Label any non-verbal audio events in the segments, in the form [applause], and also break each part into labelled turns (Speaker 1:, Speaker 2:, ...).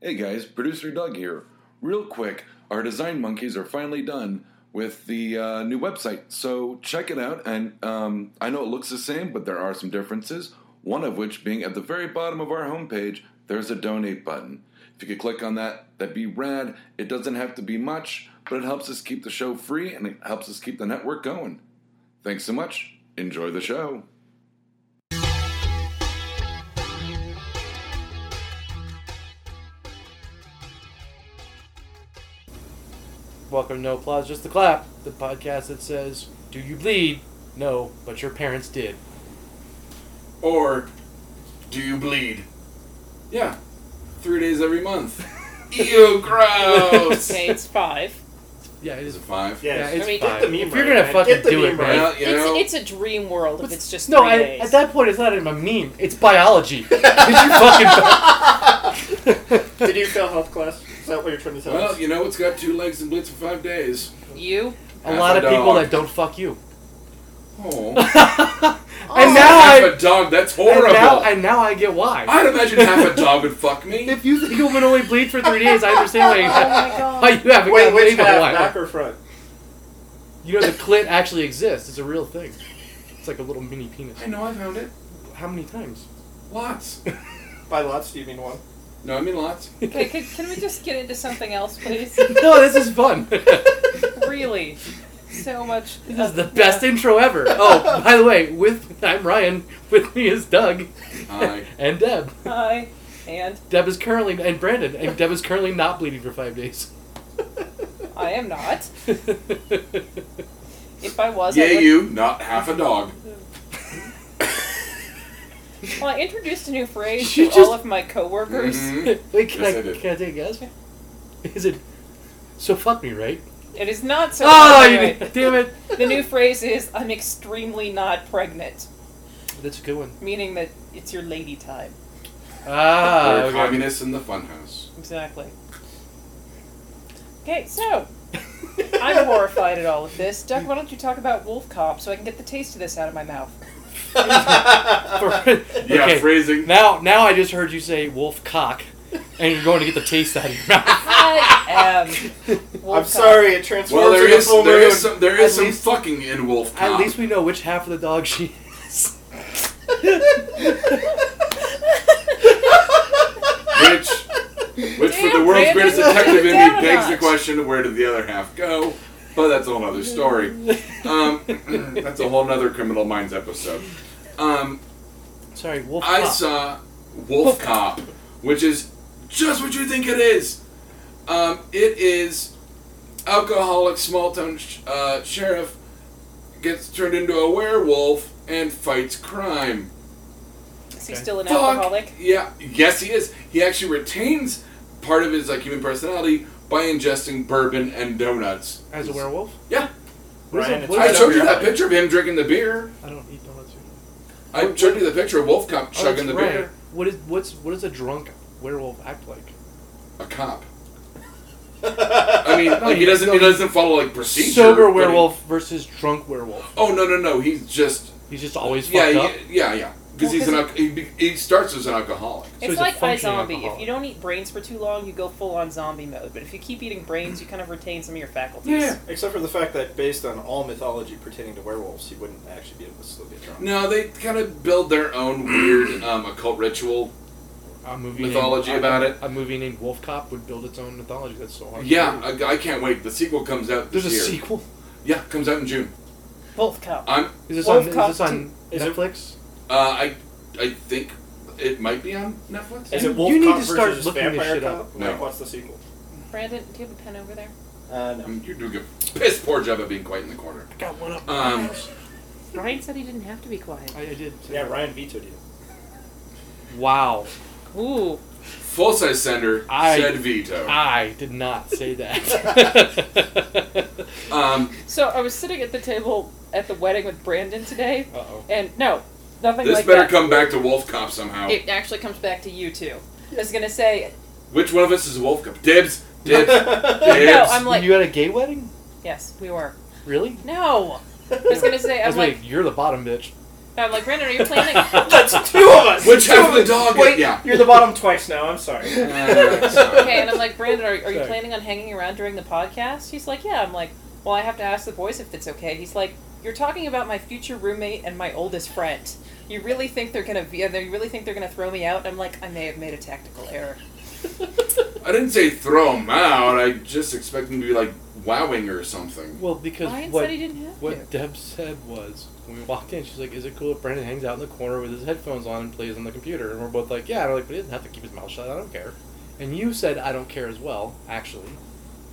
Speaker 1: Hey guys, producer Doug here. Real quick, our design monkeys are finally done with the uh, new website, so check it out. And um, I know it looks the same, but there are some differences. One of which being at the very bottom of our homepage, there's a donate button. If you could click on that, that'd be rad. It doesn't have to be much, but it helps us keep the show free and it helps us keep the network going. Thanks so much. Enjoy the show.
Speaker 2: Welcome to No Applause, Just the Clap, the podcast that says, Do you bleed? No, but your parents did.
Speaker 3: Or do you bleed? Yeah. Three days every month. [laughs] Ew, gross!
Speaker 4: Okay, it's five.
Speaker 2: Yeah, it
Speaker 3: [laughs] Is
Speaker 2: is.
Speaker 3: it five?
Speaker 2: Yeah,
Speaker 5: Yes.
Speaker 2: it's
Speaker 5: I mean,
Speaker 2: fine.
Speaker 5: get the meme
Speaker 2: If you're
Speaker 5: right,
Speaker 2: gonna
Speaker 5: man.
Speaker 2: fucking
Speaker 5: Get the
Speaker 2: do it,
Speaker 5: meme
Speaker 2: man.
Speaker 5: right.
Speaker 3: Well, you know,
Speaker 4: It's, it's a dream world if it's just
Speaker 2: No,
Speaker 4: three
Speaker 2: I,
Speaker 4: days.
Speaker 2: at that point, it's not even a meme. It's
Speaker 5: [laughs]
Speaker 2: biology. Did you fucking.
Speaker 5: Did you fail health class? Is that what you're trying to tell
Speaker 3: well,
Speaker 5: us?
Speaker 3: you know, it's got two legs and blitz for five [laughs] days.
Speaker 4: you
Speaker 2: a lot
Speaker 3: Half
Speaker 2: of
Speaker 3: a
Speaker 2: people
Speaker 3: dog.
Speaker 2: that don't fuck you.
Speaker 3: Oh,
Speaker 2: and now
Speaker 3: half
Speaker 2: I.
Speaker 3: a dog, that's
Speaker 2: And
Speaker 3: horrible.
Speaker 2: now, and now I get why.
Speaker 3: I'd imagine half a dog would fuck me.
Speaker 2: if you think women only bleed for three days, I understand why
Speaker 4: [laughs] Oh
Speaker 2: you, why you haven't
Speaker 5: Wait,
Speaker 2: gotten
Speaker 5: which
Speaker 2: anybody
Speaker 5: half,
Speaker 2: why.
Speaker 5: back or front?
Speaker 2: You know, the clit actually exists. It's a real thing. It's like a little mini penis.
Speaker 3: I know, I found it.
Speaker 2: How many times?
Speaker 3: Lots.
Speaker 5: By lots, do you
Speaker 3: [laughs]
Speaker 5: mean one?
Speaker 3: No, I mean lots.
Speaker 4: okay? Can, can we just get into something else,
Speaker 2: [laughs]
Speaker 4: please?
Speaker 2: no, this is fun.
Speaker 4: really, so much.
Speaker 2: This is the best intro ever. Oh, by the way, with I'm Ryan. With me is Doug
Speaker 3: Hi.
Speaker 2: [laughs] and Deb.
Speaker 4: Hi, and
Speaker 2: Deb is currently and Brandon and Deb is currently not bleeding for five days.
Speaker 4: I am not.
Speaker 3: Hmm?
Speaker 4: If I was, I
Speaker 3: Yeah,
Speaker 4: would-
Speaker 3: you, not half a dog.
Speaker 4: Well, I introduced a new phrase
Speaker 2: You
Speaker 4: to
Speaker 2: just-
Speaker 4: all of my coworkers, [laughs]
Speaker 3: Mhm.
Speaker 2: Wait, can
Speaker 3: Yes,
Speaker 2: I,
Speaker 3: I did.
Speaker 2: can I take a guess? Is it so? Fuck me, right?
Speaker 4: it is not so.
Speaker 2: oh, you,
Speaker 4: right.
Speaker 2: damn it!
Speaker 4: The new phrase is "I'm extremely not pregnant,"
Speaker 2: That's a good one.
Speaker 4: meaning that it's your lady time.
Speaker 2: Ah,
Speaker 3: We're
Speaker 2: okay.
Speaker 3: communists in the funhouse.
Speaker 4: Exactly. Okay, so I'm horrified at all of this. Doug, why don't you talk about Wolf Cop so I can get the taste of this out of my mouth?
Speaker 2: [laughs]
Speaker 4: [laughs]
Speaker 3: Yeah,
Speaker 2: Okay.
Speaker 3: phrasing.
Speaker 2: Now, now I just heard you say wolf cock, and you're going to get the taste out of your mouth.
Speaker 4: I am Wolf
Speaker 5: I'm
Speaker 2: uh,
Speaker 4: Cop.
Speaker 5: sorry, it transforms
Speaker 3: Well, there
Speaker 5: into
Speaker 3: is
Speaker 5: full
Speaker 3: there
Speaker 5: moon.
Speaker 3: is some there is
Speaker 2: At
Speaker 3: some
Speaker 2: least-
Speaker 3: fucking in wolf.
Speaker 2: [laughs] At
Speaker 3: Cop.
Speaker 2: least we know which half of the dog she
Speaker 3: [laughs]
Speaker 2: is.
Speaker 3: Which, which for the
Speaker 4: Damn,
Speaker 3: world's
Speaker 4: Brandon,
Speaker 3: greatest
Speaker 4: let's
Speaker 3: detective
Speaker 4: get
Speaker 3: in
Speaker 4: down
Speaker 3: me
Speaker 4: a
Speaker 3: begs the
Speaker 4: notch.
Speaker 3: question, where did the other half go? But that's a whole nother story. Um, [laughs] that's a whole nother Criminal Minds episode. Um,
Speaker 2: Sorry, wolf
Speaker 3: I
Speaker 2: cock.
Speaker 3: saw Wolf Cop, which is just what you think it is. Um, it is alcoholic small town sh- uh, sheriff gets turned into a werewolf and fights crime.
Speaker 4: Is he
Speaker 2: Okay.
Speaker 4: still an
Speaker 3: Fuck.
Speaker 4: alcoholic?
Speaker 3: Yeah. Yes, he is. He actually retains part of his like human personality by ingesting bourbon and donuts.
Speaker 2: As a werewolf?
Speaker 3: Yeah.
Speaker 2: What is
Speaker 5: Ryan,
Speaker 2: a-
Speaker 5: it's
Speaker 2: what
Speaker 3: I
Speaker 2: is a-
Speaker 5: up
Speaker 3: showed you
Speaker 5: your
Speaker 3: that
Speaker 5: alley.
Speaker 3: picture of him drinking the beer.
Speaker 2: I don't eat donuts.
Speaker 3: I showed you the picture of Wolf Cop chugging
Speaker 2: that's
Speaker 3: the
Speaker 2: right.
Speaker 3: beer.
Speaker 2: What is what's what does a drunk werewolf act like?
Speaker 3: A
Speaker 2: [laughs]
Speaker 3: cop. I mean, like, he
Speaker 2: you-
Speaker 3: doesn't.
Speaker 2: no,
Speaker 3: He
Speaker 2: you-
Speaker 3: doesn't follow like procedure. but
Speaker 2: Sober
Speaker 3: he-
Speaker 2: werewolf versus drunk werewolf.
Speaker 3: oh no no no! He's just
Speaker 2: He's just always
Speaker 3: yeah
Speaker 2: fucked
Speaker 3: yeah
Speaker 2: up.
Speaker 3: yeah yeah. Because
Speaker 4: Well,
Speaker 3: he's an
Speaker 4: 'cause-
Speaker 3: al- he, be- he starts as an alcoholic.
Speaker 2: he's
Speaker 4: it's
Speaker 2: a
Speaker 4: like
Speaker 2: functioning
Speaker 4: iZombie. If
Speaker 2: alcoholic.
Speaker 4: you don't eat brains for too long, you go full on zombie mode. But if you keep eating brains, you kind of retain some of your faculties.
Speaker 3: Yeah.
Speaker 5: Except for the fact that based on all mythology pertaining to werewolves, he wouldn't actually be able to still get drunk.
Speaker 3: No, they kind of build their own weird um, occult ritual
Speaker 2: A movie
Speaker 3: mythology
Speaker 2: named,
Speaker 3: about it.
Speaker 2: A, movie named Wolf Cop would build its own mythology. That's so hard. to
Speaker 3: Yeah,
Speaker 2: do.
Speaker 3: I, I can't wait. The sequel comes out this
Speaker 2: there's a
Speaker 3: year.
Speaker 2: sequel.
Speaker 3: Yeah, comes out in June.
Speaker 4: Wolf Cop.
Speaker 3: I'm.
Speaker 2: Is this
Speaker 4: Wolf
Speaker 2: on?
Speaker 4: Cop
Speaker 2: is this on
Speaker 5: two. Is it-
Speaker 2: Netflix?
Speaker 3: Uh, I. I think it might be on Netflix.
Speaker 2: Is
Speaker 5: Is
Speaker 2: You-
Speaker 5: it
Speaker 2: it
Speaker 5: Wolf
Speaker 2: Wolf you need Cop
Speaker 5: Cop
Speaker 2: to start versus
Speaker 5: versus
Speaker 2: looking this
Speaker 5: Vampire
Speaker 2: Vampire shit
Speaker 5: Cop?
Speaker 2: up.
Speaker 3: No. Like,
Speaker 5: what's the sequel?
Speaker 4: Brandon, do you have a pen over there?
Speaker 5: Uh, no.
Speaker 3: Um, you're doing a piss poor job of being quiet in the corner.
Speaker 2: I got one up.
Speaker 3: Um,
Speaker 4: Brian said he didn't have to be quiet.
Speaker 2: I, I did. say
Speaker 5: Yeah,
Speaker 2: that.
Speaker 5: Ryan vetoed you.
Speaker 2: Wow,
Speaker 4: Ooh.
Speaker 3: full size sender
Speaker 2: I-
Speaker 3: said veto.
Speaker 2: I did not say [laughs] that.
Speaker 3: um,
Speaker 4: So I was sitting at the table at the wedding with Brandon today,
Speaker 2: uh oh.
Speaker 4: and no, nothing
Speaker 3: this
Speaker 4: like
Speaker 3: better
Speaker 4: that.
Speaker 3: come back to Wolf Cop somehow.
Speaker 4: It actually comes back to you too. I was gonna say
Speaker 3: Which one of us is a Wolf Cop? Dibs.
Speaker 5: [laughs]
Speaker 4: [laughs]
Speaker 3: Dibs. dibs.
Speaker 4: no. I'm like
Speaker 2: you at a gay wedding?
Speaker 4: yes, we were.
Speaker 2: Really?
Speaker 4: No, I was gonna say
Speaker 2: I
Speaker 4: I'm
Speaker 2: was like, [laughs]
Speaker 4: like
Speaker 2: you're the bottom bitch.
Speaker 4: I'm like, Brandon, are
Speaker 2: [laughs]
Speaker 4: you planning?
Speaker 6: That's two of us.
Speaker 3: Which
Speaker 6: Two
Speaker 3: half
Speaker 6: of
Speaker 3: the
Speaker 6: us.
Speaker 3: dog?
Speaker 6: Wait,
Speaker 3: yeah.
Speaker 6: you're the bottom twice now. I'm sorry.
Speaker 3: Uh,
Speaker 5: [laughs]
Speaker 3: so-
Speaker 4: [laughs] okay, and I'm like, Brandon, are, are you
Speaker 2: Sorry.
Speaker 4: planning on hanging around during the podcast? He's like, yeah. I'm like, well, I have to ask the boys if it's okay. He's like, you're talking about my future roommate and my oldest friend. You really think they're gonna be? You really think they're gonna throw me out? And I'm like, I may have made a tactical error.
Speaker 3: I didn't say throw him out. I just expect him to be like wowing or something.
Speaker 2: [laughs] Well, because
Speaker 4: Ryan
Speaker 2: what
Speaker 4: said he didn't have
Speaker 2: what Deb said was when we walked in, she's like, "Is it cool if Brandon hangs out in the corner with his headphones on and plays on the computer?" And we're both like, "Yeah." And we're like, "But he doesn't have to keep his mouth shut. I don't care." And you said, "I don't care" as well. Actually,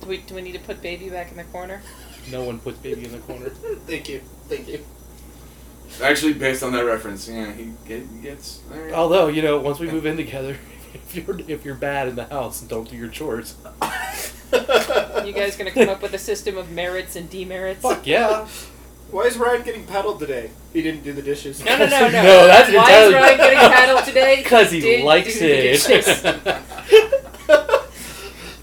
Speaker 4: to. Do we, do we need to put baby back in
Speaker 2: [laughs]
Speaker 4: the corner?
Speaker 2: no one puts baby in the corner.
Speaker 6: Thank you. Thank
Speaker 5: [laughs]
Speaker 6: you.
Speaker 3: Actually, based on that reference, yeah, he get, gets. all right.
Speaker 2: Although you know, once we move in together, [laughs] if you're if you're bad in the house and don't do your chores,
Speaker 4: You guys gonna come up with a system of merits and demerits?
Speaker 2: fuck yeah.
Speaker 5: Why is Ryan getting paddled today? He didn't do the dishes.
Speaker 4: No,
Speaker 5: [laughs]
Speaker 4: no, no, no.
Speaker 2: [laughs] No, that's
Speaker 4: Why
Speaker 2: entirely-
Speaker 4: is Ryan
Speaker 2: [laughs]
Speaker 4: getting paddled today?
Speaker 2: Because he
Speaker 4: Did
Speaker 2: likes
Speaker 4: do the
Speaker 2: it. [laughs]
Speaker 4: dishes.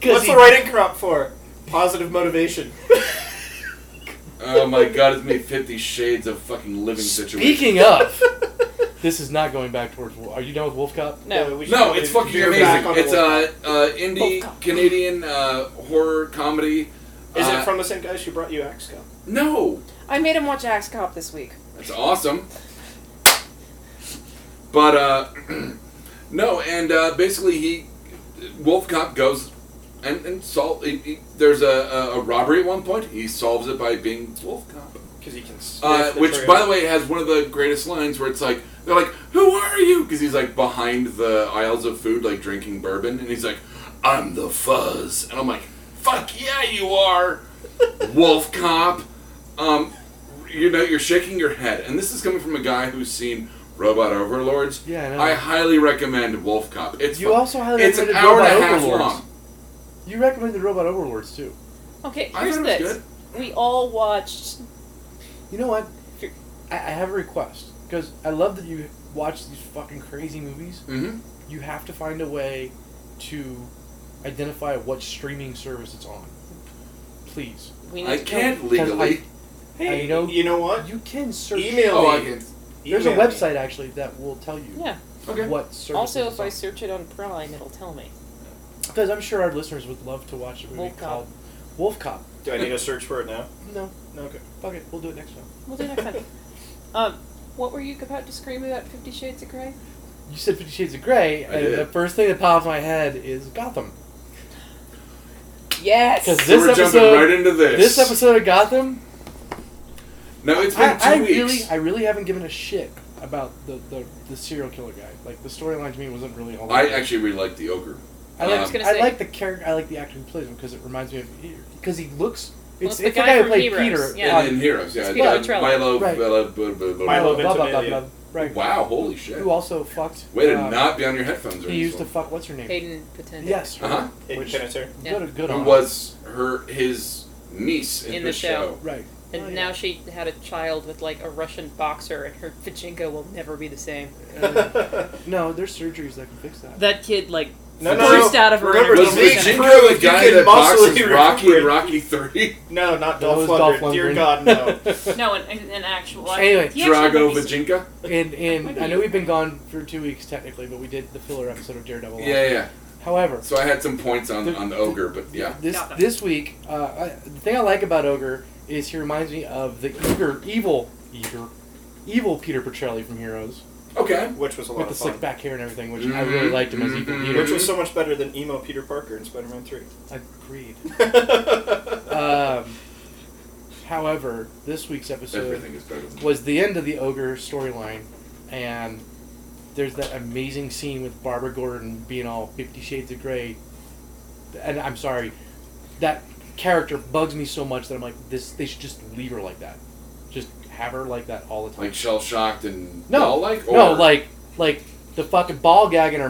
Speaker 5: What's the writing crop for? Positive motivation.
Speaker 3: Oh my god, it's made Fifty Shades of fucking living situation.
Speaker 2: Speaking of,
Speaker 3: [laughs]
Speaker 2: this is not going back towards. Wolf- Are you done with Wolf
Speaker 4: [laughs]
Speaker 2: Cop?
Speaker 4: No.
Speaker 5: we should
Speaker 3: No,
Speaker 5: probably
Speaker 3: it's fucking
Speaker 5: veer back
Speaker 3: amazing.
Speaker 5: on the
Speaker 3: It's
Speaker 5: wolf
Speaker 3: a uh, indie Canadian uh, horror comedy.
Speaker 5: cop. Is
Speaker 3: uh,
Speaker 5: it from the same guys who brought you Axe Cop?
Speaker 3: No,
Speaker 4: [laughs] I made him watch Axe Cop this week.
Speaker 3: that's awesome. But uh, [clears throat] no, and uh, basically he, Wolf Cop goes and and sol- he, he- There's a, a, a robbery at one point. He solves it by being Wolf Cop.
Speaker 5: Because he can.
Speaker 3: Uh, which, by the way, has one of the greatest lines where it's like, they're like, who are you? Because he's like behind the aisles of food, like drinking bourbon, and he's like, I'm the fuzz. And I'm like, fuck yeah, you are, wolf cop. Um, you know, you're shaking your head. And this is coming from a guy who's seen Robot Overlords.
Speaker 2: Yeah, I know.
Speaker 3: I highly recommend Wolf Cop. It's
Speaker 2: You
Speaker 3: fun.
Speaker 2: also highly
Speaker 3: It's an
Speaker 2: recommended
Speaker 3: hour
Speaker 2: Robot
Speaker 3: and a half
Speaker 2: Overlords.
Speaker 3: long.
Speaker 2: You recommended Robot Overlords too.
Speaker 4: Okay,
Speaker 3: I
Speaker 4: here's
Speaker 3: thought it was
Speaker 4: this. We all watched.
Speaker 2: You know what? I, I have a request because I love that you watch these fucking crazy movies.
Speaker 3: Mm-hmm.
Speaker 2: You have to find a way to identify what streaming service it's on. Please,
Speaker 4: We need
Speaker 3: I
Speaker 4: to
Speaker 3: can't
Speaker 2: Because
Speaker 3: legally.
Speaker 2: Hey, I know-
Speaker 5: You know what?
Speaker 2: you can search.
Speaker 5: Email
Speaker 3: Oh, I
Speaker 5: me.
Speaker 3: can.
Speaker 2: There's a
Speaker 5: Email me.
Speaker 2: website actually that will tell you
Speaker 4: Know. Yeah.
Speaker 3: Okay.
Speaker 2: what service.
Speaker 4: Also, if I search it on Prime, it'll tell me.
Speaker 2: because I'm sure our listeners would love to watch a movie
Speaker 4: Wolf Cop.
Speaker 2: called Wolf Cop.
Speaker 5: Do I need a search for it now?
Speaker 2: No,
Speaker 5: No, okay.
Speaker 2: fuck it, we'll do it next time.
Speaker 4: We'll do next
Speaker 3: [laughs]
Speaker 4: time. Um, what were you about to scream about Fifty Shades of Grey?
Speaker 2: You said Fifty Shades of Grey,
Speaker 3: I
Speaker 2: and
Speaker 3: did.
Speaker 2: the first thing that pops in my head is Gotham.
Speaker 4: Yes.
Speaker 2: 'Cause
Speaker 3: So
Speaker 2: This
Speaker 3: we're
Speaker 2: episode-
Speaker 3: jumping right into this.
Speaker 2: This episode of Gotham,
Speaker 3: No, it's been
Speaker 2: I,
Speaker 3: two
Speaker 2: I
Speaker 3: weeks.
Speaker 2: really, I really haven't given a shit about the, the, the serial killer guy. Like the storyline to me wasn't really all.
Speaker 3: I
Speaker 2: that.
Speaker 3: actually really like the ogre.
Speaker 2: I
Speaker 3: I was
Speaker 2: like,
Speaker 4: gonna
Speaker 2: I
Speaker 4: say-
Speaker 2: like the character. I like the actor who plays him because it reminds me of because he looks.
Speaker 4: Well,
Speaker 2: It's,
Speaker 4: it's the
Speaker 2: it's the
Speaker 4: guy
Speaker 2: guy who
Speaker 4: from
Speaker 2: played
Speaker 4: Heroes,
Speaker 2: Peter.
Speaker 4: Yeah.
Speaker 2: on-
Speaker 3: And in Heroes, yeah.
Speaker 4: Speaking
Speaker 3: uh,
Speaker 4: of Trello.
Speaker 3: Milo,
Speaker 2: Right.
Speaker 3: Milo, blah, blah, blah,
Speaker 2: Milo,
Speaker 5: Milo
Speaker 2: blah, blah, blah,
Speaker 5: Ventimiglia.
Speaker 2: blah, Right.
Speaker 3: Wow, holy shit.
Speaker 2: Who also fucked?
Speaker 3: Way to
Speaker 2: uh,
Speaker 3: not be on your headphones.
Speaker 2: He used to fuck. What's her name?
Speaker 4: Hayden Patton.
Speaker 2: Yes. her.
Speaker 3: Uh huh.
Speaker 5: Hayden
Speaker 2: Which-
Speaker 5: Panettiere.
Speaker 4: Yeah.
Speaker 2: Good. Good.
Speaker 3: Who
Speaker 2: on.
Speaker 3: was her his niece in,
Speaker 4: In the show.
Speaker 2: right?
Speaker 4: And
Speaker 2: Oh, yeah.
Speaker 4: now she had a child with like a Russian boxer, and her vagina will never be the same.
Speaker 2: uh, No, there's surgeries that can fix that.
Speaker 4: [laughs] That kid like
Speaker 5: [laughs] No, no,
Speaker 4: burst
Speaker 5: no.
Speaker 4: out of her.
Speaker 5: Remember,
Speaker 4: inner
Speaker 3: Was
Speaker 5: the
Speaker 4: vagina.
Speaker 5: Legion-
Speaker 3: Vijinko the
Speaker 5: You
Speaker 3: guy
Speaker 5: can
Speaker 3: that boxes
Speaker 5: muscly
Speaker 3: Rocky and
Speaker 5: recuperate.
Speaker 3: Rocky 3?
Speaker 5: No, not
Speaker 2: That was
Speaker 5: Dolph Lundgren. Dear
Speaker 2: Lundgren.
Speaker 5: God,
Speaker 2: [laughs]
Speaker 5: no.
Speaker 4: No, an, an actual.
Speaker 2: Anyway.
Speaker 4: he actually
Speaker 3: Drago
Speaker 4: might be-
Speaker 3: Vijinka?
Speaker 2: and and
Speaker 4: Might
Speaker 2: I
Speaker 4: be.
Speaker 2: know we've been gone for two weeks technically, but we did the filler episode of Daredevil. last
Speaker 3: Yeah, yeah.
Speaker 2: However,
Speaker 3: So I had some points on,
Speaker 2: The-
Speaker 3: on the ogre, but yeah.
Speaker 2: this
Speaker 4: Got them.
Speaker 2: this week, uh, I, the thing I like about Ogre is he reminds me of the eager, evil, eager, evil Peter Petrelli from Heroes
Speaker 3: Okay.
Speaker 5: Which was a
Speaker 2: with
Speaker 5: lot
Speaker 2: the
Speaker 5: of fun. Mm-hmm.
Speaker 2: slick back hair and everything, which I really
Speaker 3: Mhm,
Speaker 2: liked him as evil
Speaker 3: mhm.
Speaker 2: Peter.
Speaker 5: Which was so much better than emo Peter Parker in Spider-Man 3.
Speaker 2: agreed. Um, however, this week's episode
Speaker 3: Everything is better than
Speaker 2: was the end of the ogre storyline, and there's that amazing scene with Barbara Gordon being all Fifty Shades of Grey, and I'm sorry, that character bugs me so much that I'm like, this they should just leave her like that, just have her like that all the time.
Speaker 3: Like shell shocked and
Speaker 2: No,
Speaker 3: doll like?
Speaker 2: no, like like the fucking ball gag in her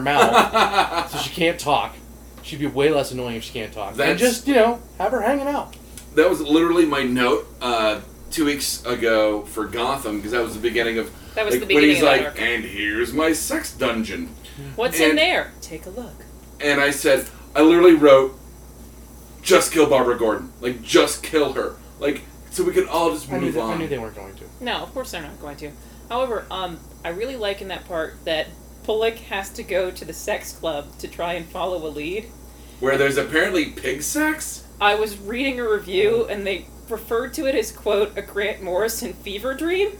Speaker 3: [laughs]
Speaker 2: mouth, so she can't talk. She'd be way less annoying if she can't talk. and
Speaker 3: That's-
Speaker 2: just you know have her hanging out.
Speaker 3: that was literally my note uh, two weeks ago for Gotham because that was the beginning of
Speaker 4: That was
Speaker 3: like,
Speaker 4: the
Speaker 3: when
Speaker 4: beginning
Speaker 3: he's
Speaker 4: of that
Speaker 3: like,
Speaker 4: arc.
Speaker 3: and here's my sex dungeon,
Speaker 4: What's in
Speaker 3: and-
Speaker 4: there? Take a look.
Speaker 3: and I said, I literally wrote, just kill Barbara Gordon, like just kill her, like so we could all just
Speaker 2: I knew,
Speaker 3: move
Speaker 2: they, I
Speaker 3: on.
Speaker 2: knew they weren't going to.
Speaker 4: No, of course they're not going to. However, um, I really like in that part that Pollock has to go to the sex club to try and follow a lead.
Speaker 3: Where there's apparently pig sex?
Speaker 4: I was reading a review and they referred to it as quote a Grant Morrison fever dream.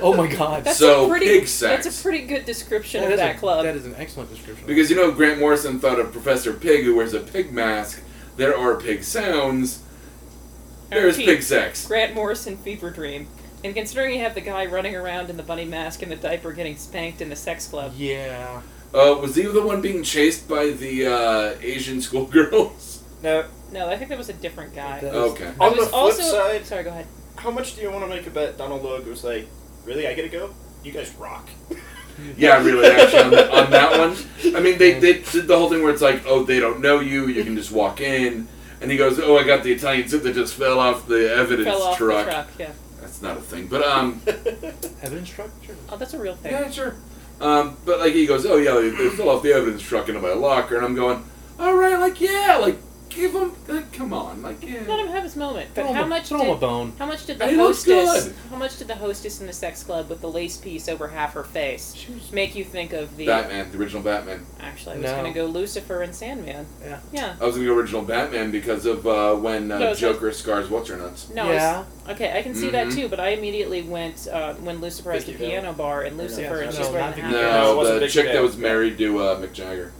Speaker 2: Oh my god.
Speaker 4: That's
Speaker 3: So,
Speaker 4: a pretty
Speaker 3: pig sex.
Speaker 4: that's a pretty good description
Speaker 2: That
Speaker 4: of
Speaker 2: is
Speaker 4: that
Speaker 2: a-
Speaker 4: club.
Speaker 2: That is an excellent description.
Speaker 3: Because you know, Grant Morrison thought of Professor Pig, who wears a pig mask. There are pig sounds. There is
Speaker 4: Guaranteed.
Speaker 3: pig sex.
Speaker 4: Grant Morrison fever dream. And considering you have the guy running around in the bunny mask and the diaper getting spanked in the sex club.
Speaker 2: yeah.
Speaker 3: Uh, was he the one being chased by the uh, Asian [laughs] schoolgirls?
Speaker 5: Now,
Speaker 4: No, I think that was a different guy.
Speaker 2: That-
Speaker 3: Okay.
Speaker 4: I
Speaker 5: On
Speaker 4: was
Speaker 5: the flip
Speaker 4: also
Speaker 5: side-
Speaker 4: sorry, go ahead.
Speaker 5: how much do you want to make a bet? Donald Logue was like, "Really, I get to go? You guys rock."
Speaker 3: Yeah, really, actually, on, that- on that one. I mean, they, they did the whole thing where it's like, oh, they don't know you, you can just walk in. And he goes, oh, I got the Italian suit that just fell off the evidence
Speaker 4: Fell off
Speaker 3: truck.
Speaker 4: the truck, yeah.
Speaker 3: That's not a thing. But, um,
Speaker 4: [laughs]
Speaker 2: Evidence structure.
Speaker 4: Oh, that's a real thing.
Speaker 3: Yeah, sure. Um, but like he goes, oh yeah, they, they fell off the evidence truck into my locker, and I'm going, all right, like yeah, like give him, like come on, like
Speaker 4: Let
Speaker 3: yeah.
Speaker 4: him have his moment. But
Speaker 2: Throw him
Speaker 4: how
Speaker 2: a-
Speaker 4: much
Speaker 2: Throw
Speaker 4: did,
Speaker 2: him a bone.
Speaker 4: how much did the
Speaker 3: He looks
Speaker 4: hostess
Speaker 3: good.
Speaker 4: how much did the hostess in the sex club with the lace piece over half her face make you think of the
Speaker 3: Batman, the original Batman.
Speaker 4: actually I was
Speaker 2: No.
Speaker 4: gonna go Lucifer and Sandman.
Speaker 2: Yeah.
Speaker 4: Yeah.
Speaker 3: I was gonna go original Batman because of uh, when uh,
Speaker 4: No, it's
Speaker 3: Joker scars what's her nuts.
Speaker 4: No, I
Speaker 2: yeah.
Speaker 4: was- okay, I can see that
Speaker 3: Mhm.
Speaker 4: too, but I immediately went uh, when Lucifer has the
Speaker 5: Vicky Vale.
Speaker 4: piano bar and
Speaker 5: Yeah,
Speaker 4: Lucifer and
Speaker 2: no,
Speaker 4: she's
Speaker 2: not
Speaker 4: wearing the
Speaker 2: Vicky
Speaker 3: No,
Speaker 4: hat.
Speaker 5: No, it wasn't
Speaker 3: the
Speaker 5: Big
Speaker 3: chick
Speaker 5: Bad.
Speaker 3: that was married to uh, Mick Jagger,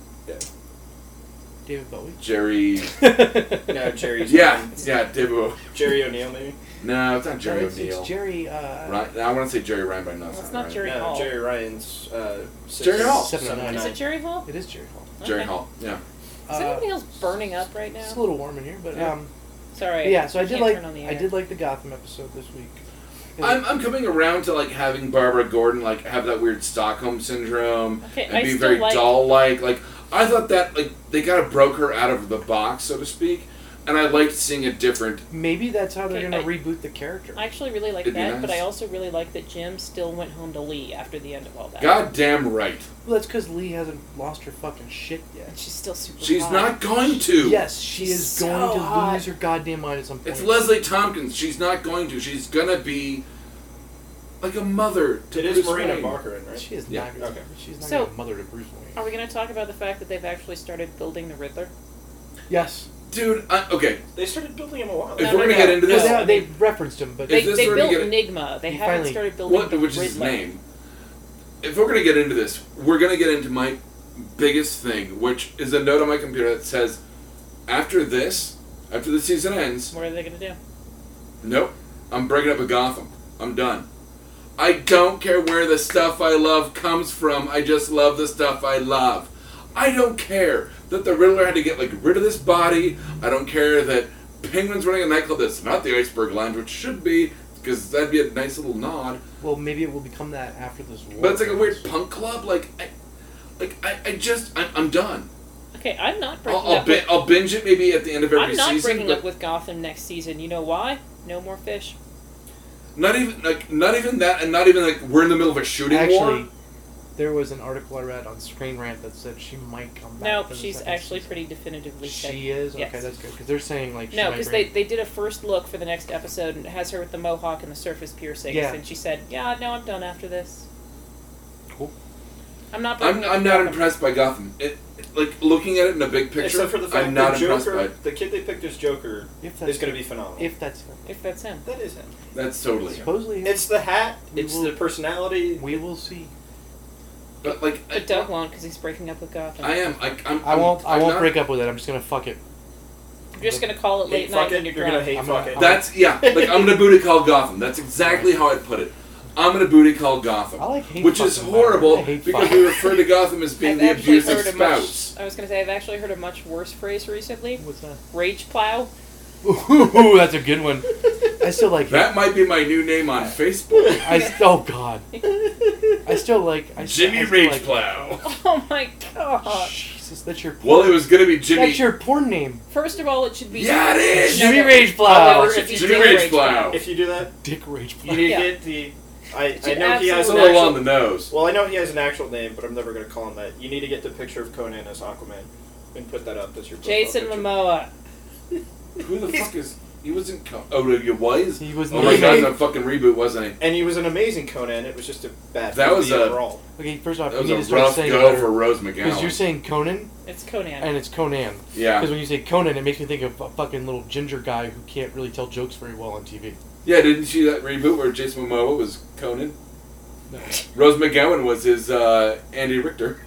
Speaker 2: David Bowie.
Speaker 3: Jerry.
Speaker 5: no, Jerry.
Speaker 3: yeah, yeah, Dibbo.
Speaker 5: Jerry O'Neill, maybe.
Speaker 3: No, it's not Jerry
Speaker 2: No, it's, it's
Speaker 3: O'Neill.
Speaker 2: Jerry. Uh,
Speaker 3: Right? I want to say Jerry Ryan, but I know it's
Speaker 4: Well, it's
Speaker 3: not
Speaker 4: not
Speaker 3: Ryan.
Speaker 4: Jerry
Speaker 5: no,
Speaker 4: Hall.
Speaker 5: Jerry Ryan's. Uh, six-
Speaker 3: Jerry Hall.
Speaker 2: Seven and nine.
Speaker 4: Is it Jerry Hall?
Speaker 2: It is Jerry Hall.
Speaker 3: Jerry
Speaker 4: Okay.
Speaker 3: Hall. Yeah.
Speaker 4: Is
Speaker 2: Uh,
Speaker 4: anybody else burning up right
Speaker 2: it's a
Speaker 4: now?
Speaker 2: little warm in here, but
Speaker 5: Yeah.
Speaker 2: um,
Speaker 4: Sorry.
Speaker 2: yeah. So I
Speaker 4: you
Speaker 2: did
Speaker 4: can't
Speaker 2: like
Speaker 4: turn on the
Speaker 2: I
Speaker 4: air.
Speaker 2: did like the Gotham episode this week.
Speaker 3: I'm, I'm coming around to like having Barbara Gordon like have that weird Stockholm syndrome
Speaker 4: Okay,
Speaker 3: and
Speaker 4: I
Speaker 3: be
Speaker 4: still
Speaker 3: very
Speaker 4: like-
Speaker 3: doll like. Like I thought that like they kind of broke her out of the box, so to speak, and I liked seeing a different.
Speaker 2: Maybe that's how they're
Speaker 4: Okay,
Speaker 2: gonna
Speaker 4: I-
Speaker 2: reboot the character.
Speaker 4: I actually really like
Speaker 3: It'd be
Speaker 4: that, but
Speaker 3: nice.
Speaker 4: I also really like that Jim still went home to Lee after the end of all that.
Speaker 3: Goddamn right,
Speaker 2: well, that's because Lee hasn't lost her fucking shit
Speaker 4: And
Speaker 2: yet.
Speaker 4: she's still super.
Speaker 3: she's
Speaker 4: hot.
Speaker 3: not going to.
Speaker 2: Yes, she is
Speaker 4: So
Speaker 2: going to
Speaker 4: hot.
Speaker 2: lose her goddamn mind at some point.
Speaker 3: it's Leslie Tompkins. She's not going to. She's gonna be like a mother to
Speaker 5: It is
Speaker 3: Bruce
Speaker 5: Marina
Speaker 3: Wayne.
Speaker 5: Barkerin, right?
Speaker 2: She is
Speaker 3: Yeah,
Speaker 2: not. Gonna,
Speaker 5: okay.
Speaker 2: She's not
Speaker 4: So-
Speaker 2: gonna mother to Bruce Wayne.
Speaker 4: Are we going to talk about the fact that they've actually started building the Riddler?
Speaker 2: Yes.
Speaker 3: Dude, I, okay.
Speaker 5: They started building him a while.
Speaker 3: If
Speaker 4: No,
Speaker 5: ago.
Speaker 3: we're gonna
Speaker 4: no, no.
Speaker 3: get into
Speaker 4: No,
Speaker 3: this,
Speaker 4: no,
Speaker 2: they, they referenced him, but
Speaker 4: They,
Speaker 3: this
Speaker 4: they
Speaker 3: where we
Speaker 4: built
Speaker 3: get it?
Speaker 4: Enigma. They
Speaker 2: You
Speaker 4: haven't
Speaker 2: finally-
Speaker 4: started building
Speaker 3: What,
Speaker 4: the
Speaker 3: which is his
Speaker 4: Riddler.
Speaker 3: name. If we're going to get into this, we're going to get into my biggest thing, which is a note on my computer that says, after this, after the season ends,
Speaker 4: What are they going to do?
Speaker 3: nope, I'm breaking up with Gotham. I'm done. I don't care where the stuff I love comes from. I just love the stuff I love. I don't care that the Riddler had to get like rid of this body. I don't care that Penguin's running a nightclub that's not the Iceberg Lounge, which should be, because that'd be a nice little nod.
Speaker 2: well, maybe it will become that after this war.
Speaker 3: But it's like a weird punk club. Like, I, like I, I just, I'm, I'm done.
Speaker 4: Okay, I'm not
Speaker 3: I'll,
Speaker 4: breaking
Speaker 3: I'll,
Speaker 4: up.
Speaker 3: bi-
Speaker 4: with,
Speaker 3: I'll binge it maybe at the end of every
Speaker 4: I'm not
Speaker 3: season.
Speaker 4: breaking
Speaker 3: but
Speaker 4: up with Gotham next season. You know why? No more fish.
Speaker 3: not even like, not even that, and not even like we're in the middle of a shooting
Speaker 2: Actually,
Speaker 3: war.
Speaker 2: there was an article I read on Screen Rant that said she might come back.
Speaker 4: No,
Speaker 2: for the
Speaker 4: she's
Speaker 2: second
Speaker 4: actually
Speaker 2: season.
Speaker 4: pretty definitively sick.
Speaker 2: She is okay.
Speaker 4: Yes.
Speaker 2: That's good because they're saying like she
Speaker 4: No,
Speaker 2: might
Speaker 4: because they,
Speaker 2: bring-
Speaker 4: they did a first look for the next episode and it has her with the mohawk and the surface piercings,
Speaker 2: Yeah.
Speaker 4: and she said, "Yeah, no, I'm done after this."
Speaker 2: Cool.
Speaker 4: I'm not.
Speaker 3: I'm,
Speaker 4: breaking up
Speaker 3: I'm
Speaker 4: with
Speaker 3: not
Speaker 4: Gotham.
Speaker 3: impressed by Gotham. It, it- like looking at it in a big picture,
Speaker 5: Except for the fact
Speaker 3: I'm not
Speaker 5: that
Speaker 3: impressed by
Speaker 5: Joker,
Speaker 3: it.
Speaker 5: the kid they picked as Joker,
Speaker 2: if that's
Speaker 5: is going to be phenomenal.
Speaker 2: if that's
Speaker 4: If that's him,
Speaker 5: that is him.
Speaker 3: That's totally. him.
Speaker 2: supposedly
Speaker 5: It's the hat.
Speaker 2: We
Speaker 5: It's
Speaker 2: will-
Speaker 5: the personality.
Speaker 2: we will see.
Speaker 3: But like,
Speaker 4: but Doug won't because he's breaking up with Gotham.
Speaker 3: I am. I, I'm,
Speaker 2: I won't. I
Speaker 3: I'm
Speaker 2: won't
Speaker 3: not-
Speaker 2: break up with it. I'm just gonna fuck it.
Speaker 4: You're just gonna call it late
Speaker 5: Hate fuck
Speaker 4: night
Speaker 5: it.
Speaker 4: when you're
Speaker 5: You're gonna
Speaker 4: drunk.
Speaker 5: hate
Speaker 2: I'm
Speaker 5: fuck
Speaker 2: not-
Speaker 5: it.
Speaker 2: I'm
Speaker 3: That's yeah. Like I'm gonna booty call Gotham. That's exactly how I'd put it. I'm gonna booty call Gotham.
Speaker 2: I like hate
Speaker 3: which is
Speaker 2: fucking
Speaker 3: horrible
Speaker 2: better. I hate
Speaker 3: because
Speaker 2: fucking.
Speaker 3: we refer to Gotham as being
Speaker 4: I've
Speaker 3: the
Speaker 4: actually
Speaker 3: abusive
Speaker 4: heard a much-
Speaker 3: spouse.
Speaker 4: I was gonna say I've actually heard a much worse phrase recently:
Speaker 3: [laughs]
Speaker 2: What's that?
Speaker 4: rage plow. [laughs]
Speaker 2: Ooh, that's a good one. I still like hate.
Speaker 3: That might be my new name on Facebook.
Speaker 2: I s- oh god. I still like. I s- I
Speaker 3: Jimmy
Speaker 2: still like,
Speaker 3: Rageplow.
Speaker 4: Oh my
Speaker 2: Uh,
Speaker 4: god!
Speaker 2: Jesus, that's your.
Speaker 3: Well, it was gonna be Jimmy.
Speaker 2: That's your
Speaker 3: [laughs]
Speaker 2: porn name.
Speaker 4: First of all, it should be
Speaker 3: Yeah, it is!
Speaker 2: Jimmy
Speaker 4: Although
Speaker 2: Rageplow.
Speaker 4: it should be
Speaker 3: Jimmy
Speaker 4: Jimmy
Speaker 3: Rageplow.
Speaker 5: If you do that,
Speaker 2: Dick Rageplow.
Speaker 5: you need
Speaker 4: Yeah.
Speaker 5: to get the. I, I
Speaker 4: Dude,
Speaker 5: know he
Speaker 3: It's
Speaker 5: has
Speaker 3: a
Speaker 5: an
Speaker 4: absolutely.
Speaker 3: little on the
Speaker 5: actual.
Speaker 3: nose.
Speaker 5: Well, I know he has an actual name, but I'm never going to call him that. You need to get the picture of Conan as Aquaman and put that up. That's your profile
Speaker 4: Jason
Speaker 5: picture.
Speaker 4: Momoa.
Speaker 3: Who the fuck is He wasn't. Co- oh, no, you was.
Speaker 2: He was
Speaker 3: Oh my
Speaker 5: not-
Speaker 3: god, that fucking reboot wasn't
Speaker 5: And he was an amazing Conan. It was just a bad
Speaker 3: That was
Speaker 5: movie
Speaker 3: a-
Speaker 5: overall.
Speaker 2: Okay, first
Speaker 3: he?
Speaker 2: off,
Speaker 3: That
Speaker 2: you
Speaker 3: was
Speaker 2: need
Speaker 3: a
Speaker 2: to start
Speaker 3: rough
Speaker 2: saying
Speaker 3: go for Rose
Speaker 2: because you're
Speaker 3: McGowan.
Speaker 2: saying Conan
Speaker 4: It's Conan.
Speaker 2: and it's Conan.
Speaker 3: Yeah,
Speaker 2: Because when you say Conan, it makes me think of a fucking little ginger guy who can't really tell jokes very well on TV.
Speaker 3: yeah. Didn't you see that reboot where Jason Momoa was Conan?
Speaker 2: No.
Speaker 3: Rose McGowan was his uh, Andy Richter.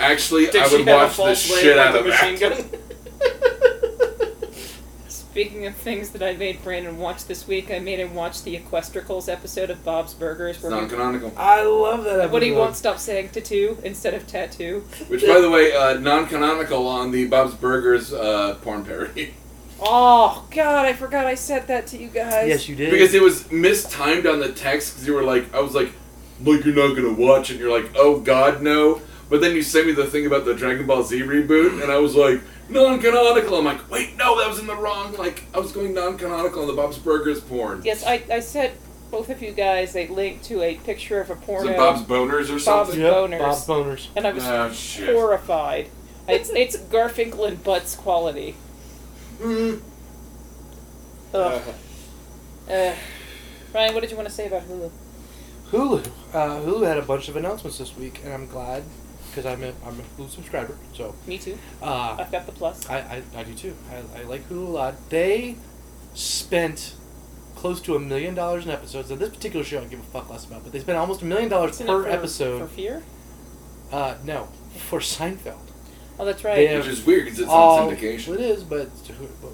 Speaker 3: Actually,
Speaker 6: Did
Speaker 3: I
Speaker 6: she have
Speaker 3: would
Speaker 6: a
Speaker 3: watch the
Speaker 6: false leg
Speaker 3: shit
Speaker 6: with
Speaker 3: out
Speaker 6: a
Speaker 3: of
Speaker 6: machine
Speaker 3: that.
Speaker 6: gun?
Speaker 4: [laughs] Speaking of things that I made Brandon watch this week, I made him watch the Equestricals episode of Bob's Burgers,
Speaker 3: It's
Speaker 4: where he,
Speaker 3: non-canonical.
Speaker 2: I love that.
Speaker 4: what he won't stop saying tattoo instead of tattoo.
Speaker 3: Which, by the way, uh, non-canonical on the Bob's Burgers uh, porn parody
Speaker 4: Oh God, I forgot I said that to you guys.
Speaker 2: Yes, you did.
Speaker 3: because it was mistimed on the text because you were like, I was like, like you're not gonna watch it. And you're like, oh God, no. But then you sent me the thing about the Dragon Ball Z reboot, and I was like, non-canonical. I'm like, wait, no, that was in the wrong. Like, I was going non-canonical on the Bob's Burgers porn.
Speaker 4: Yes, I, I sent both of you guys a link to a picture of a
Speaker 3: Was
Speaker 4: porno,
Speaker 3: it Bob's Boners or something?
Speaker 2: Yep,
Speaker 4: boners.
Speaker 2: Bob boners.
Speaker 4: and I was
Speaker 3: Oh shit.
Speaker 4: horrified. It's it's Garfinkel and Butts quality.
Speaker 3: Mm.
Speaker 5: [laughs]
Speaker 4: Ugh. Uh, Ryan, what did you want to say about Hulu?
Speaker 2: Hulu. Uh, Hulu had a bunch of announcements this week, and I'm glad because I'm a I'm a Hulu subscriber. So
Speaker 4: Me too.
Speaker 2: uh,
Speaker 4: I've got the plus.
Speaker 2: I, I I do too. I, I like Hulu a lot. They spent close to a million dollars in episodes. Now this particular show, I give a fuck less about, but they spent almost a million dollars
Speaker 4: Isn't it
Speaker 2: per
Speaker 4: for- for
Speaker 2: episode.
Speaker 4: fear.
Speaker 2: uh, no, for Seinfeld.
Speaker 4: Oh, that's right.
Speaker 2: Yeah.
Speaker 3: Which is weird because it's
Speaker 2: All-
Speaker 3: on syndication.
Speaker 2: It is, but but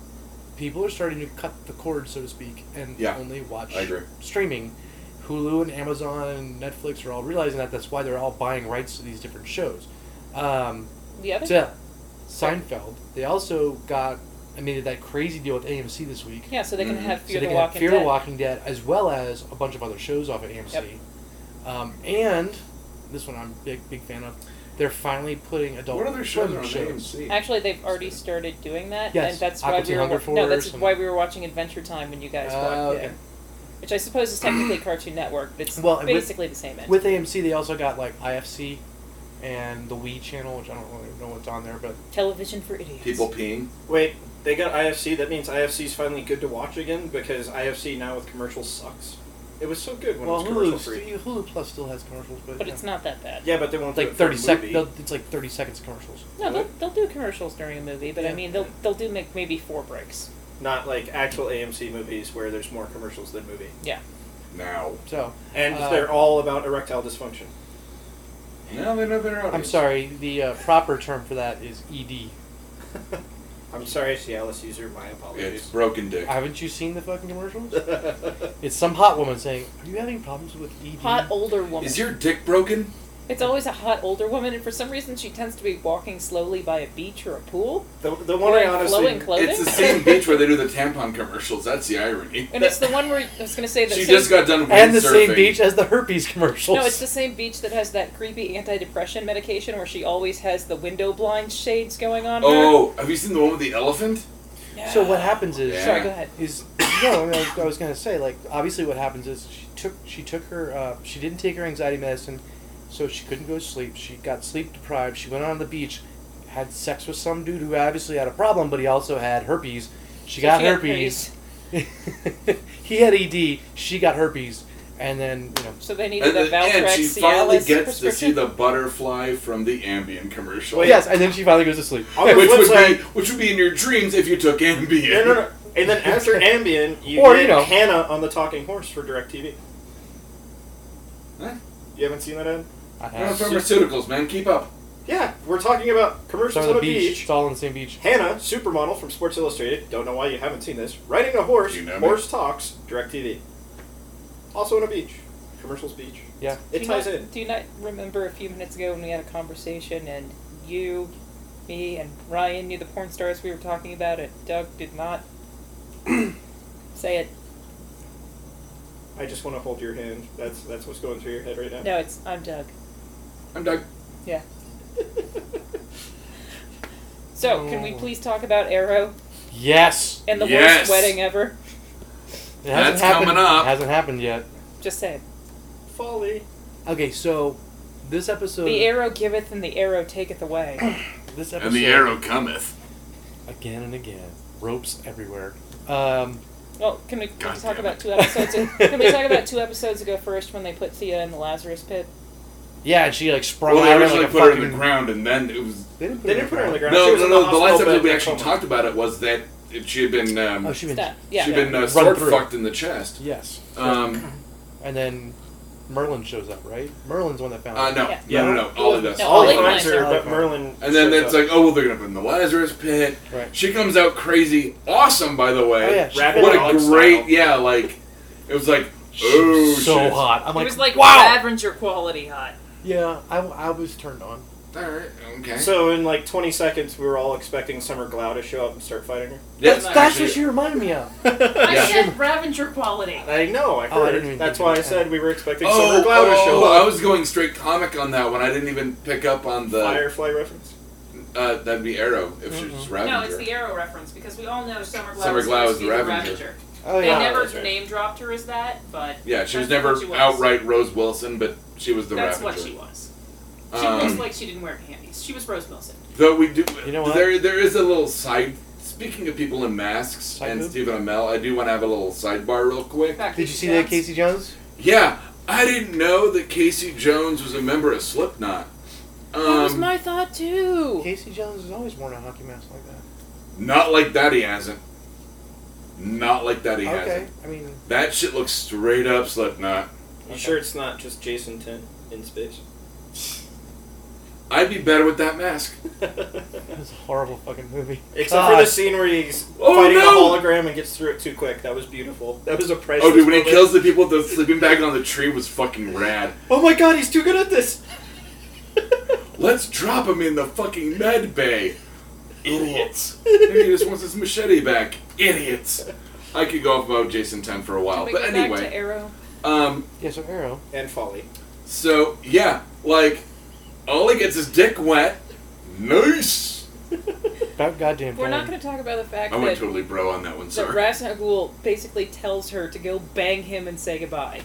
Speaker 2: people are starting to cut the cord, so to speak, and
Speaker 3: Yeah.
Speaker 2: only watch
Speaker 3: I agree.
Speaker 2: streaming. Hulu and Amazon and Netflix are all realizing that. That's why they're all buying rights to these different shows. Um,
Speaker 4: The other.
Speaker 2: to Seinfeld, they also got. I mean, that crazy deal with AMC this week.
Speaker 4: Yeah, so they can
Speaker 3: Mhm.
Speaker 4: have Fear
Speaker 2: Mm-hmm. so they
Speaker 4: the
Speaker 2: can have
Speaker 4: Walking
Speaker 2: Fear
Speaker 4: Dead.
Speaker 2: the Walking Dead, as well as a bunch of other shows off of AMC. Um, and this one I'm a big big fan of. They're finally putting adult
Speaker 3: What other shows are
Speaker 2: swim
Speaker 3: on AMC?
Speaker 4: Actually, they've already started doing that,
Speaker 2: Yes,
Speaker 4: and that's why
Speaker 2: Appleton
Speaker 4: we were
Speaker 2: Hunger
Speaker 4: wa- no, that's
Speaker 2: Force and-
Speaker 4: why we were watching Adventure Time when you guys
Speaker 2: Uh,
Speaker 4: watched
Speaker 2: okay.
Speaker 4: it, which I suppose is technically Cartoon Network, but it's
Speaker 2: Well, and with-
Speaker 4: basically the same. End.
Speaker 2: With AMC, they also got like IFC and the Wii channel, which I don't really know what's on there, but
Speaker 4: Television for idiots.
Speaker 3: People peeing.
Speaker 5: Wait, they got IFC. That means IFC's finally good to watch again because IFC now with commercials sucks. It was so good when
Speaker 2: well,
Speaker 5: it was commercial
Speaker 2: Hulu,
Speaker 5: free.
Speaker 2: st- Hulu Plus still has commercials, but,
Speaker 4: but
Speaker 2: yeah.
Speaker 4: it's not that bad.
Speaker 5: Yeah, but they won't
Speaker 2: It's like
Speaker 5: do it for a
Speaker 2: thirty seconds.
Speaker 5: movie.
Speaker 2: It's like thirty seconds of commercials.
Speaker 4: No, they'll, they'll do commercials during a movie, but I
Speaker 2: Yeah.
Speaker 4: mean they'll they'll do make maybe four breaks.
Speaker 5: Not like actual AMC movies where there's more commercials than movie.
Speaker 3: Now.
Speaker 2: So
Speaker 5: And
Speaker 2: Uh,
Speaker 5: they're all about erectile dysfunction.
Speaker 3: Now they know their audience.
Speaker 2: I'm sorry. The uh, proper term for that is E ED.
Speaker 5: [laughs] I'm sorry, Cialis user. My
Speaker 3: It's
Speaker 5: [laughs] apologies.
Speaker 3: broken dick.
Speaker 2: Haven't you seen the fucking commercials? It's some hot woman saying, "Are you having problems with E ED?"
Speaker 4: Hot older woman.
Speaker 3: Is your dick broken?
Speaker 4: It's always a hot older woman, and for some reason she tends to be walking slowly by a beach or a pool,
Speaker 5: the, the one I
Speaker 4: wearing
Speaker 5: honestly.
Speaker 4: flowing clothing.
Speaker 3: It's the same beach where they do the tampon commercials. That's the irony.
Speaker 4: and it's the one where I was going to say that
Speaker 3: She
Speaker 4: same-
Speaker 3: just got done
Speaker 2: and the
Speaker 3: windsurfing.
Speaker 2: same beach as the herpes commercials.
Speaker 4: No, it's the same beach that has that creepy anti-depression medication where she always has the window blind shades going on.
Speaker 3: Oh, have you seen the one with the elephant?
Speaker 4: her.
Speaker 2: So what happens is
Speaker 3: Yeah.
Speaker 4: Sorry, go ahead.
Speaker 2: is no, I, mean, I was gonna say like obviously what happens is she took she took her uh, she didn't take her anxiety medicine, so she couldn't go to sleep. She got sleep deprived. She went on the beach, had sex with some dude who obviously had a problem, but he also had herpes. She got
Speaker 4: She got
Speaker 2: herpes. he had ED. She got herpes, and then you know
Speaker 4: So they needed
Speaker 3: And,
Speaker 4: a
Speaker 3: the- and
Speaker 4: Valtrex
Speaker 3: she finally
Speaker 4: Cialis
Speaker 3: gets to see
Speaker 4: prescription.
Speaker 3: the butterfly from the Ambien commercial.
Speaker 5: Wait.
Speaker 2: yes, and then she finally goes to sleep.
Speaker 5: On the
Speaker 3: [laughs] Which
Speaker 5: flip
Speaker 3: would
Speaker 5: side-
Speaker 3: be which would be in your dreams if you took Ambien.
Speaker 5: No, no, no. And then after Ambien, you
Speaker 2: Or,
Speaker 5: get
Speaker 2: you know.
Speaker 5: Hannah on the Talking Horse for DirecTV.
Speaker 3: [laughs]
Speaker 4: Ah,
Speaker 3: Huh?
Speaker 5: You haven't seen that ad?
Speaker 2: I
Speaker 3: We're on
Speaker 2: have
Speaker 3: pharmaceuticals, man. Keep up.
Speaker 5: Yeah, we're talking about commercials
Speaker 2: It's on
Speaker 5: on
Speaker 2: the
Speaker 5: a
Speaker 2: beach.
Speaker 5: beach.
Speaker 2: It's all on the same beach.
Speaker 5: Hannah, supermodel from Sports Illustrated, don't know why you haven't seen this, riding a horse,
Speaker 3: You know me.
Speaker 5: horse talks, DirecTV. Also on a beach. Commercials beach.
Speaker 2: Yeah.
Speaker 4: do,
Speaker 5: It
Speaker 4: you
Speaker 5: ties
Speaker 4: not,
Speaker 5: in.
Speaker 4: do you not remember a few minutes ago when we had a conversation and you, me, and Ryan knew the porn stars we were talking about, and Doug
Speaker 3: [clears throat]
Speaker 4: did not say it.
Speaker 5: I just want to hold your hand. That's that's what's going through your head right now.
Speaker 4: No, it's I'm Doug.
Speaker 3: I'm Doug.
Speaker 4: Yeah. So, can we
Speaker 2: No.
Speaker 4: please talk about Arrow
Speaker 2: Yes,
Speaker 4: and the
Speaker 3: Oh. Yes.
Speaker 4: worst wedding ever?
Speaker 2: it hasn't
Speaker 3: That's
Speaker 2: happened.
Speaker 3: coming up.
Speaker 2: It hasn't happened yet.
Speaker 4: Just saying.
Speaker 5: [laughs] Folly.
Speaker 2: Okay, so this episode,
Speaker 4: The arrow
Speaker 3: [clears throat]
Speaker 4: giveth and the arrow taketh away.
Speaker 2: this episode,
Speaker 3: cometh.
Speaker 2: again and again. ropes everywhere. Um,
Speaker 4: Well, can we, can we
Speaker 3: God
Speaker 4: talk
Speaker 3: damn
Speaker 4: about
Speaker 3: it.
Speaker 4: two episodes? ag- can we
Speaker 3: [laughs]
Speaker 4: talk about two episodes ago first when they put Thea in the Lazarus pit?
Speaker 2: yeah, and she like sprung
Speaker 3: Well, they
Speaker 2: out of it
Speaker 3: originally
Speaker 2: like a
Speaker 3: put her
Speaker 2: fucking.
Speaker 3: in the ground, and then it was.
Speaker 2: They didn't
Speaker 5: They didn't put her on the ground. She
Speaker 3: No,
Speaker 5: was
Speaker 3: no,
Speaker 5: in the
Speaker 3: no. The
Speaker 5: hospital
Speaker 3: last
Speaker 5: bed
Speaker 3: episode we
Speaker 5: in a
Speaker 3: actually
Speaker 5: coma.
Speaker 3: talked about it was that if she had been um,
Speaker 2: Oh, she been.
Speaker 4: That, yeah.
Speaker 3: she'd been uh,
Speaker 2: Run
Speaker 3: sword
Speaker 2: through.
Speaker 3: fucked in the chest.
Speaker 2: Yes,
Speaker 3: Um,
Speaker 2: and then Merlin shows up, right? Merlin's the one that found.
Speaker 3: uh,
Speaker 2: her.
Speaker 3: no,
Speaker 4: Yeah.
Speaker 3: no, no, no, Ollie does.
Speaker 4: No,
Speaker 5: All
Speaker 4: Ollie
Speaker 5: the finds
Speaker 4: finds
Speaker 5: her,
Speaker 2: her.
Speaker 5: but Merlin.
Speaker 3: And then
Speaker 5: shows
Speaker 3: it's
Speaker 5: up.
Speaker 3: like, oh, well, they're gonna put in the Lazarus pit.
Speaker 2: Right.
Speaker 3: She comes out crazy, awesome, by the way.
Speaker 2: Oh, yeah, she-
Speaker 5: Rabbit
Speaker 3: What a
Speaker 5: Alex
Speaker 3: great, e-
Speaker 5: style.
Speaker 3: yeah, like it was like,
Speaker 2: She
Speaker 3: oh,
Speaker 2: was so
Speaker 3: shit.
Speaker 2: hot. I'm like,
Speaker 4: it was like
Speaker 2: wow.
Speaker 4: Avenger quality hot.
Speaker 2: Yeah, I, I was turned on.
Speaker 3: All right, okay.
Speaker 5: So in like 20 seconds, we were all expecting Summer Glau to show up and start fighting
Speaker 3: Yes,
Speaker 4: That's-
Speaker 2: That's
Speaker 3: actually-
Speaker 2: what she reminded me of.
Speaker 3: I [laughs] Yeah.
Speaker 4: said Ravenger quality.
Speaker 5: I know. I heard.
Speaker 2: Oh, I didn't even
Speaker 5: That's
Speaker 2: think
Speaker 5: why I
Speaker 2: about
Speaker 5: said we were expecting
Speaker 3: Oh,
Speaker 5: Summer Glau to show
Speaker 3: oh,
Speaker 5: up.
Speaker 3: I was going straight comic on that one. I didn't even pick up on the.
Speaker 5: Firefly reference.
Speaker 3: Uh, that'd be Arrow if she's
Speaker 2: Mm-hmm.
Speaker 3: Ravenger.
Speaker 4: No, it's the Arrow reference because we all know Summer Glau
Speaker 3: Summer
Speaker 4: was
Speaker 3: Glau
Speaker 4: supposed
Speaker 3: was
Speaker 4: to
Speaker 3: the
Speaker 4: be
Speaker 3: Ravenger.
Speaker 2: Oh
Speaker 4: They
Speaker 2: yeah.
Speaker 4: never
Speaker 3: that's right.
Speaker 4: name dropped her as that, but
Speaker 3: yeah, she was
Speaker 4: that's
Speaker 3: never
Speaker 4: what she was.
Speaker 3: outright Rose Wilson, but she was the
Speaker 4: that's
Speaker 3: Ravenger.
Speaker 4: what she was. She
Speaker 3: Um,
Speaker 4: looks like she didn't wear panties. She was Rose Wilson.
Speaker 3: Though we do,
Speaker 2: You know what?
Speaker 3: there there is a little side. Speaking of people in masks
Speaker 2: Side
Speaker 3: and
Speaker 2: boob?
Speaker 3: Stephen Amell, I do want to have a little sidebar real quick.
Speaker 4: Back
Speaker 2: Did
Speaker 4: to
Speaker 2: you see
Speaker 4: the
Speaker 2: that
Speaker 4: Jones.
Speaker 2: Casey Jones?
Speaker 3: Yeah, I didn't know that Casey Jones was a member of Slipknot. Um,
Speaker 4: That was my thought too.
Speaker 2: Casey Jones has always worn a hockey mask like that.
Speaker 3: not like that. He hasn't. Not like that. He
Speaker 2: okay,
Speaker 3: hasn't.
Speaker 2: I mean, [laughs]
Speaker 3: That shit looks straight up Slipknot.
Speaker 5: You sure it's not just Jason Tent in space?
Speaker 3: I'd be better with that mask.
Speaker 2: it was a horrible
Speaker 3: [laughs]
Speaker 2: fucking movie.
Speaker 5: [laughs] Except for
Speaker 2: God.
Speaker 5: the scene where he's
Speaker 3: Oh,
Speaker 5: fighting
Speaker 3: no!
Speaker 5: the hologram and gets through it too quick. That was beautiful. That was a priceless.
Speaker 3: Oh, dude, when he
Speaker 5: moment.
Speaker 3: kills the people, the sleeping bag on the tree was fucking rad.
Speaker 5: Oh my god, he's too good at this.
Speaker 3: Let's drop him in the fucking med bay. Idiots. Maybe he just wants his machete back. Idiots. I could go off about Jason 10 for a
Speaker 4: Can
Speaker 3: while.
Speaker 4: we
Speaker 3: But
Speaker 4: go back to
Speaker 3: anyway,
Speaker 4: Arrow?
Speaker 3: um,
Speaker 2: [laughs] Yeah, so Arrow.
Speaker 5: And folly.
Speaker 3: so, yeah, like, Ollie gets his dick wet. Nice.
Speaker 2: About goddamn.
Speaker 4: We're not
Speaker 2: time.
Speaker 4: going to talk about the fact
Speaker 3: I went
Speaker 4: that
Speaker 3: totally bro on that one,
Speaker 4: that
Speaker 3: sorry.
Speaker 4: Rasnagul basically tells her to go bang him and say goodbye.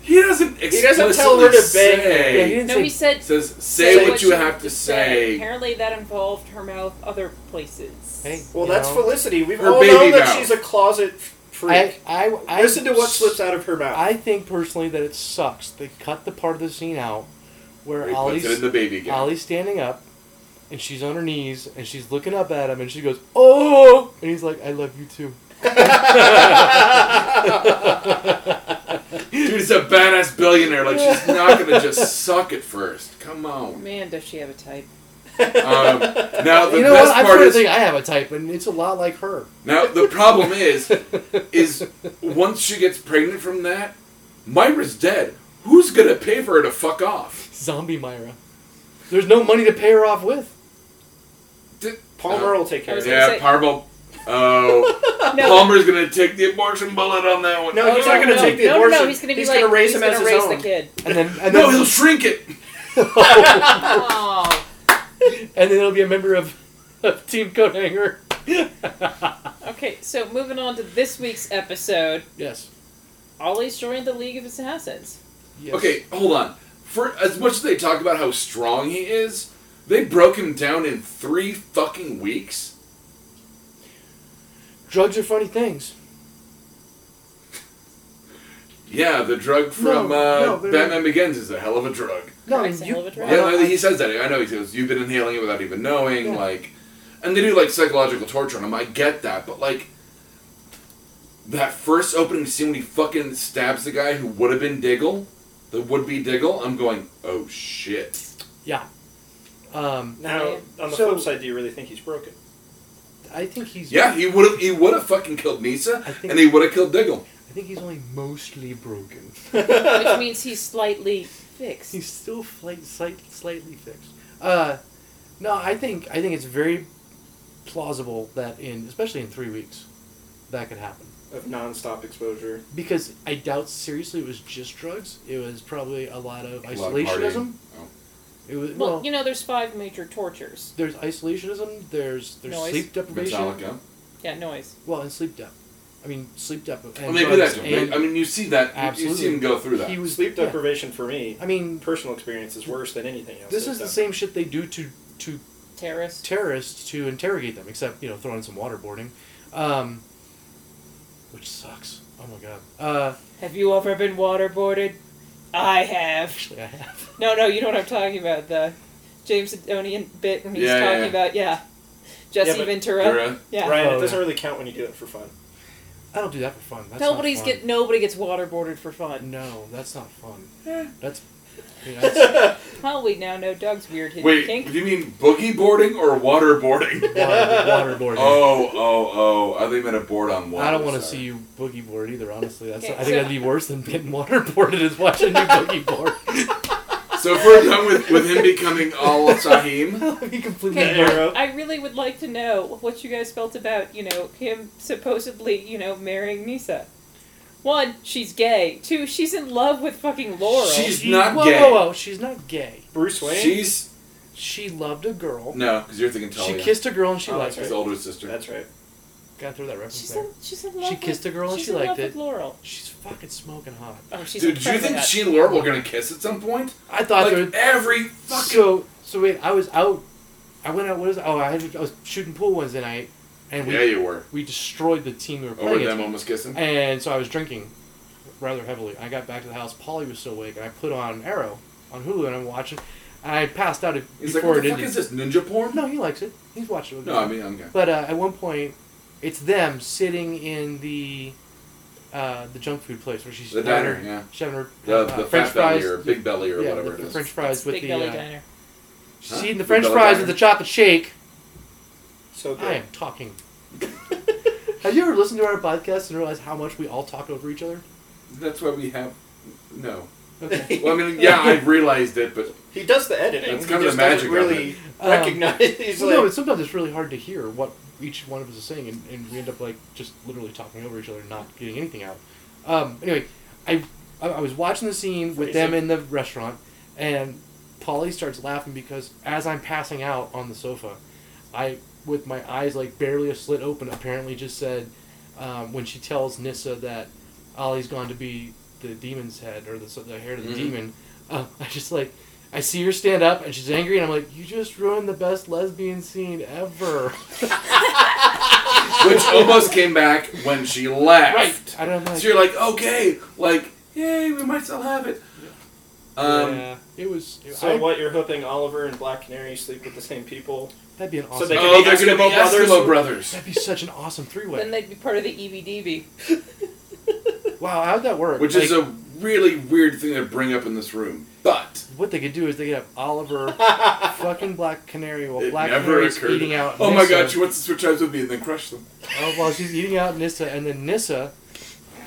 Speaker 3: He doesn't explicitly
Speaker 5: He doesn't tell her to bang
Speaker 2: Yeah, he
Speaker 3: say.
Speaker 2: didn't
Speaker 4: No,
Speaker 2: say.
Speaker 4: he said.
Speaker 3: says, say, what, you have to say.
Speaker 4: Apparently, that involved her mouth other places.
Speaker 2: Hey,
Speaker 5: Well,
Speaker 2: you
Speaker 5: that's
Speaker 2: know,
Speaker 5: Felicity. We've
Speaker 3: Her
Speaker 5: all
Speaker 3: baby
Speaker 5: known that
Speaker 3: mouth.
Speaker 5: she's a closet
Speaker 2: I,
Speaker 5: freak.
Speaker 2: I, I
Speaker 5: Listen to what slips out of her mouth.
Speaker 2: I think personally that it sucks. They cut the part of the scene out
Speaker 3: Or
Speaker 2: where
Speaker 3: He puts it in
Speaker 2: Ollie's
Speaker 3: the baby gown.
Speaker 2: Ollie's standing up, and she's on her knees, and she's looking up at him, and she goes, "Oh!" And he's like, "I love you too." [laughs]
Speaker 3: Dude, he's a badass billionaire. Like, she's not gonna
Speaker 4: [laughs]
Speaker 3: just suck at first. Come on.
Speaker 4: Oh, Man, does she have a type?
Speaker 5: [laughs]
Speaker 3: Um, now the
Speaker 2: you know
Speaker 3: best
Speaker 2: what? I'm
Speaker 3: part
Speaker 2: sure
Speaker 3: is
Speaker 2: think I have a type, and it's a lot like her.
Speaker 3: now the problem is is once she gets pregnant from that, Myra's dead. Who's gonna pay for her to fuck off?
Speaker 2: Zombie Myra. There's no money to pay her off with.
Speaker 3: D-
Speaker 5: Palmer will take care of
Speaker 4: was
Speaker 5: it.
Speaker 3: yeah,
Speaker 4: say-
Speaker 3: Parvo. Oh,
Speaker 4: No. Oh,
Speaker 3: Palmer's gonna take the abortion bullet on that one. Oh,
Speaker 5: No, he's not going to
Speaker 4: no,
Speaker 5: take the
Speaker 4: no,
Speaker 5: abortion.
Speaker 4: No, no, he's going to be like
Speaker 5: gonna raise
Speaker 4: he's
Speaker 5: him
Speaker 4: gonna
Speaker 5: as
Speaker 4: raise
Speaker 5: his own.
Speaker 4: the
Speaker 5: [laughs]
Speaker 4: kid.
Speaker 2: And then, and
Speaker 3: no, he'll
Speaker 2: then,
Speaker 3: shrink it.
Speaker 4: Oh,
Speaker 2: and then it'll be a member of, of Team
Speaker 3: [laughs]
Speaker 2: Coat Hanger.
Speaker 4: okay. So moving on to this week's episode,
Speaker 2: Yes.
Speaker 4: Ollie's joined the League of Assassins.
Speaker 2: yes.
Speaker 3: Okay, hold on. For as much as they talk about how strong he is, they broke him down in three fucking weeks.
Speaker 2: Drugs are funny things.
Speaker 3: Yeah, the drug from
Speaker 2: No,
Speaker 3: uh,
Speaker 2: no, but-
Speaker 3: Batman Begins is a hell of a drug.
Speaker 2: No,
Speaker 4: Correct,
Speaker 2: you-
Speaker 4: hell of a drug.
Speaker 2: I
Speaker 3: Yeah,
Speaker 2: don't-
Speaker 3: no, he says that. I know he says you've been inhaling it without even knowing.
Speaker 2: Yeah.
Speaker 3: Like, and they do like psychological torture on him. I get that, but like that first opening scene when he fucking stabs the guy who would have been Diggle, the would-be Diggle. I'm going, oh shit.
Speaker 2: yeah. Um,
Speaker 5: Now, on the
Speaker 2: So-
Speaker 5: flip side, do you really think he's [laughs] broken?
Speaker 2: I think he's.
Speaker 3: Yeah, he would have. He would have fucking killed Nisa,
Speaker 2: I think-
Speaker 3: and he would have killed Diggle.
Speaker 2: I think he's only mostly broken.
Speaker 5: [laughs]
Speaker 4: which means he's slightly fixed.
Speaker 2: He's still slight, slight, slightly fixed. Uh, no, I think I think it's very plausible that in especially in three weeks, that could happen.
Speaker 5: Of nonstop exposure.
Speaker 2: Because I doubt seriously it was just drugs. It was probably a lot of
Speaker 3: A lot of
Speaker 2: isolationism.
Speaker 3: partying. Oh.
Speaker 2: It was
Speaker 4: well,
Speaker 2: well,
Speaker 4: you know, there's five major tortures.
Speaker 2: there's isolationism. There's there's
Speaker 4: Noise.
Speaker 2: sleep
Speaker 3: Oh,
Speaker 2: deprivation.
Speaker 3: Metallica.
Speaker 4: Yeah, noise.
Speaker 2: Well, and sleep dep. I mean sleep dep. And
Speaker 3: Well, they do that
Speaker 2: drugs
Speaker 3: to him.
Speaker 2: and
Speaker 3: I mean, you see that. you- You
Speaker 2: Absolutely.
Speaker 3: see him go through that.
Speaker 2: he was
Speaker 5: Sleep
Speaker 2: yeah.
Speaker 5: deprivation for me,
Speaker 2: I mean,
Speaker 5: personal experience, is worse than anything else.
Speaker 2: this
Speaker 5: they've
Speaker 2: is the
Speaker 5: done.
Speaker 2: same shit they do to to
Speaker 4: terrorist.
Speaker 2: terrorists to interrogate them, except you know throw in some waterboarding, um, which sucks. Oh my god. Uh,
Speaker 4: Have you ever been waterboarded? I have.
Speaker 2: actually, I have.
Speaker 4: No, no, you know what I'm talking about. The James Adonian bit when he's
Speaker 3: Yeah, yeah,
Speaker 4: talking
Speaker 3: yeah.
Speaker 4: about yeah, Jesse
Speaker 5: Yeah, but-
Speaker 4: Ventura.
Speaker 3: Dura.
Speaker 4: Yeah.
Speaker 5: Ryan,
Speaker 2: Oh,
Speaker 5: it doesn't
Speaker 2: yeah.
Speaker 5: really count when you do it for fun.
Speaker 2: I don't do that for fun. That's not
Speaker 4: Nobody's
Speaker 2: fun.
Speaker 4: get nobody gets waterboarded for fun.
Speaker 2: No, that's not fun.
Speaker 4: Eh.
Speaker 2: That's. I
Speaker 3: [laughs]
Speaker 2: mean, that's
Speaker 4: Well, we now know Doug's weird hidden
Speaker 3: Wait,
Speaker 4: kink.
Speaker 3: do you mean boogie boarding or
Speaker 2: [laughs]
Speaker 3: waterboarding?
Speaker 2: water, waterboarding.
Speaker 3: oh, oh, oh. I think meant a board on water.
Speaker 2: I don't want to
Speaker 3: sorry.
Speaker 2: see you boogie board either. Honestly, that's
Speaker 4: Okay,
Speaker 2: I think
Speaker 4: so-
Speaker 2: that'd be worse than getting waterboarded is watching you boogie
Speaker 4: [laughs]
Speaker 2: board.
Speaker 3: So if we're done with, with him becoming all Sahim,
Speaker 2: That'd be completely
Speaker 4: Okay,
Speaker 2: boring.
Speaker 5: arrow.
Speaker 4: I really would like to know what you guys felt about, you know, him supposedly, you know, marrying Nisa. One, she's gay. Two, she's in love with fucking Laurel.
Speaker 3: She's-
Speaker 2: She-
Speaker 3: not
Speaker 2: whoa,
Speaker 3: gay.
Speaker 2: Whoa, whoa, she's not gay.
Speaker 5: Bruce Wayne.
Speaker 3: she's
Speaker 2: She loved a girl.
Speaker 3: no, because you're thinking
Speaker 2: she
Speaker 3: Talia.
Speaker 2: kissed a girl and she
Speaker 5: Oh,
Speaker 2: liked
Speaker 5: that's
Speaker 3: his
Speaker 2: it.
Speaker 5: right.
Speaker 3: older sister.
Speaker 5: That's right.
Speaker 2: Gotta throw that reference
Speaker 4: she's
Speaker 2: there.
Speaker 4: in, she's in love.
Speaker 2: She kissed a
Speaker 4: with,
Speaker 2: girl and
Speaker 4: she's
Speaker 2: she
Speaker 4: in
Speaker 2: liked
Speaker 4: love
Speaker 2: it.
Speaker 4: With Laurel.
Speaker 2: She's fucking smoking hot.
Speaker 4: Oh, she's
Speaker 3: Dude, do you think
Speaker 4: incredibly
Speaker 3: she and Laurel were gonna kiss at some point?
Speaker 2: I thought
Speaker 3: like
Speaker 2: there.
Speaker 3: every
Speaker 2: Was,
Speaker 3: fucking.
Speaker 2: so so wait, I was out. I went out. What is? Oh, I, had, I was shooting pool Wednesday night, and we
Speaker 3: yeah, you were
Speaker 2: we destroyed the team we were
Speaker 3: over
Speaker 2: playing.
Speaker 3: them
Speaker 2: against.
Speaker 3: almost kissing.
Speaker 2: And so I was drinking rather heavily. I got back to the house. Polly was still awake, and I put on Arrow on Hulu, and I'm watching. And I passed out
Speaker 3: He's like,
Speaker 2: before
Speaker 3: what the
Speaker 2: it
Speaker 3: fuck
Speaker 2: ended.
Speaker 3: is this ninja porn?
Speaker 2: No, he likes it. He's watching it. With
Speaker 3: no,
Speaker 2: me.
Speaker 3: I mean I'm okay.
Speaker 2: But uh, at one point, it's them sitting in the uh, the junk food place where she's
Speaker 3: The
Speaker 2: having her-
Speaker 3: diner, yeah.
Speaker 2: she's having her
Speaker 3: The,
Speaker 2: uh,
Speaker 3: the
Speaker 2: French
Speaker 3: fat
Speaker 2: fries
Speaker 3: belly or big belly or
Speaker 2: yeah,
Speaker 3: whatever
Speaker 2: the
Speaker 3: it is.
Speaker 2: French fries with
Speaker 4: Big
Speaker 2: the
Speaker 4: belly
Speaker 2: uh,
Speaker 4: diner.
Speaker 2: she's
Speaker 3: Huh?
Speaker 2: eating the
Speaker 3: Big
Speaker 2: French
Speaker 3: belly
Speaker 2: fries
Speaker 3: diner.
Speaker 2: with the chocolate shake.
Speaker 5: So good.
Speaker 2: I am talking. Have you ever listened to our podcast and realized how much we all talk over each other?
Speaker 3: That's why we have no.
Speaker 2: [laughs] Okay.
Speaker 3: Well, I mean, yeah, I realized it, but
Speaker 5: He does the editing.
Speaker 3: That's kind
Speaker 5: he
Speaker 3: of
Speaker 5: just
Speaker 3: the magic
Speaker 5: doesn't
Speaker 3: of
Speaker 5: really
Speaker 3: it.
Speaker 2: Um,
Speaker 5: recognize. [laughs] He's
Speaker 2: Well, no,
Speaker 5: like,
Speaker 2: but sometimes it's really hard to hear what each one of us is saying, and, and we end up like just literally talking over each other and not getting anything out. Um, anyway, I I I was watching the scene with them in the restaurant, and Polly starts laughing because as I'm passing out on the sofa, I with my eyes like barely a slit open, apparently just said um, when she tells Nissa that Ollie's gone to be the demon's head or the, the heir to the
Speaker 3: Mhm.
Speaker 2: demon. Uh, [laughs] I just like I see her stand up and she's angry, and I'm like, you just ruined the best lesbian
Speaker 3: [laughs]
Speaker 2: scene ever.
Speaker 3: which almost came back when she
Speaker 2: right?
Speaker 3: left.
Speaker 2: I don't like.
Speaker 3: So you're like, okay, like, yay, we might still have it. Um,
Speaker 2: yeah, it was.
Speaker 5: so
Speaker 2: I-
Speaker 5: what? You're hoping Oliver and Black Canary sleep with the same people?
Speaker 2: That'd be an awesome.
Speaker 5: they can
Speaker 3: oh,
Speaker 5: be
Speaker 3: they're gonna be
Speaker 5: Eskimo brothers.
Speaker 3: Eskimo brothers.
Speaker 2: [laughs] that'd be such an awesome three
Speaker 4: Then
Speaker 2: way.
Speaker 4: they'd be part of the E EBDB.
Speaker 2: Wow, how'd that work?
Speaker 3: which is
Speaker 2: Like,
Speaker 3: a really weird thing to bring up in this room. But
Speaker 2: what they could do is they could have
Speaker 3: [laughs]
Speaker 2: Oliver, fucking Black Canary, while
Speaker 3: it
Speaker 2: Black
Speaker 3: never
Speaker 2: Canary's
Speaker 3: occurred.
Speaker 2: eating out.
Speaker 3: oh my
Speaker 2: Nyssa.
Speaker 3: god, she wants to switch eyes with me and then crush them.
Speaker 2: Oh, while she's eating out Nissa, and then Nissa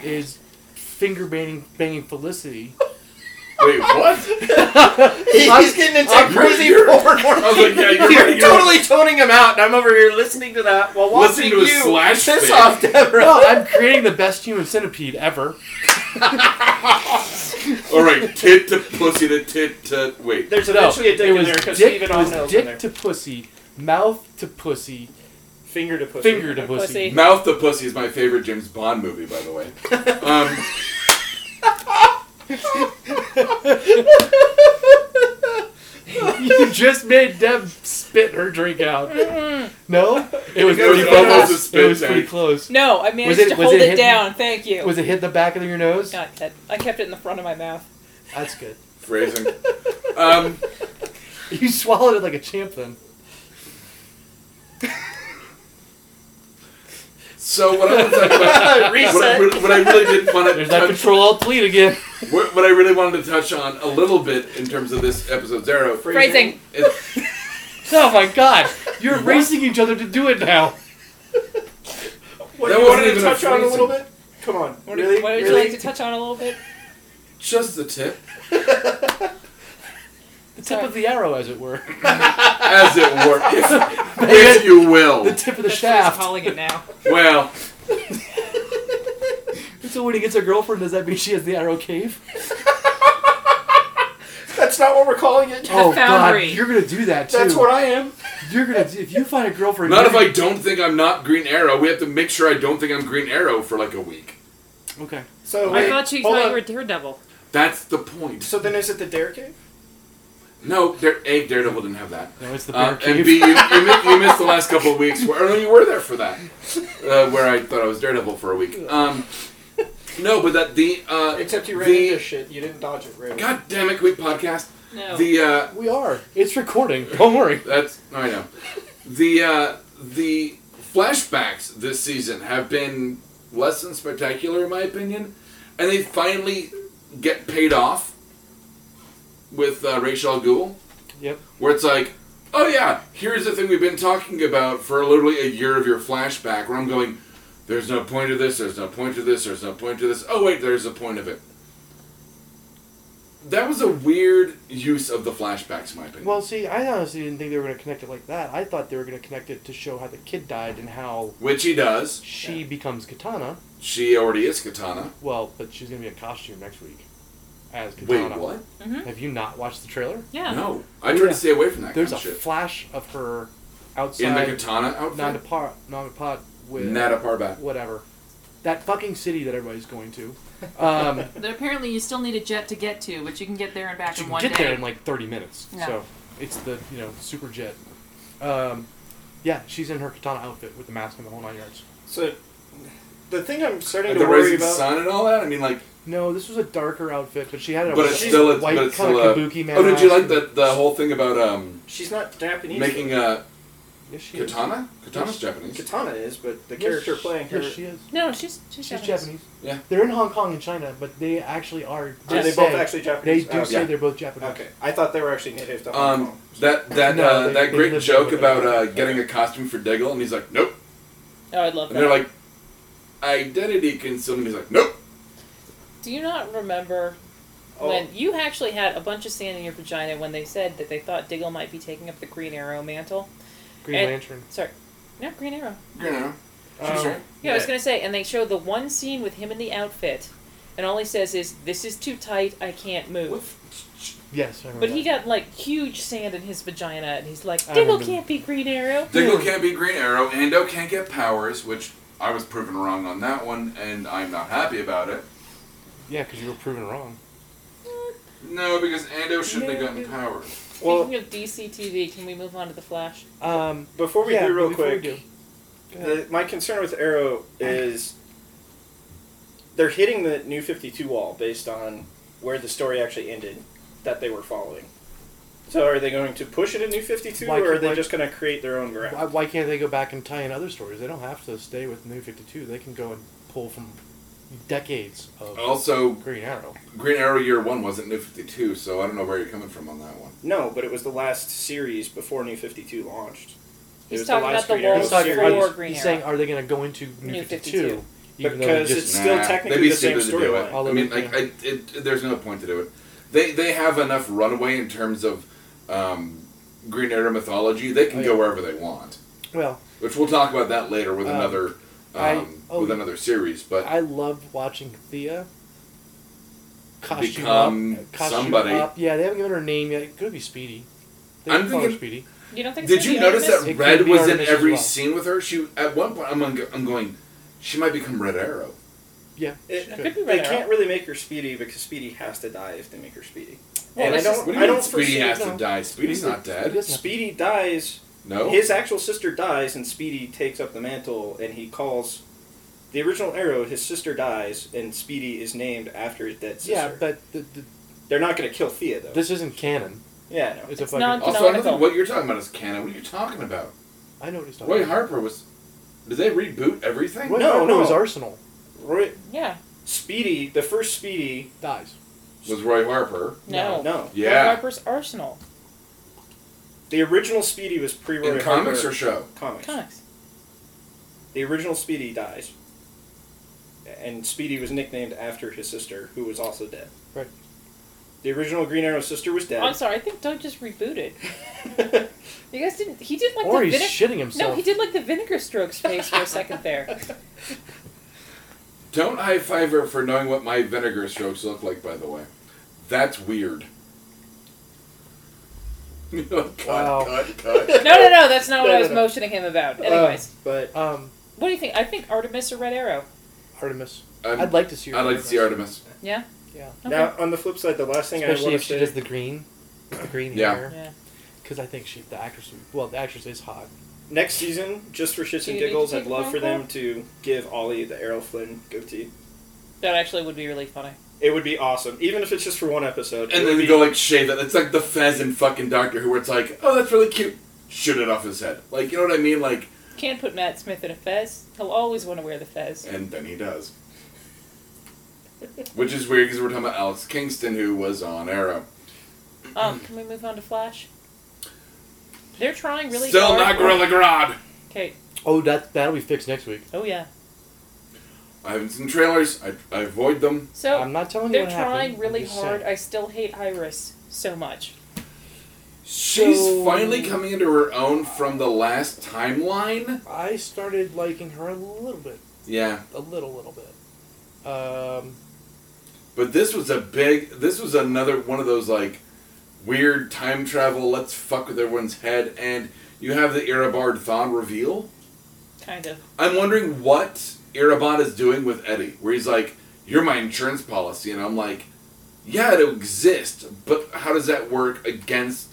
Speaker 2: is finger banging banging Felicity.
Speaker 3: Wait, what?
Speaker 5: [laughs] He's getting into
Speaker 2: Oh,
Speaker 3: I'm
Speaker 5: crazy
Speaker 3: pretty-
Speaker 5: porn.
Speaker 3: I was like, yeah,
Speaker 2: [laughs]
Speaker 3: you're right.
Speaker 5: You're
Speaker 3: You're
Speaker 5: totally toning him out, and I'm over here listening to that while
Speaker 3: Listening
Speaker 5: watching
Speaker 3: to a
Speaker 5: you
Speaker 3: slash
Speaker 5: piss
Speaker 3: thing.
Speaker 5: off Deborah.
Speaker 2: No, I'm creating the best human centipede ever.
Speaker 3: All right, tit to pussy to tit to
Speaker 5: [laughs]
Speaker 3: wait.
Speaker 5: [laughs] There's
Speaker 2: No,
Speaker 5: eventually a dick
Speaker 2: it
Speaker 5: in
Speaker 2: was
Speaker 5: there because
Speaker 2: dick,
Speaker 5: Steven
Speaker 2: it was
Speaker 5: Omno's in
Speaker 2: dick
Speaker 5: there.
Speaker 2: to pussy, mouth to pussy,
Speaker 5: Finger to pussy.
Speaker 2: finger to pussy.
Speaker 4: Pussy.
Speaker 3: Mouth to pussy is my favorite James Bond movie, by the way. Um,
Speaker 2: [laughs] you just made Deb spit her drink out.
Speaker 3: Mm.
Speaker 2: No, it was
Speaker 3: It was
Speaker 2: pretty
Speaker 3: bubbles of
Speaker 2: close.
Speaker 3: spit
Speaker 2: It was pretty
Speaker 3: tank.
Speaker 2: close.
Speaker 4: No, I managed
Speaker 2: it-
Speaker 4: to
Speaker 2: was
Speaker 4: hold
Speaker 2: it
Speaker 4: it,
Speaker 2: hidden?
Speaker 4: down. Thank you.
Speaker 2: Was it hit the back of your nose?
Speaker 4: Not that- I kept it in the front of my mouth.
Speaker 2: That's good.
Speaker 3: phrasing. Um,
Speaker 2: [laughs] You swallowed it like a champ then.
Speaker 3: so what I was talking about, what, I,
Speaker 5: Reset.
Speaker 3: re- what I really did want to
Speaker 2: There's that control alt delete again. [laughs]
Speaker 3: what, what I really wanted to touch on a little bit in terms of this episode zero
Speaker 4: Phrasing.
Speaker 3: is
Speaker 2: Oh my god, you're racing each other to do it now.
Speaker 5: What,
Speaker 3: That
Speaker 5: you
Speaker 3: wasn't
Speaker 5: wanted to
Speaker 3: even a
Speaker 5: touch on a
Speaker 3: phrasing.
Speaker 5: little bit? Come on.
Speaker 4: What,
Speaker 5: really?
Speaker 4: what would
Speaker 5: really?
Speaker 4: you like to touch on a little bit?
Speaker 3: just the tip,
Speaker 2: The tip of the arrow, as it [laughs] were.
Speaker 3: as it were, [laughs] if, if you
Speaker 2: The
Speaker 3: will.
Speaker 2: tip of the
Speaker 4: That's what he's
Speaker 2: shaft.
Speaker 4: calling it now.
Speaker 3: Well,
Speaker 2: So when he gets a girlfriend, does that mean she has the arrow cave?
Speaker 4: [laughs]
Speaker 5: That's not what we're calling it.
Speaker 2: Oh god,
Speaker 4: foundry.
Speaker 2: you're gonna do that too.
Speaker 5: That's what I am.
Speaker 2: you're gonna do. If you find a girlfriend,
Speaker 3: not if
Speaker 2: you're
Speaker 3: I don't think I'm not Green Arrow. We have to make sure I don't think I'm Green Arrow for like a week.
Speaker 2: gonna- Okay.
Speaker 5: So
Speaker 4: I
Speaker 5: wait,
Speaker 4: thought you
Speaker 5: hold
Speaker 4: thought
Speaker 5: on.
Speaker 4: you were Daredevil.
Speaker 3: That's the point.
Speaker 5: So then, is it the dare cave?
Speaker 3: No, Dare- A, Daredevil didn't have that.
Speaker 2: No, it's the bear
Speaker 3: Uh, and
Speaker 2: cave.
Speaker 3: B, you, you, mi- you missed the last couple of weeks. Where, or no, you were there for that, uh, where I thought I was Daredevil for a week. Um, no, but that the uh,
Speaker 5: Except you ran into
Speaker 3: the
Speaker 5: shit. You didn't dodge it, right?
Speaker 3: God damn it, week podcast.
Speaker 4: No.
Speaker 3: The uh,
Speaker 2: we are. It's recording. [laughs] Don't worry.
Speaker 3: that's I know. The uh, the flashbacks this season have been less than spectacular in my opinion, and they finally get paid off with uh, Rachel Ghoul,
Speaker 2: Yep.
Speaker 3: where it's like, oh yeah, here's the thing we've been talking about for literally a year of your flashback. Where I'm going, there's no point to this. There's no point to this. There's no point to this. Oh wait, there's a point of it. That was a weird use of the flashbacks, in my opinion.
Speaker 2: Well, see, I honestly didn't think they were going to connect it like that. I thought they were going to connect it to show how the kid died and how
Speaker 3: Which he does.
Speaker 2: she becomes Katana.
Speaker 3: She already is Katana.
Speaker 2: Well, but she's going to be a costume next week as Katana.
Speaker 3: Wait, what?
Speaker 2: Have you not watched the trailer?
Speaker 4: yeah.
Speaker 3: No. I try
Speaker 2: Yeah.
Speaker 3: to stay away from that
Speaker 2: There's a
Speaker 3: kind of shit.
Speaker 2: flash of her
Speaker 3: In the
Speaker 2: outside
Speaker 3: Katana outfit?
Speaker 2: Nandapar Nandapad with
Speaker 3: Nada Parbat.
Speaker 2: whatever. That fucking city that everybody's going to. Um,
Speaker 4: But apparently, you still need a jet to get to, but you can get there and [laughs] back
Speaker 2: you
Speaker 4: in
Speaker 2: can
Speaker 4: one
Speaker 2: get
Speaker 4: day.
Speaker 2: there in like 30 minutes.
Speaker 4: Yeah.
Speaker 2: So it's the you know super jet. Um, yeah, she's in her katana outfit with the mask and the whole nine yards.
Speaker 5: So, the thing I'm starting
Speaker 3: And
Speaker 5: to
Speaker 3: the
Speaker 5: worry
Speaker 3: rising
Speaker 5: about.
Speaker 3: sun and all that? I mean, like,
Speaker 2: No, this was a darker outfit, but she had a
Speaker 3: but
Speaker 2: white,
Speaker 3: it's still a,
Speaker 2: white
Speaker 3: but it's
Speaker 2: kind
Speaker 3: still
Speaker 2: of
Speaker 3: a,
Speaker 2: kabuki man.
Speaker 3: Oh, did you like
Speaker 2: mask.
Speaker 3: the, the whole thing about um
Speaker 5: She's not Japanese.
Speaker 3: making a
Speaker 2: Yes, she is.
Speaker 3: katana? Katana's Japanese.
Speaker 5: Katana is, but the
Speaker 2: Yes,
Speaker 5: character
Speaker 2: she-
Speaker 5: playing her.
Speaker 2: Yes, she is.
Speaker 4: No, she's she's,
Speaker 2: She's
Speaker 4: Japanese.
Speaker 2: Japanese.
Speaker 3: Yeah.
Speaker 2: They're in Hong Kong and China, but they actually are.
Speaker 5: Are Oh, they
Speaker 2: say-
Speaker 5: both actually
Speaker 2: They
Speaker 5: Japanese?
Speaker 2: do
Speaker 5: Oh,
Speaker 2: say
Speaker 3: yeah.
Speaker 2: they're both Japanese.
Speaker 5: Okay, I thought they were actually native to Hong
Speaker 3: Um,
Speaker 5: Kong.
Speaker 3: that that
Speaker 2: No,
Speaker 3: uh,
Speaker 2: they-
Speaker 3: that
Speaker 2: they
Speaker 3: great
Speaker 2: lived
Speaker 3: joke
Speaker 2: over
Speaker 3: about
Speaker 2: there.
Speaker 3: uh, getting a costume for Diggle, and he's like, nope.
Speaker 4: Oh, I love
Speaker 3: And they're
Speaker 4: that.
Speaker 3: like, identity concealed, and he's like, nope.
Speaker 4: Do you not remember
Speaker 5: Oh.
Speaker 4: when you actually had a bunch of sand in your vagina when they said that they thought Diggle might be taking up the Green Arrow mantle?
Speaker 2: Green
Speaker 4: And-
Speaker 2: Lantern.
Speaker 4: Sorry, no Green Arrow.
Speaker 3: You know.
Speaker 2: Um,
Speaker 5: Oh,
Speaker 3: She's right.
Speaker 4: Yeah, I was
Speaker 2: Yeah.
Speaker 4: gonna say, and they show the one scene with him in the outfit, and all he says is, "This is too tight. I can't move."
Speaker 2: Yes, I remember.
Speaker 4: But he got like huge sand in his vagina, and he's like,
Speaker 2: I
Speaker 4: "Diggle
Speaker 2: remember.
Speaker 4: can't be Green Arrow."
Speaker 3: Diggle can't be Green Arrow. Ando can't get powers, which I was proven wrong on that one, and I'm not happy about it.
Speaker 2: that. Yeah, because you were proven wrong.
Speaker 4: Uh,
Speaker 3: No, because Ando shouldn't have gotten powers.
Speaker 5: Well,
Speaker 4: Speaking of DC TV, can we move on to the Flash?
Speaker 2: Um,
Speaker 5: before we
Speaker 2: yeah,
Speaker 5: do, real
Speaker 2: before we
Speaker 5: quick,
Speaker 2: do.
Speaker 5: the, my concern with Arrow is they're hitting the new 52 wall based on where the story actually ended that they were following. So are they going to push it a new 52,
Speaker 2: Why
Speaker 5: or are
Speaker 2: can't-
Speaker 5: they
Speaker 2: why-
Speaker 5: just going to create their own ground?
Speaker 2: Why, why can't they go back and tie in other stories? They don't have to stay with New 52. They can go and pull from decades of
Speaker 5: Oh.
Speaker 3: Also,
Speaker 2: Green Arrow.
Speaker 3: Green Arrow Year 1 wasn't New 52, so I don't know where you're coming from on that one.
Speaker 5: No, but it was the last series before New 52 launched. It
Speaker 4: He's
Speaker 5: was
Speaker 4: talking
Speaker 5: the last
Speaker 4: about the
Speaker 5: Green Arrow
Speaker 4: wall
Speaker 2: He's, talking,
Speaker 5: series.
Speaker 4: before
Speaker 2: are,
Speaker 4: Green
Speaker 2: he's
Speaker 4: Arrow.
Speaker 2: saying, are they going to go into New,
Speaker 4: New
Speaker 2: 52?
Speaker 4: 52,
Speaker 2: Even though they
Speaker 5: Because
Speaker 2: just,
Speaker 5: it's- still technically
Speaker 3: they'd be
Speaker 5: the same
Speaker 3: stupid to do
Speaker 5: storyline.
Speaker 3: it.
Speaker 2: All
Speaker 3: I
Speaker 2: of
Speaker 3: mean,
Speaker 2: it,
Speaker 3: like,
Speaker 2: yeah.
Speaker 3: I, it, there's no point to do it. They they have enough runway in terms of um, Green Arrow mythology. They can
Speaker 2: Oh, yeah.
Speaker 3: go wherever they want,
Speaker 2: well,
Speaker 3: which we'll talk about that later with
Speaker 2: Um,
Speaker 3: another um,
Speaker 2: I- oh,
Speaker 3: with
Speaker 2: yeah.
Speaker 3: another series. But
Speaker 2: I loved watching Thea costume
Speaker 3: Become
Speaker 2: up, costume
Speaker 3: somebody.
Speaker 2: Up. Yeah, they haven't given her a name yet. It could be Speedy. They
Speaker 3: I'm
Speaker 2: could call her
Speaker 3: thinking-
Speaker 2: Speedy.
Speaker 4: You don't think?
Speaker 3: Did
Speaker 4: it's
Speaker 3: you
Speaker 4: gonna be
Speaker 3: notice
Speaker 4: Artemis?
Speaker 2: It
Speaker 3: that
Speaker 2: could
Speaker 3: Red
Speaker 2: be
Speaker 3: was in
Speaker 2: Artemis as
Speaker 3: every
Speaker 2: well.
Speaker 3: scene with her? She at one point I'm going, I'm going. She might become Red Arrow.
Speaker 2: Yeah.
Speaker 5: It-
Speaker 2: she
Speaker 4: It could be
Speaker 5: They
Speaker 4: Red Arrow.
Speaker 5: can't really make her speedy because Speedy has to die if they make her speedy.
Speaker 4: Well,
Speaker 5: and I
Speaker 4: let's
Speaker 5: don't,
Speaker 4: just-
Speaker 3: What do
Speaker 5: I
Speaker 3: you
Speaker 5: don't
Speaker 3: mean Speedy
Speaker 5: foresee-
Speaker 3: has
Speaker 2: no.
Speaker 3: to die? Speedy's not
Speaker 2: Speedy
Speaker 3: dead.
Speaker 2: doesn't-
Speaker 5: Speedy dies.
Speaker 3: No.
Speaker 5: His actual sister dies, and Speedy takes up the mantle, and he calls the original Arrow. His sister dies, and Speedy is named after his dead sister.
Speaker 2: Yeah, but the, the,
Speaker 5: they're not going to kill Thea though.
Speaker 2: this isn't canon.
Speaker 5: yeah, no.
Speaker 2: It's, a
Speaker 4: It's
Speaker 2: fucking.
Speaker 4: non-
Speaker 3: also, I don't
Speaker 4: canonical.
Speaker 3: think what you're talking about is canon. What are you talking about?
Speaker 2: I know what he's talking
Speaker 3: Roy
Speaker 2: about.
Speaker 3: Harper was. Did they reboot everything?
Speaker 2: Roy
Speaker 5: No,
Speaker 2: Harper
Speaker 5: no.
Speaker 2: was Arsenal.
Speaker 5: Roy,
Speaker 4: Yeah.
Speaker 5: Speedy, the first Speedy.
Speaker 2: Dies.
Speaker 3: Was Roy Harper?
Speaker 2: Oh.
Speaker 4: No.
Speaker 5: No,
Speaker 4: Red
Speaker 3: Yeah.
Speaker 4: Harper's Arsenal.
Speaker 5: the original Speedy was pre Roy
Speaker 3: In comics or
Speaker 5: Harper.
Speaker 3: show?
Speaker 5: comics.
Speaker 4: Comics.
Speaker 5: The original Speedy dies, and Speedy was nicknamed after his sister, who was also dead.
Speaker 2: Right.
Speaker 5: The original Green Arrow sister was
Speaker 4: I'm
Speaker 5: dead. [laughs]
Speaker 4: sorry. I think Doug just rebooted. You guys didn't. He did like
Speaker 2: or
Speaker 4: the
Speaker 2: he's
Speaker 4: vinegar.
Speaker 2: shitting
Speaker 4: No,
Speaker 2: himself.
Speaker 4: he did like the vinegar strokes face for a second there.
Speaker 3: Don't high five her for knowing what my vinegar strokes look like. By the way, that's weird. [laughs] cut,
Speaker 2: Wow.
Speaker 3: cut, cut.
Speaker 4: No, no, no. That's not what
Speaker 5: No, Uh,
Speaker 4: I was
Speaker 5: no, no.
Speaker 4: motioning him about. Anyways,
Speaker 5: but
Speaker 2: Um,
Speaker 4: what do you think? I think Artemis or Red Arrow.
Speaker 2: Artemis.
Speaker 3: I'm-
Speaker 2: [laughs] I'd like to see. her
Speaker 3: I'd like to see Artemis.
Speaker 4: Yeah.
Speaker 2: Yeah.
Speaker 4: Okay.
Speaker 5: now, on the flip side, the last thing I
Speaker 2: Especially
Speaker 5: want
Speaker 2: if
Speaker 5: to
Speaker 2: she
Speaker 5: say
Speaker 2: does the green. with the green
Speaker 3: Yeah.
Speaker 2: hair.
Speaker 4: Yeah.
Speaker 2: Because I think she, the actress, well, the actress is hot.
Speaker 5: Next season, just for shits
Speaker 4: Do you
Speaker 5: and
Speaker 4: need to
Speaker 5: giggles,
Speaker 4: take
Speaker 5: I'd
Speaker 4: a
Speaker 5: love
Speaker 4: phone
Speaker 5: for them to give Ollie the Errol Flynn goatee.
Speaker 4: That actually would be really funny.
Speaker 5: It would be awesome, even if it's just for one episode. it
Speaker 3: And
Speaker 5: would
Speaker 3: then
Speaker 5: be,
Speaker 3: they go like shave that. It's like the Fez in fucking Doctor Who, where it's like, oh, that's really cute. Shoot it off his head. Like you know what I mean? Like,
Speaker 4: Can't put Matt Smith in a fez. He'll always want to wear the fez.
Speaker 3: and then he
Speaker 2: [laughs]
Speaker 3: does. Which is weird because we're talking about Alex Kingston, who was on Arrow.
Speaker 4: Um, can we move on to Flash? They're trying really
Speaker 3: Still
Speaker 4: hard.
Speaker 3: not Gorilla Grodd.
Speaker 4: Okay.
Speaker 2: Oh, that that'll be fixed next week.
Speaker 4: Oh yeah.
Speaker 3: I haven't seen trailers. I, I avoid them.
Speaker 4: So
Speaker 2: I'm not telling you
Speaker 4: Oh, they're
Speaker 2: what
Speaker 4: trying
Speaker 2: happened. I'm
Speaker 4: really
Speaker 2: just
Speaker 4: hard.
Speaker 2: saying.
Speaker 4: I still hate Iris so much.
Speaker 3: She's
Speaker 2: So-
Speaker 3: finally coming into her own from the last timeline.
Speaker 2: I started liking her a little bit,
Speaker 3: Yeah,
Speaker 2: a little, little bit. Um,
Speaker 3: but this was a big. This was another one of those like weird time travel. Let's fuck with everyone's head, and you have the Erebard Thon reveal.
Speaker 4: Kind of.
Speaker 3: I'm wondering what Erebon is doing with Eddie, where he's like, "You're my insurance policy," and I'm like, "Yeah, it exists, but how does that work against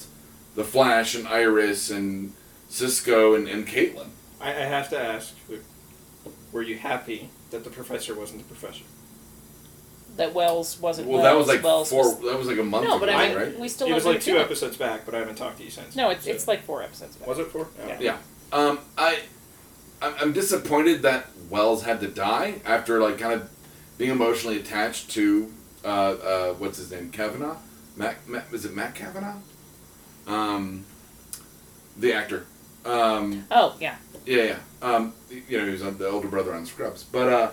Speaker 3: the Flash and Iris and Cisco and, and Caitlin?"
Speaker 5: I, I have to ask, were you happy that the professor wasn't the professor?
Speaker 4: That Wells wasn't.
Speaker 3: Well,
Speaker 4: Wells.
Speaker 3: that was like
Speaker 4: Wells
Speaker 3: four.
Speaker 4: was-
Speaker 3: That was like a month
Speaker 4: No,
Speaker 3: ago,
Speaker 4: but I mean,
Speaker 3: right?
Speaker 4: we still
Speaker 5: it
Speaker 4: don't
Speaker 5: was like
Speaker 4: understand
Speaker 5: two
Speaker 4: it.
Speaker 5: episodes back, but I haven't talked to you since.
Speaker 4: No, it's
Speaker 5: So-
Speaker 4: it's like four episodes. Back.
Speaker 5: Was it four? No.
Speaker 4: Yeah.
Speaker 3: Yeah. Um, I, I'm I'm disappointed that Wells had to die after like kind of being emotionally attached to uh, uh, what's his name Kavanaugh, Matt, Matt is it Matt Kavanaugh? Um, the actor. Um,
Speaker 4: Oh yeah.
Speaker 3: yeah, yeah. Um, you know, he was on the older brother on Scrubs, but uh,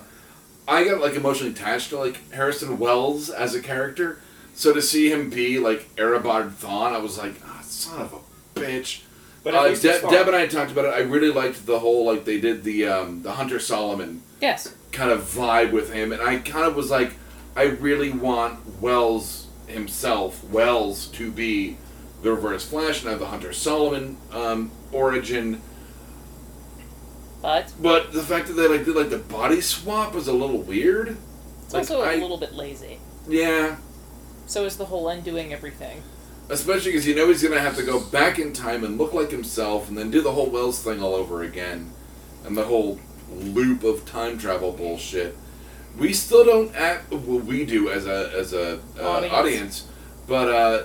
Speaker 3: I got like emotionally attached to like Harrison Wells as a character. So to see him be like Erebard Thawne, I was like, ah, son of a bitch.
Speaker 5: But at
Speaker 3: Uh,
Speaker 5: least it's
Speaker 3: De-
Speaker 5: fun.
Speaker 3: Deb and I talked about it. I really liked the whole like they did the um, the Hunter Solomon
Speaker 4: Yes.
Speaker 3: kind of vibe with him, and I kind of was like, I really want Wells himself, Wells, to be the Reverse Flash and have the Hunter Solomon um, origin.
Speaker 4: But
Speaker 3: But the fact that they like did like the body swap was a little weird.
Speaker 4: it's
Speaker 3: Like,
Speaker 4: also a
Speaker 3: I-
Speaker 4: little bit lazy.
Speaker 3: Yeah,
Speaker 4: So is the whole undoing everything.
Speaker 3: especially because you know he's gonna have to go back in time and look like himself, and then do the whole Wells thing all over again, and the whole loop of time travel bullshit. We still don't act. Well, we do as a as a uh,
Speaker 4: Audience.
Speaker 3: audience. but uh,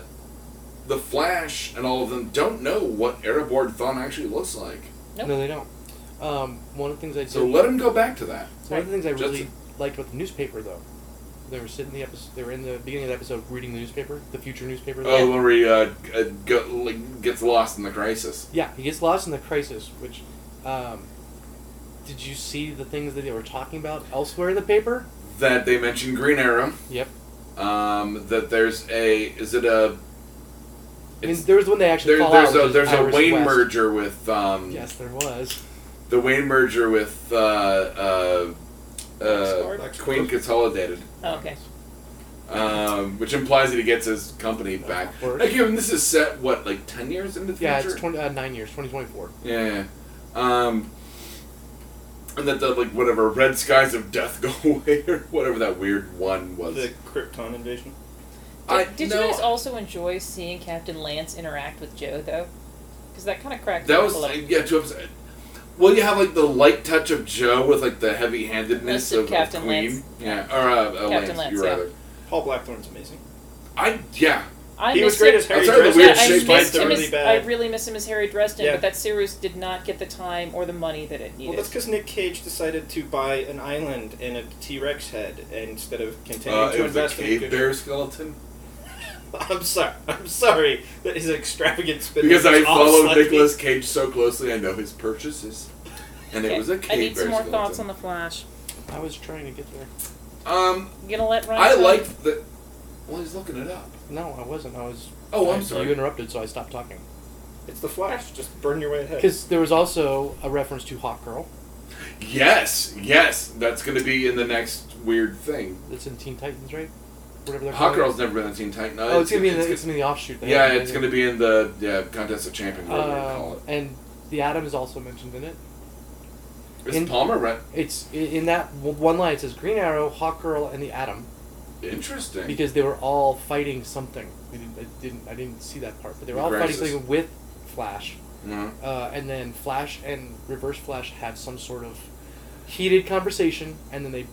Speaker 3: the Flash and all of them don't know what Erebord Thon actually looks like.
Speaker 4: Nope.
Speaker 2: No, they don't. Um, one of the things I did.
Speaker 3: So let him go back to that.
Speaker 2: One of the things I
Speaker 3: Just-
Speaker 2: really liked about the newspaper, though, they were sitting the episode. They were in the beginning of the episode reading the newspaper, the future newspaper.
Speaker 3: Oh, where he uh, g- uh, go, like, gets lost in the crisis.
Speaker 2: Yeah, he gets lost in the crisis. Which, um, did you see the things that they were talking about elsewhere in the paper?
Speaker 3: That they mentioned Green Arrow.
Speaker 2: Yep.
Speaker 3: Um, that there's a is it a
Speaker 2: I mean,
Speaker 3: It's-
Speaker 2: there was one they actually
Speaker 3: there,
Speaker 2: call
Speaker 3: there's
Speaker 2: out,
Speaker 3: a
Speaker 2: which is
Speaker 3: there's a
Speaker 2: Iris
Speaker 3: Wayne
Speaker 2: West.
Speaker 3: merger with um
Speaker 2: Yes, there was.
Speaker 3: the Wayne merger with uh uh, uh
Speaker 4: Lex
Speaker 3: Queen Consolidated.
Speaker 4: Oh, okay.
Speaker 3: Um, which implies that he gets his company back.
Speaker 2: Or-
Speaker 3: Like, given this is set what like ten years into the future.
Speaker 2: yeah, it's 20, uh, nine years, twenty twenty four.
Speaker 3: Yeah. Um, and that the like whatever red skies of death [laughs] go away or whatever that weird one was.
Speaker 5: The Krypton invasion.
Speaker 4: Did,
Speaker 3: I-
Speaker 4: did
Speaker 3: no,
Speaker 4: you guys also enjoy seeing Captain Lance interact with Joe though? Because that kind of cracked me
Speaker 3: That
Speaker 4: up
Speaker 3: was
Speaker 4: a little.
Speaker 3: yeah, two episodes. Well, you have like the light touch of Joe with like the heavy handedness
Speaker 4: That's
Speaker 3: of, of
Speaker 4: Captain
Speaker 3: Queen,
Speaker 4: Lance.
Speaker 3: yeah, or uh, uh,
Speaker 4: Captain
Speaker 3: Lance,
Speaker 4: Lance,
Speaker 3: you
Speaker 4: yeah.
Speaker 3: rather.
Speaker 5: Paul Blackthorne's amazing.
Speaker 3: I yeah,
Speaker 4: I
Speaker 5: he was
Speaker 4: missed
Speaker 5: great
Speaker 4: him.
Speaker 5: as Harry
Speaker 3: Outside of the
Speaker 5: Dresden.
Speaker 3: weird
Speaker 4: I, I
Speaker 3: shape
Speaker 4: missed
Speaker 3: fights
Speaker 5: are
Speaker 4: him
Speaker 5: really
Speaker 4: as, I
Speaker 5: bad.
Speaker 4: really miss him as Harry Dresden,
Speaker 5: Yeah.
Speaker 4: but that series did not get the time or the money that it
Speaker 5: Well,
Speaker 4: needed.
Speaker 5: that's because Nick Cage decided to buy an island and a T Rex head instead of continuing
Speaker 3: uh,
Speaker 5: to
Speaker 3: it was a
Speaker 5: invest in.
Speaker 3: cave bear skeleton
Speaker 5: [laughs] I'm sorry. I'm sorry that his extravagant spending.
Speaker 3: because I
Speaker 5: was all
Speaker 3: follow
Speaker 5: slightly-
Speaker 3: Nicolas Cage so closely. I know his purchases, [laughs] and
Speaker 4: Okay.
Speaker 3: it was a cave
Speaker 4: I need
Speaker 3: bear
Speaker 4: some more
Speaker 3: skeleton.
Speaker 4: thoughts on the Flash.
Speaker 2: I was trying to get there.
Speaker 3: Um,
Speaker 4: You gonna let Ryan?
Speaker 3: I
Speaker 4: talk?
Speaker 3: liked the. Well, he's looking it up.
Speaker 2: No, I wasn't. I was.
Speaker 3: Oh, I'm
Speaker 2: I-
Speaker 3: sorry.
Speaker 2: You interrupted, so I stopped talking.
Speaker 5: It's the Flash. Just burn your way ahead.
Speaker 2: Because there was also a reference to Hawk Girl.
Speaker 3: Yes, yes, that's going to be in the next weird thing.
Speaker 2: That's in Teen Titans, right? Whatever they're
Speaker 3: Hot
Speaker 2: called.
Speaker 3: Girl's never been on Teen Titan. No,
Speaker 2: Oh, it's, gonna be in
Speaker 3: it's
Speaker 2: the, it's gonna be the offshoot. Thing.
Speaker 3: Yeah, it's going to be in the yeah, contest of champions. Whatever you call
Speaker 2: Uh,
Speaker 3: it.
Speaker 2: and the atom is also mentioned in it.
Speaker 3: Is
Speaker 2: In-
Speaker 3: Palmer right?
Speaker 2: It's i- in that w- one line. It says Green Arrow, Hawk Girl, and the Atom.
Speaker 3: Interesting.
Speaker 2: because they were all fighting something. We didn't, I didn't, I didn't see that part, but they were all
Speaker 3: Crisis.
Speaker 2: fighting something with Flash,
Speaker 3: Uh-huh.
Speaker 2: uh, and then Flash and Reverse Flash have some sort of heated conversation, and then they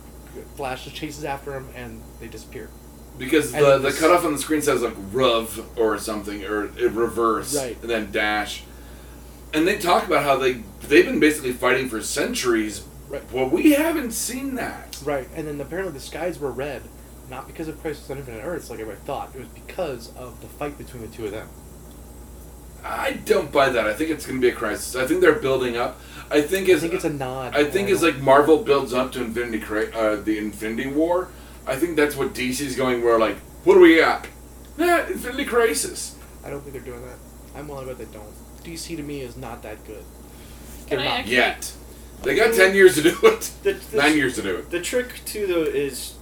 Speaker 2: Flash just chases after him, and they disappear.
Speaker 3: Because
Speaker 2: And
Speaker 3: the, the
Speaker 2: this-
Speaker 3: cutoff on the screen says like rev or something or it reverse
Speaker 2: Right.
Speaker 3: and then dash, and they talk about how they they've been basically fighting for centuries.
Speaker 2: Right.
Speaker 3: Well, we haven't seen that.
Speaker 2: Right, and then apparently the skies were red, not because of Crisis on Infinite Earths like everybody thought. It was because of the fight between the two of them.
Speaker 3: I don't buy that. I think it's going to be a crisis. I think they're building up. I think as
Speaker 2: I think it's a nod.
Speaker 3: I think it's
Speaker 2: like.
Speaker 3: like Marvel builds up to Infinity Cra- uh, the Infinity War. I think that's what DC's going. Where like, what do we got? Nah, Infinity Crisis.
Speaker 2: I don't think they're doing that. I'm willing to bet they don't. DC to me is not that good.
Speaker 4: Can
Speaker 2: They're
Speaker 4: I
Speaker 2: not.
Speaker 4: actually-
Speaker 3: Yet, they got ten years to do it.
Speaker 5: The, the,
Speaker 3: Nine years to do it.
Speaker 5: The trick too, though, is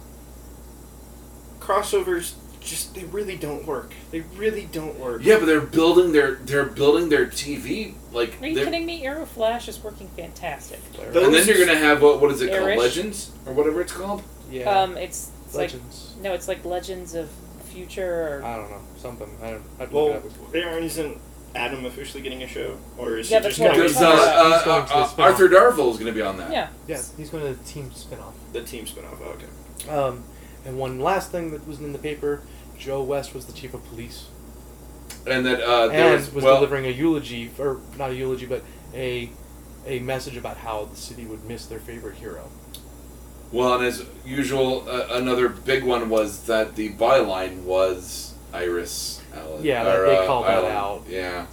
Speaker 5: crossovers. Just they really don't work. They really don't work.
Speaker 3: Yeah, but they're building their they're building their TV like.
Speaker 4: Are you
Speaker 3: they're-
Speaker 4: kidding me? Arrow Flash is working fantastic.
Speaker 3: And then you're gonna have what what is it called?
Speaker 4: Irish?
Speaker 3: Legends or whatever it's called.
Speaker 2: Yeah.
Speaker 4: Um, it's, it's like
Speaker 2: Legends.
Speaker 4: no, it's like Legends of Future. Or,
Speaker 3: Uh,
Speaker 2: I don't know. Something. I don't. I've
Speaker 5: Well,
Speaker 2: looked it up before.
Speaker 5: there isn't Adam officially getting a show, or is
Speaker 4: Yeah,
Speaker 5: he
Speaker 4: that's
Speaker 5: just
Speaker 4: what
Speaker 5: going
Speaker 3: Because
Speaker 4: I'm
Speaker 5: with
Speaker 3: uh,
Speaker 4: talking
Speaker 3: uh,
Speaker 2: about. He's going to the
Speaker 3: uh, uh,
Speaker 2: spin-off.
Speaker 3: Arthur Darvill is gonna be on that.
Speaker 4: yeah.
Speaker 2: Yeah, he's going to the team spinoff.
Speaker 5: the team spinoff? Oh, okay.
Speaker 2: Um, and one last thing that was in the paper: Joe West was the chief of police
Speaker 3: And that uh, there
Speaker 2: and
Speaker 3: was,
Speaker 2: was
Speaker 3: well,
Speaker 2: delivering a eulogy, or not a eulogy, but a a message about how the city would miss their favorite hero.
Speaker 3: well, and as usual, uh, another big one was that the byline was Iris. Allen,
Speaker 2: Yeah,
Speaker 3: or,
Speaker 2: they- they
Speaker 3: uh,
Speaker 2: called that
Speaker 3: Allen.
Speaker 2: out.
Speaker 3: Yeah,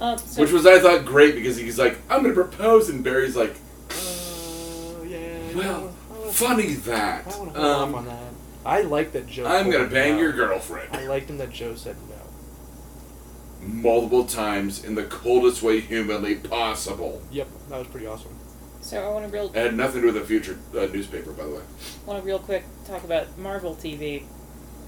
Speaker 4: Um, so
Speaker 3: which was I thought great because he's like, I'm gonna propose, and Barry's like,
Speaker 2: Uh, yeah.
Speaker 3: well,
Speaker 2: I wanna-
Speaker 3: funny
Speaker 2: I
Speaker 3: that.
Speaker 2: want to hold
Speaker 3: Um,
Speaker 2: off on that. I like that Joe.
Speaker 3: I'm gonna
Speaker 2: told him
Speaker 3: bang
Speaker 2: no.
Speaker 3: your girlfriend.
Speaker 2: I liked him that Joe said no.
Speaker 3: multiple times in the coldest way humanly possible.
Speaker 2: Yep, that was pretty awesome.
Speaker 4: so I want to real
Speaker 3: It had nothing to do with the future uh, newspaper, by the way.
Speaker 4: want to real quick talk about Marvel TV.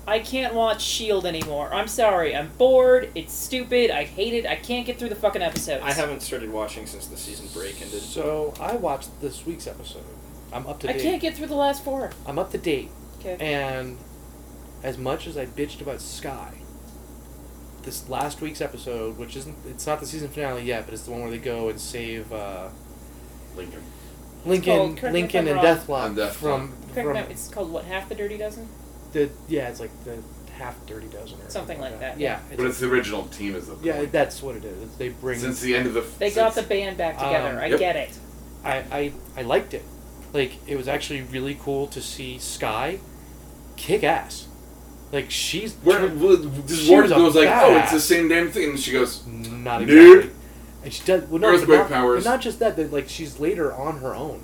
Speaker 4: I can't watch Shield anymore. I'm sorry. I'm bored. It's stupid. I hate it. I can't get through the fucking episodes.
Speaker 5: I haven't started watching since the season break ended.
Speaker 2: So I watched this week's episode. I'm up to
Speaker 4: I
Speaker 2: date.
Speaker 4: can't get through the last four.
Speaker 2: I'm up to date,
Speaker 4: Okay.
Speaker 2: and as much as I bitched about Sky, this last week's episode, which isn't, it's not the season finale yet, but it's the one where they go and save uh,
Speaker 3: Lincoln.
Speaker 2: Lincoln,
Speaker 4: called- correct me
Speaker 2: Lincoln,
Speaker 4: if
Speaker 2: and
Speaker 4: I'm wrong.
Speaker 2: Deathlock
Speaker 3: And Deathlock.
Speaker 2: from
Speaker 4: Correct
Speaker 2: from
Speaker 4: me- It's called what? Half the Dirty Dozen.
Speaker 2: the yeah, it's like the half dirty dozen or
Speaker 4: Something like that,
Speaker 2: Yeah,
Speaker 3: But it's the original team is the point.
Speaker 2: yeah, that's what it is. They bring
Speaker 3: Since the end of the.
Speaker 4: They
Speaker 3: since-
Speaker 4: got the band back together.
Speaker 2: Um,
Speaker 4: I
Speaker 3: Yep.
Speaker 4: get it.
Speaker 2: I, I I liked it. Like it was actually really cool to see Sky kick ass. Like she's
Speaker 3: Where, well, this
Speaker 2: She
Speaker 3: Warden
Speaker 2: was a
Speaker 3: goes like, oh, it's
Speaker 2: badass."
Speaker 3: the same damn thing, and she goes,
Speaker 2: not
Speaker 3: Nerd.
Speaker 2: exactly. And she does well, no, but
Speaker 3: Earthquake
Speaker 2: not,
Speaker 3: powers.
Speaker 2: But not just that, but like she's later on her own.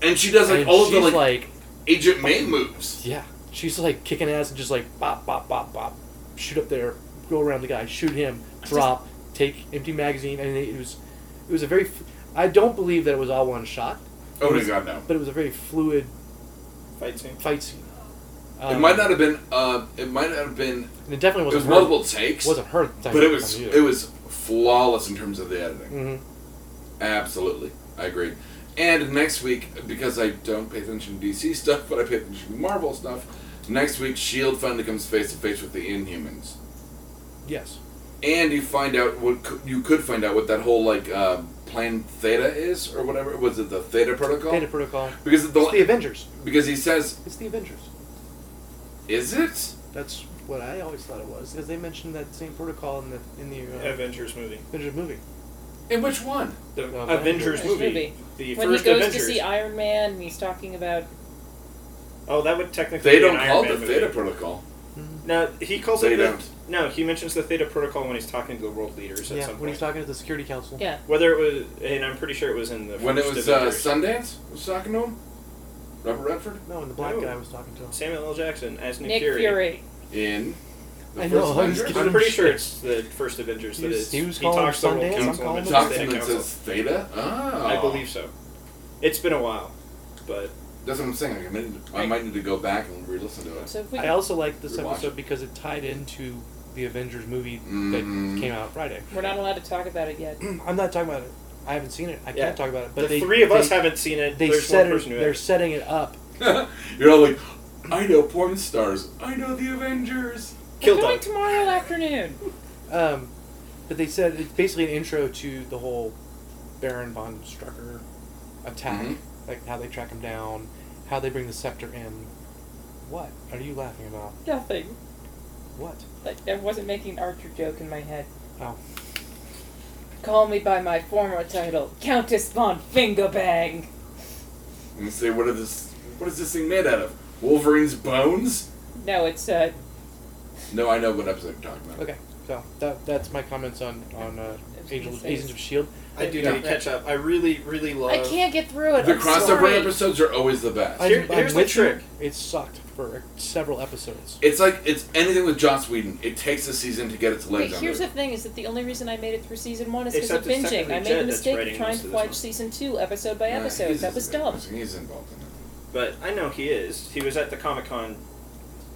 Speaker 3: and she does like
Speaker 2: and
Speaker 3: all of
Speaker 2: she's
Speaker 3: the like,
Speaker 2: like
Speaker 3: Agent May moves.
Speaker 2: yeah, she's like kicking ass and just like bop bop bop bop, shoot up there, go around the guy, shoot him, drop, take empty magazine, and it was it was a very. f- I don't believe that it was all one shot,
Speaker 3: Oh my god, no!
Speaker 2: but it was a very fluid
Speaker 5: Fight scene.
Speaker 2: fight scene.
Speaker 3: It
Speaker 2: Um,
Speaker 3: might not have been. Uh, it might not have been.
Speaker 2: and It definitely
Speaker 3: It
Speaker 2: wasn't
Speaker 3: was
Speaker 2: her-
Speaker 3: multiple takes,
Speaker 2: wasn't her at the time.
Speaker 3: but it was it was flawless in terms of the editing.
Speaker 2: hmm
Speaker 3: Absolutely, I agree. And next week, because I don't pay attention to DC stuff, but I pay attention to Marvel stuff, next week Shield E finally comes face to face with the Inhumans,
Speaker 2: Yes.
Speaker 3: and you find out what cou- you could find out what that whole like uh, Plan Theta is or whatever was it the Theta Protocol?
Speaker 2: Data protocol.
Speaker 3: Because of
Speaker 2: It's the
Speaker 3: the
Speaker 2: Avengers.
Speaker 3: because he says,
Speaker 2: It's the Avengers.
Speaker 3: is it?
Speaker 2: That's what I always thought it was because they mentioned that same protocol in the in the uh,
Speaker 5: Avengers movie.
Speaker 2: Avengers movie.
Speaker 3: In which one?
Speaker 5: The
Speaker 2: No,
Speaker 5: Avengers
Speaker 2: Avengers
Speaker 5: movie.
Speaker 4: movie.
Speaker 5: The
Speaker 4: when he
Speaker 5: first
Speaker 4: goes
Speaker 5: Avengers.
Speaker 4: to see Iron Man and he's talking about
Speaker 5: oh, that would technically
Speaker 3: They
Speaker 5: be an
Speaker 3: don't
Speaker 5: Iron
Speaker 3: call it
Speaker 5: Man
Speaker 3: the
Speaker 5: movie.
Speaker 3: Theta Protocol.
Speaker 5: No, he calls
Speaker 3: They
Speaker 5: it the.
Speaker 3: don't.
Speaker 5: No, he mentions the Theta Protocol when he's talking to the world leaders at
Speaker 2: Yeah,
Speaker 5: some
Speaker 2: when
Speaker 5: point.
Speaker 2: he's talking to the Security Council.
Speaker 4: yeah.
Speaker 5: Whether it was, and I'm pretty sure it was in the
Speaker 3: When it
Speaker 5: first
Speaker 3: was uh,
Speaker 5: Avengers.
Speaker 3: Sundance, was talking to him, Robert Redford
Speaker 2: No, and the black
Speaker 5: No.
Speaker 2: guy was talking to him.
Speaker 5: Samuel L. Jackson as Nick,
Speaker 4: Nick Fury.
Speaker 3: in. The
Speaker 2: I
Speaker 3: first
Speaker 2: know, I was
Speaker 3: Avengers?
Speaker 2: kidding.
Speaker 5: I'm pretty sure it's the first Avengers
Speaker 2: He
Speaker 5: that
Speaker 2: was-
Speaker 5: is.
Speaker 2: he was calling
Speaker 5: talks to the
Speaker 2: Sundance,
Speaker 5: World
Speaker 2: I'm
Speaker 5: Council
Speaker 2: calling him
Speaker 5: and the
Speaker 3: Talks
Speaker 5: State
Speaker 3: to him and
Speaker 5: Council.
Speaker 3: says theta. Oh.
Speaker 5: I believe so. It's been a while, but
Speaker 3: That's what I'm saying. Like, I, might need to, I might need to go back and re-listen to it.
Speaker 4: So if we
Speaker 2: I also liked this
Speaker 3: Rewatch.
Speaker 2: episode because it tied into the Avengers movie
Speaker 3: Mm.
Speaker 2: that came out Friday.
Speaker 4: we're not allowed to talk about it yet.
Speaker 2: [clears throat] I'm not talking about it. I haven't seen it. I
Speaker 5: Yeah.
Speaker 2: can't talk about it. But
Speaker 5: the
Speaker 2: they,
Speaker 5: three of us
Speaker 2: they,
Speaker 5: haven't seen it.
Speaker 2: they
Speaker 5: There's
Speaker 2: set
Speaker 5: one person
Speaker 2: it,
Speaker 5: who
Speaker 2: they're
Speaker 5: has.
Speaker 2: setting it up
Speaker 3: [laughs] You're all like, I know porn stars. I know the Avengers.
Speaker 5: Kill
Speaker 4: We're
Speaker 5: Doug.
Speaker 4: going tomorrow afternoon. [laughs]
Speaker 2: Um, but they said it's basically an intro to the whole Baron von Strucker attack,
Speaker 3: Mhm.
Speaker 5: Mm-hmm.
Speaker 2: like how they track him down, how they bring the scepter in. What are you laughing about?
Speaker 4: Nothing.
Speaker 2: What?
Speaker 4: Like, I wasn't making an Archer joke in my head.
Speaker 2: Oh,
Speaker 4: Call me by my former title, Countess von Fingerbang.
Speaker 3: I'm gonna say, what are this? What is this thing made out of? Wolverine's bones?
Speaker 4: No, it's uh,
Speaker 3: No, I know what episode you're talking about.
Speaker 2: okay. So that that's my comments on on uh,
Speaker 4: I was
Speaker 2: Angel,
Speaker 4: gonna say-
Speaker 2: Agents of Shield.
Speaker 5: I do
Speaker 2: Yeah.
Speaker 5: need to catch up. I really, really love.
Speaker 4: I can't get through it.
Speaker 3: The
Speaker 4: I'm
Speaker 3: crossover
Speaker 4: sorry.
Speaker 3: episodes are always the best.
Speaker 5: Here-
Speaker 2: I'm- I'm
Speaker 5: here's the
Speaker 2: with you.
Speaker 5: trick.
Speaker 2: It sucked for several episodes.
Speaker 3: It's like it's anything with Joss Whedon. It takes a season to get its legs
Speaker 4: Wait,
Speaker 3: under
Speaker 4: here's the
Speaker 3: it.
Speaker 4: thing: is that the only reason I made it through season one is because of
Speaker 5: Except it's
Speaker 4: binging.
Speaker 5: technically
Speaker 4: I made
Speaker 5: Jed
Speaker 4: a
Speaker 5: that's
Speaker 4: mistake
Speaker 5: writing
Speaker 4: of trying
Speaker 5: most
Speaker 4: to
Speaker 5: of this
Speaker 4: watch
Speaker 5: one.
Speaker 4: season two episode by
Speaker 3: Yeah,
Speaker 4: episode.
Speaker 3: he's-
Speaker 4: That was dumb.
Speaker 3: He's involved in it.
Speaker 5: But I know he is. He was at the Comic Con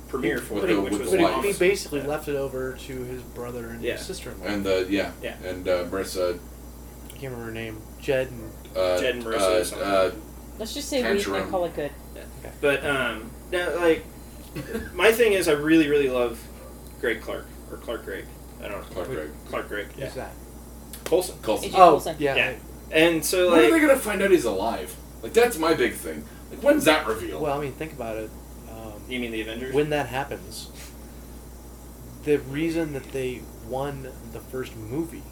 Speaker 5: premiere for
Speaker 3: With
Speaker 5: it,
Speaker 3: the-
Speaker 5: which
Speaker 3: with
Speaker 5: was
Speaker 3: the
Speaker 2: But he-
Speaker 3: wife.
Speaker 2: he
Speaker 5: awesome.
Speaker 2: basically
Speaker 5: Yeah.
Speaker 2: left it over to his brother and
Speaker 5: Yeah.
Speaker 2: his sister-in-law.
Speaker 3: And the yeah,
Speaker 5: Yeah.
Speaker 3: and uh, Marissa,
Speaker 2: I can't remember her name. Jed and
Speaker 3: uh,
Speaker 5: Jed and Marissa
Speaker 3: uh,
Speaker 5: or something.
Speaker 3: uh,
Speaker 4: Let's just say we
Speaker 3: Tangerine.
Speaker 4: and call it good.
Speaker 5: But um, no, like
Speaker 3: [laughs]
Speaker 5: my thing is, I really, really love Greg Clark or Clark Gregg. I don't know.
Speaker 3: Clark Gregg.
Speaker 5: Clark Gregg. Yeah.
Speaker 2: who's that?
Speaker 5: Coulson.
Speaker 3: Coulson.
Speaker 4: Agent
Speaker 2: Oh,
Speaker 4: Coulson.
Speaker 2: yeah.
Speaker 5: Yeah. And so
Speaker 3: When are they
Speaker 5: like,
Speaker 3: gonna find out he's alive? Like that's my big thing. Like when's that revealed?
Speaker 2: Well, I mean, think about it. Um,
Speaker 5: you mean the Avengers?
Speaker 2: when that happens, the reason that they won the first movie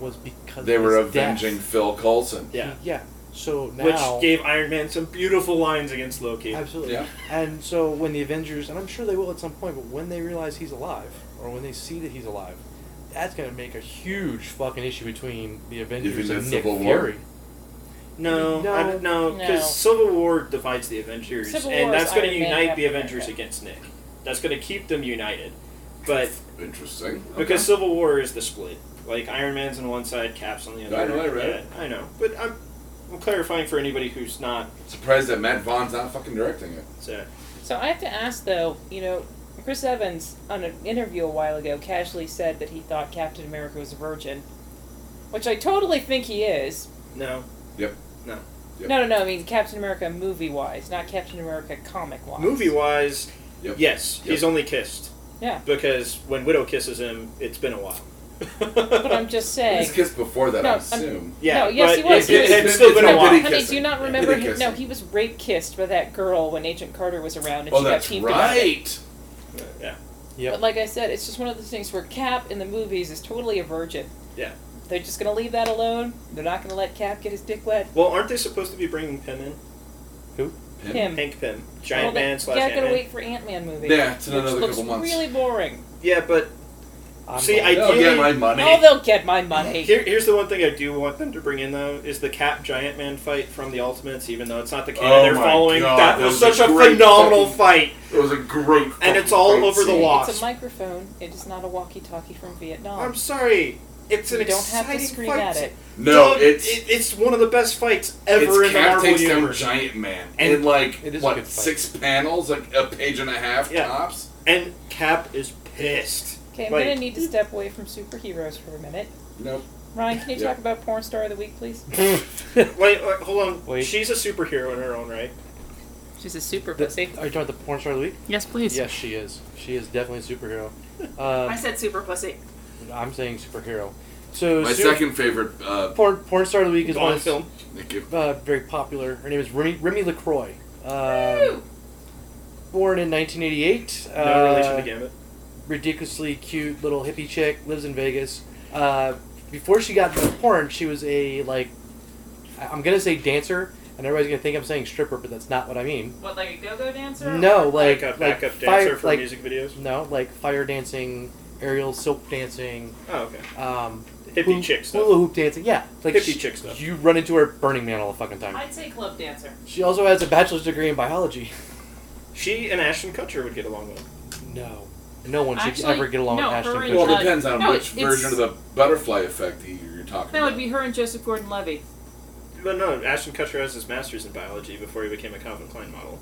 Speaker 2: was because
Speaker 3: they
Speaker 2: of
Speaker 3: were
Speaker 2: his
Speaker 3: avenging
Speaker 2: death.
Speaker 3: Phil Coulson.
Speaker 5: yeah.
Speaker 2: yeah. So now,
Speaker 5: Which gave Iron Man some beautiful lines against Loki.
Speaker 2: absolutely.
Speaker 3: Yeah.
Speaker 2: And so when the Avengers, and I'm sure they will at some point, but when they realize he's alive, or when they see that he's alive, that's going to make a huge fucking issue between the Avengers
Speaker 3: mean
Speaker 2: and Nick
Speaker 3: Civil War?
Speaker 2: Fury.
Speaker 5: No,
Speaker 2: No.
Speaker 5: I don't- no,
Speaker 4: No.
Speaker 5: because Civil War divides the Avengers,
Speaker 4: Civil
Speaker 5: and
Speaker 4: War is
Speaker 5: that's going to
Speaker 4: Iron Man,
Speaker 5: unite the
Speaker 4: Captain
Speaker 5: Avengers
Speaker 4: America.
Speaker 5: against Nick. That's going to keep them united, but
Speaker 3: Interesting.
Speaker 5: because Civil War is the split, like Iron Man's on one side, Cap's on the other.
Speaker 3: I know, I read it.
Speaker 5: Yeah, I know, but I'm, I'm clarifying for anybody who's not.
Speaker 3: Okay. surprised that Matt Vaughn's not fucking directing it.
Speaker 5: So
Speaker 4: So I have to ask though, you know, Chris Evans on an interview a while ago casually said that he thought Captain America was a virgin, which I totally think he is.
Speaker 5: no,
Speaker 3: Yep.
Speaker 4: No, no, no. I mean Captain America movie wise, not Captain America comic wise.
Speaker 5: movie wise,
Speaker 3: Yep.
Speaker 5: yes,
Speaker 3: Yep.
Speaker 5: he's only kissed.
Speaker 4: Yeah.
Speaker 5: Because when Widow kisses him, it's been a while.
Speaker 4: But
Speaker 5: [laughs]
Speaker 3: [laughs]
Speaker 4: I'm just
Speaker 3: He
Speaker 4: saying.
Speaker 3: was kissed before that, I
Speaker 4: No,
Speaker 3: assume.
Speaker 5: yeah,
Speaker 4: No, yes,
Speaker 5: but
Speaker 4: he was.
Speaker 5: It, it,
Speaker 3: It's
Speaker 5: it's still been a
Speaker 3: been-
Speaker 5: while.
Speaker 3: Diddy
Speaker 4: Honey,
Speaker 3: kissing.
Speaker 4: do you not
Speaker 3: Yeah,
Speaker 4: remember?
Speaker 3: diddy
Speaker 4: Him? No,
Speaker 3: kissing.
Speaker 4: he was rape kissed by that girl when Agent Carter was around, and
Speaker 3: oh,
Speaker 4: she got
Speaker 3: that's
Speaker 4: peeped about it.
Speaker 3: right.
Speaker 5: Yeah.
Speaker 2: Yep.
Speaker 4: But like I said, it's just one of those things where Cap in the movies is totally a virgin.
Speaker 5: Yeah.
Speaker 4: They're just gonna leave that alone. They're not gonna let Cap get his dick wet.
Speaker 5: Well, aren't they supposed to be bringing Pym in?
Speaker 3: Him?
Speaker 4: Him.
Speaker 5: Hank Pym, giant
Speaker 4: Well,
Speaker 5: man
Speaker 4: they-
Speaker 5: slash
Speaker 4: Yeah, I
Speaker 5: Ant-Man.
Speaker 4: gotta wait for Ant Man movie.
Speaker 3: Yeah, it's in
Speaker 4: which
Speaker 3: another
Speaker 4: looks
Speaker 3: couple months.
Speaker 4: really boring.
Speaker 5: Yeah, but
Speaker 2: I'm
Speaker 5: see,
Speaker 2: going-
Speaker 5: I
Speaker 3: They'll
Speaker 5: Ideally-
Speaker 3: get my money.
Speaker 4: Oh, they'll get my money.
Speaker 5: here, here's the one thing I do want them to bring in though is the Cap Giant Man fight from the Ultimates, even though it's not the canon
Speaker 3: Oh
Speaker 5: they're
Speaker 3: my
Speaker 5: following.
Speaker 3: God,
Speaker 5: that
Speaker 3: that
Speaker 5: was
Speaker 3: was
Speaker 5: such
Speaker 3: a
Speaker 5: a
Speaker 3: great
Speaker 5: phenomenal
Speaker 3: fucking-
Speaker 5: fight.
Speaker 3: It was a great.
Speaker 5: And it's
Speaker 3: fucking
Speaker 5: all
Speaker 3: fight
Speaker 5: over the
Speaker 3: scene.
Speaker 5: wall.
Speaker 4: It's
Speaker 5: Lost.
Speaker 4: a microphone. It is not a walkie-talkie from
Speaker 2: Oh.
Speaker 4: Vietnam.
Speaker 5: I'm sorry, it's an
Speaker 4: you don't have
Speaker 5: exciting
Speaker 4: to scream
Speaker 5: fight.
Speaker 4: at it.
Speaker 3: No,
Speaker 5: Dude,
Speaker 3: it's
Speaker 5: it- it's one of the best fights ever
Speaker 3: it's
Speaker 5: in the
Speaker 3: Cap
Speaker 5: Marvel
Speaker 3: takes
Speaker 5: universe.
Speaker 3: down Giant Man
Speaker 5: And-
Speaker 3: in like
Speaker 2: It is a good
Speaker 3: what
Speaker 2: fight.
Speaker 3: six panels, like a page and a half
Speaker 5: Yeah.
Speaker 3: tops.
Speaker 5: and Cap is pissed.
Speaker 4: Okay, I'm
Speaker 5: Like-
Speaker 4: gonna need to step away from superheroes for a minute.
Speaker 3: Nope.
Speaker 4: Ryan, can you
Speaker 3: Yeah.
Speaker 4: talk about porn star of the week, please?
Speaker 5: Wait, wait, hold on.
Speaker 2: Wait.
Speaker 5: She's a superhero in her own right.
Speaker 4: She's a super
Speaker 2: The- [laughs] are you talking about the porn star of the week?
Speaker 4: Yes, please.
Speaker 2: Yes, she is. She is definitely a [laughs] superhero. Um,
Speaker 4: said super pussy.
Speaker 2: I'm saying superhero. So
Speaker 3: My
Speaker 2: su-
Speaker 3: second favorite uh,
Speaker 2: porn, porn star of the week is one
Speaker 5: on
Speaker 2: that's,
Speaker 5: film.
Speaker 3: Nick, if-
Speaker 2: uh, very popular. Her name is Remy, Remy LaCroix. Um, born in 1988.
Speaker 5: No
Speaker 2: uh,
Speaker 5: relation to Gambit.
Speaker 2: ridiculously cute little hippie chick lives in Vegas. Uh, before she got into porn, she was a like I- I'm gonna say dancer, and everybody's gonna think I'm saying stripper, but that's not what I mean.
Speaker 4: What, like a go-go dancer?
Speaker 2: No, like
Speaker 5: Like a
Speaker 2: like
Speaker 5: backup
Speaker 2: fire-
Speaker 5: dancer for
Speaker 2: like-
Speaker 5: music videos.
Speaker 2: No, like fire dancing, aerial silk dancing,
Speaker 5: Oh, okay.
Speaker 2: um,
Speaker 5: Hippie
Speaker 2: hula,
Speaker 5: chick stuff.
Speaker 2: hula hoop dancing. Yeah, like
Speaker 5: Hippie
Speaker 2: she-
Speaker 5: chick stuff.
Speaker 2: You run into her at Burning Man all the fucking time.
Speaker 4: I'd say club dancer.
Speaker 2: She also has a bachelor's degree in biology.
Speaker 5: She and Ashton Kutcher would get along well.
Speaker 2: No, no one should
Speaker 4: Actually,
Speaker 2: ever get along
Speaker 4: no,
Speaker 2: with Ashton
Speaker 4: her and-
Speaker 2: Kutcher.
Speaker 3: well, it
Speaker 4: Uh,
Speaker 3: depends on
Speaker 4: no,
Speaker 3: which
Speaker 4: it's-
Speaker 3: version of the butterfly effect you- you're talking
Speaker 4: That
Speaker 3: about.
Speaker 4: would be her and Joseph Gordon-Levy.
Speaker 5: But no, Ashton Kutcher has his master's in biology before he became a Calvin Klein model.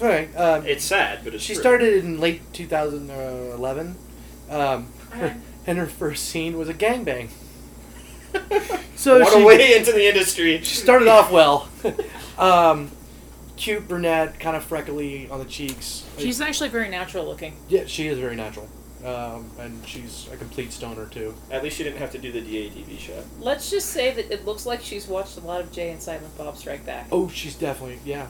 Speaker 2: All right, um,
Speaker 5: It's sad, but it's
Speaker 2: She
Speaker 5: true. [laughs]
Speaker 2: started in late 2011, um, her- and her first scene was a gangbang. so
Speaker 5: what
Speaker 2: she,
Speaker 5: a way into the industry.
Speaker 2: she started off well. [laughs] um, cute brunette, kind of freckly on the cheeks.
Speaker 4: She's actually very natural looking.
Speaker 2: yeah, she is very natural, um, and she's a complete stoner too.
Speaker 5: At least you didn't have to do the DADV shot.
Speaker 4: Let's just say that it looks like she's watched a lot of Jay and Silent Bob Strike Back.
Speaker 2: Oh, she's definitely yeah,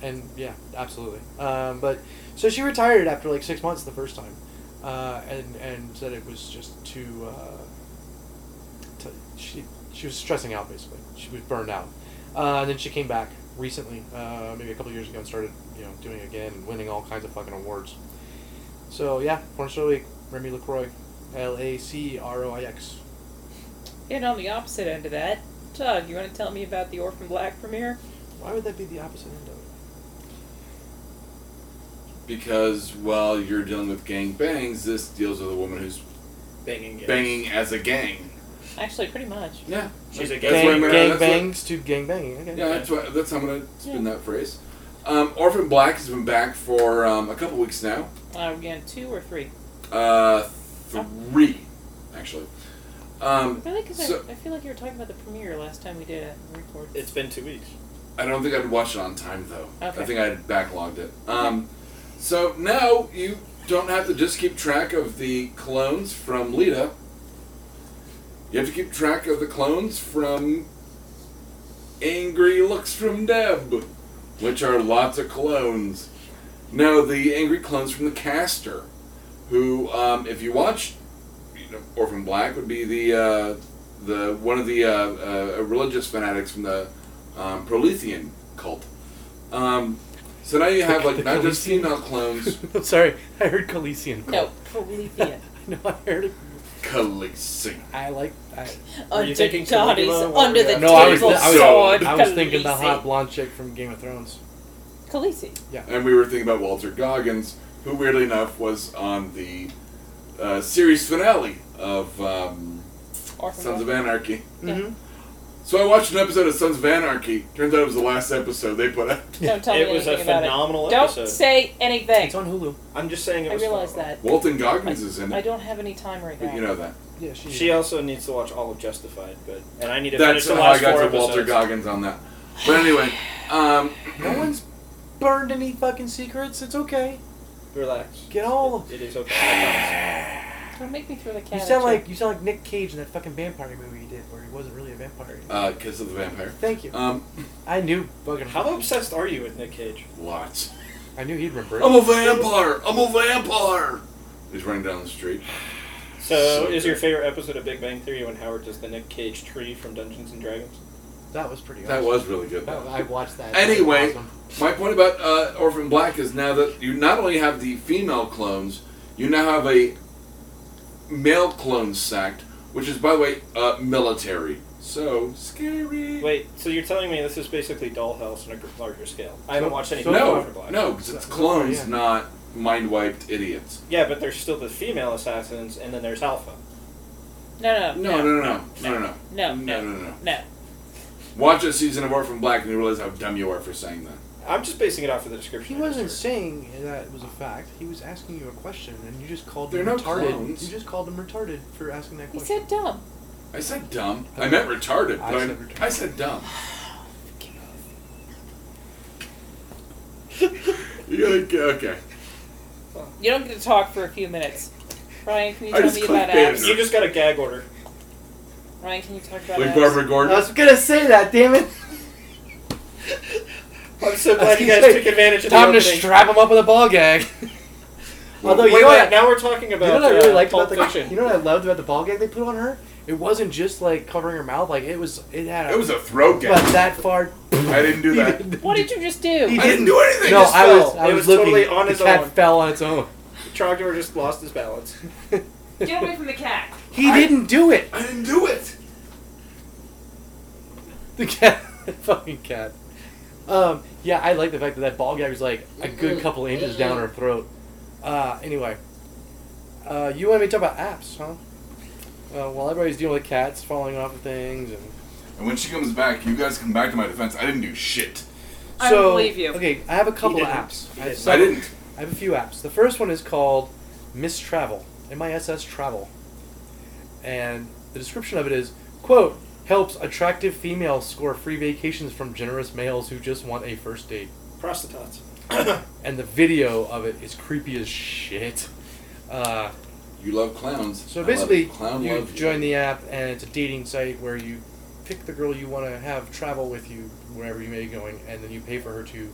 Speaker 2: and yeah, absolutely. Um, but so she retired after like six months the first time, uh, and and said it was just too. Uh, t- she she was stressing out basically. She was burned out, uh, and then she came back recently, uh, maybe a couple years ago, and started you know doing it again and winning all kinds of fucking awards. So yeah, porn star of the week, Remy Lacroix, L A C R O I X.
Speaker 4: And on the opposite end of that, Doug, you want to tell me about the Orphan Black premiere?
Speaker 2: Why would that be the opposite end of it?
Speaker 3: Because while you're dealing with gang bangs, this deals with a woman who's
Speaker 5: Banging. Yes.
Speaker 3: banging as a gang.
Speaker 4: Actually, pretty much.
Speaker 3: Yeah,
Speaker 5: She's a
Speaker 3: That's
Speaker 5: gang-
Speaker 3: what I'm
Speaker 2: Gang,
Speaker 3: gonna-
Speaker 2: gang
Speaker 3: that's
Speaker 2: bangs to gang banging. Okay.
Speaker 3: what- yeah, that's what that's how I'm gonna spin that phrase. Um, Orphan Black has been back for um, a couple weeks now.
Speaker 4: Uh, again, two or three.
Speaker 3: Uh, three, actually. Um,
Speaker 4: Really? Because
Speaker 3: So-
Speaker 4: I, I feel like you were talking about the premiere last time we did it. and recorded.
Speaker 5: It's been two weeks.
Speaker 3: I don't think I'd watched it on time though. I
Speaker 4: Okay.
Speaker 3: think I had backlogged it. Um, so now you don't have to just keep track of the clones from Lita. You have to keep track of the clones from Angry Looks from Deb, which are lots of clones. No, the angry clones from the caster, who, um, if you watch, you know, Orphan Black would be the uh, the one of the uh, uh, religious fanatics from the um, Prolethean cult. Um, so now you have like
Speaker 2: the
Speaker 3: not just
Speaker 2: Prolethean?
Speaker 3: female clones,
Speaker 2: [laughs] I'm sorry, I heard Calician.
Speaker 4: No, Prolethean.
Speaker 2: [laughs] no, I heard it.
Speaker 3: Khaleesi.
Speaker 2: I like. I,
Speaker 5: Were you
Speaker 4: under
Speaker 5: thinking
Speaker 4: Dottie's,
Speaker 5: Caligula or-
Speaker 4: under the
Speaker 5: yeah.
Speaker 2: no, I was,
Speaker 4: table
Speaker 2: I was,
Speaker 4: sword.
Speaker 2: I was thinking the
Speaker 4: Khaleesi.
Speaker 2: hot blonde chick from Game of Thrones.
Speaker 4: Khaleesi.
Speaker 3: And we were thinking about Walter Goggins, who weirdly enough was on the uh, series finale of um,
Speaker 4: Orphan
Speaker 3: Sons of
Speaker 4: Black.
Speaker 3: Anarchy.
Speaker 4: Yeah.
Speaker 2: Mhm.
Speaker 3: So I watched an episode of Sons of Anarchy. Turns out it was the last episode they put out.
Speaker 4: Don't tell
Speaker 5: it
Speaker 4: me
Speaker 5: was a
Speaker 4: anything about it.
Speaker 5: phenomenal
Speaker 4: Don't
Speaker 5: episode.
Speaker 4: say anything.
Speaker 2: It's on Hulu.
Speaker 5: I'm just saying it
Speaker 4: I
Speaker 5: was.
Speaker 4: realize
Speaker 5: phenomenal.
Speaker 4: that.
Speaker 3: Walton Goggins is in
Speaker 4: I
Speaker 3: it,
Speaker 4: don't have any time right
Speaker 3: but
Speaker 4: now.
Speaker 3: you know that.
Speaker 2: Yeah, she.
Speaker 4: [laughs]
Speaker 5: She also needs to watch all of Justified, but and I need to
Speaker 3: That's
Speaker 5: finish the
Speaker 3: how I
Speaker 5: last
Speaker 3: got
Speaker 5: four
Speaker 3: to
Speaker 5: episodes.
Speaker 3: Walter Goggins on that. But anyway, um,
Speaker 2: no one's burned any fucking secrets. It's okay.
Speaker 5: Relax.
Speaker 2: Get all. Of,
Speaker 5: It is okay. I
Speaker 4: Don't make me throw the cat
Speaker 2: you
Speaker 4: at
Speaker 2: sound like you sound like Nick Cage in that fucking vampire movie he did, where he wasn't really a vampire.
Speaker 3: uh, Kiss of the Vampire.
Speaker 2: Thank you.
Speaker 3: Um,
Speaker 2: I knew fucking.
Speaker 5: promise. How obsessed are you with Nick Cage?
Speaker 3: lots.
Speaker 2: I knew he'd remember. it.
Speaker 4: Oh.
Speaker 3: I'm a vampire. I'm a vampire. He's running down the street.
Speaker 5: So,
Speaker 3: So
Speaker 5: is
Speaker 3: good.
Speaker 5: your favorite episode of Big Bang Theory when Howard does the Nick Cage tree from Dungeons and Dragons?
Speaker 2: That was pretty.
Speaker 3: That
Speaker 2: awesome.
Speaker 3: was really good.
Speaker 2: That-
Speaker 3: Though.
Speaker 2: I watched that.
Speaker 3: Anyway.
Speaker 2: That was awesome.
Speaker 3: My point about uh, Orphan Black is now that you not only have the female clones, you now have a male clone sect, which is, by the way, uh, military. So scary.
Speaker 5: Wait, so you're telling me this is basically Dollhouse on a larger scale? I haven't watched any
Speaker 3: no,
Speaker 5: Orphan Black.
Speaker 3: no, 'cause it's clones,
Speaker 2: Yeah.
Speaker 3: not mind wiped idiots.
Speaker 5: Yeah, but there's still the female assassins, and then there's Alpha.
Speaker 3: No,
Speaker 4: No, no,
Speaker 3: no, no, no, no, no,
Speaker 4: no,
Speaker 3: no,
Speaker 4: no,
Speaker 3: no, no.
Speaker 4: no.
Speaker 3: Watch a season of Orphan Black and you realize how dumb you are for saying that.
Speaker 5: I'm just basing it off of the description.
Speaker 2: He
Speaker 5: I just
Speaker 2: wasn't
Speaker 5: heard.
Speaker 2: saying that it was a fact. He was asking you a question, and you just called
Speaker 3: They're
Speaker 2: him
Speaker 3: not
Speaker 2: retarded.
Speaker 3: clones.
Speaker 2: You just called him retarded for asking that
Speaker 4: He
Speaker 2: question.
Speaker 4: said dumb.
Speaker 3: I said dumb. I meant retarded.
Speaker 2: I
Speaker 3: but I,
Speaker 2: said retarded.
Speaker 3: I said
Speaker 2: [sighs]
Speaker 3: dumb. [sighs] yeah, okay, okay.
Speaker 4: You don't get to talk for a few minutes. Ryan, can you
Speaker 3: I
Speaker 4: tell
Speaker 3: just
Speaker 4: me about
Speaker 3: clickbaited
Speaker 4: abs?
Speaker 5: You just got a gag order.
Speaker 4: Ryan, can you talk about
Speaker 3: Like
Speaker 4: abs?
Speaker 3: Barbara Gordon.
Speaker 2: gonna say that, damn it.
Speaker 5: I'm so
Speaker 2: I was
Speaker 5: glad you
Speaker 2: gonna
Speaker 5: guys
Speaker 2: say,
Speaker 5: took advantage of the
Speaker 2: Time to
Speaker 5: opening.
Speaker 2: strap him up with a ball gag. Although
Speaker 5: Wait,
Speaker 2: you know,
Speaker 5: wait,
Speaker 2: what,
Speaker 5: now we're talking
Speaker 2: you know
Speaker 5: about
Speaker 2: what I really
Speaker 5: uh,
Speaker 2: liked
Speaker 5: Pulp
Speaker 2: about the
Speaker 5: Fiction.
Speaker 2: you know what I loved about the ball gag they put on her? It wasn't just like covering her mouth. Like it was, it had. A,
Speaker 3: It was a throat gag.
Speaker 2: [laughs] about that far.
Speaker 3: I didn't do that.
Speaker 4: What did you just do?
Speaker 2: He
Speaker 3: I didn't do anything.
Speaker 2: no,
Speaker 5: just
Speaker 2: I was.
Speaker 5: fell.
Speaker 2: I
Speaker 5: It
Speaker 2: was,
Speaker 5: was
Speaker 2: looking.
Speaker 5: totally on its
Speaker 2: the cat
Speaker 5: own.
Speaker 2: fell on its own.
Speaker 5: Trogdor just lost his balance.
Speaker 4: Get away from the cat.
Speaker 2: He
Speaker 3: I-
Speaker 2: didn't do it.
Speaker 3: I didn't do it.
Speaker 2: The cat, [laughs] fucking cat. Um, yeah, I like the fact that that ball gag was like a
Speaker 4: Mm-hmm.
Speaker 2: good couple inches down her throat. Uh, anyway, uh, you want me to talk about apps, huh? Uh, while everybody's dealing with cats falling off of things, and
Speaker 3: And when she comes back, you guys come back to my defense. I didn't do shit.
Speaker 4: I
Speaker 2: so
Speaker 4: don't believe you.
Speaker 2: okay, I have a couple of
Speaker 5: didn't.
Speaker 2: apps.
Speaker 5: He
Speaker 2: I have,
Speaker 5: didn't.
Speaker 3: I
Speaker 2: several-
Speaker 3: didn't.
Speaker 2: I have a few apps. The first one is called Miss Travel, M-I-S-S Travel, and the description of it is quote helps attractive females score free vacations from generous males who just want a first date.
Speaker 5: Prostitutes.
Speaker 2: and the video of it is creepy as shit. Uh,
Speaker 3: You love clowns. I
Speaker 2: so
Speaker 3: love
Speaker 2: basically,
Speaker 3: it. clown
Speaker 2: you
Speaker 3: love
Speaker 2: join the app, and it's a dating site where you pick the girl you want to have travel with you wherever you may be going, and then you pay for her to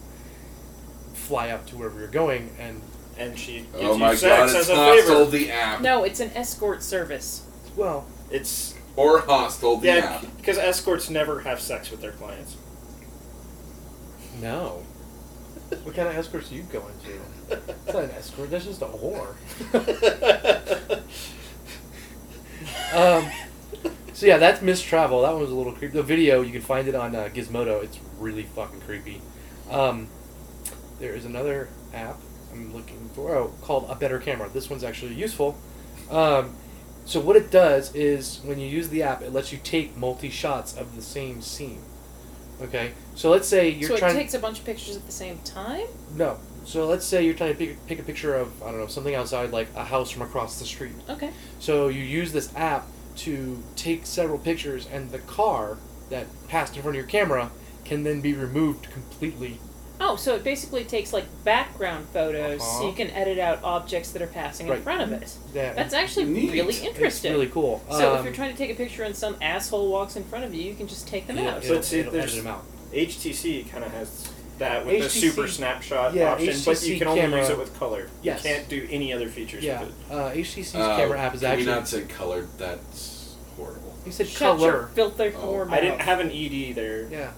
Speaker 2: fly up to wherever you're going. And
Speaker 5: And she gives
Speaker 3: Oh
Speaker 5: you
Speaker 3: my god!
Speaker 5: sex
Speaker 3: It's
Speaker 5: as a favor.
Speaker 3: hostile the app
Speaker 4: No, it's an escort service.
Speaker 2: well,
Speaker 5: It's
Speaker 3: or hostile the
Speaker 5: yeah,
Speaker 3: app.
Speaker 5: because escorts never have sex with their clients. [laughs]
Speaker 2: no. what kind of escorts are you going to? It's not an escort. That's just a whore. [laughs] Um, so yeah, that's Miss Travel. That one was a little creepy. The video you can find it on uh, Gizmodo. It's really fucking creepy. Um, there is another app I'm looking for oh, called A Better Camera. This one's actually useful. Um, so what it does is when you use the app, it lets you take multi shots of the same scene. Okay, so let's say you're
Speaker 4: so it
Speaker 2: trying.
Speaker 4: takes a bunch of pictures at the same time.
Speaker 2: no, so let's say you're trying to pick, pick a picture of I don't know something outside like a house from across the street.
Speaker 4: Okay.
Speaker 2: So you use this app to take several pictures, and the car that passed in front of your camera can then be removed completely.
Speaker 4: Oh, so it basically takes like background photos,
Speaker 2: Uh-huh.
Speaker 4: so you can edit out objects that are passing
Speaker 2: Right.
Speaker 4: in front of it.
Speaker 2: That
Speaker 4: That's actually
Speaker 3: Neat.
Speaker 4: really
Speaker 3: It's
Speaker 2: it's
Speaker 4: interesting.
Speaker 2: really cool.
Speaker 4: so if
Speaker 2: Um,
Speaker 4: you're trying to take a picture and some asshole walks in front of you, you can just take them
Speaker 2: it'll-
Speaker 4: out.
Speaker 2: it'll-
Speaker 5: But see,
Speaker 2: it'll
Speaker 5: there's-
Speaker 2: edit 'em out.
Speaker 5: HTC kind of has that with the
Speaker 2: HTC
Speaker 5: super snapshot
Speaker 2: yeah,
Speaker 5: option, but
Speaker 2: HTC
Speaker 5: you can only
Speaker 2: camera-
Speaker 5: use it with color.
Speaker 2: Yes.
Speaker 5: You can't do any other features
Speaker 2: Yeah,
Speaker 5: with it.
Speaker 2: uh, HTC's
Speaker 3: Uh,
Speaker 2: camera app is
Speaker 3: can we
Speaker 2: actually.
Speaker 3: not say colored? That's horrible.
Speaker 2: You said
Speaker 4: Shut your
Speaker 2: color.
Speaker 4: filthy
Speaker 3: Oh.
Speaker 4: whore mouth.
Speaker 5: I didn't have an ED there.
Speaker 2: Yeah.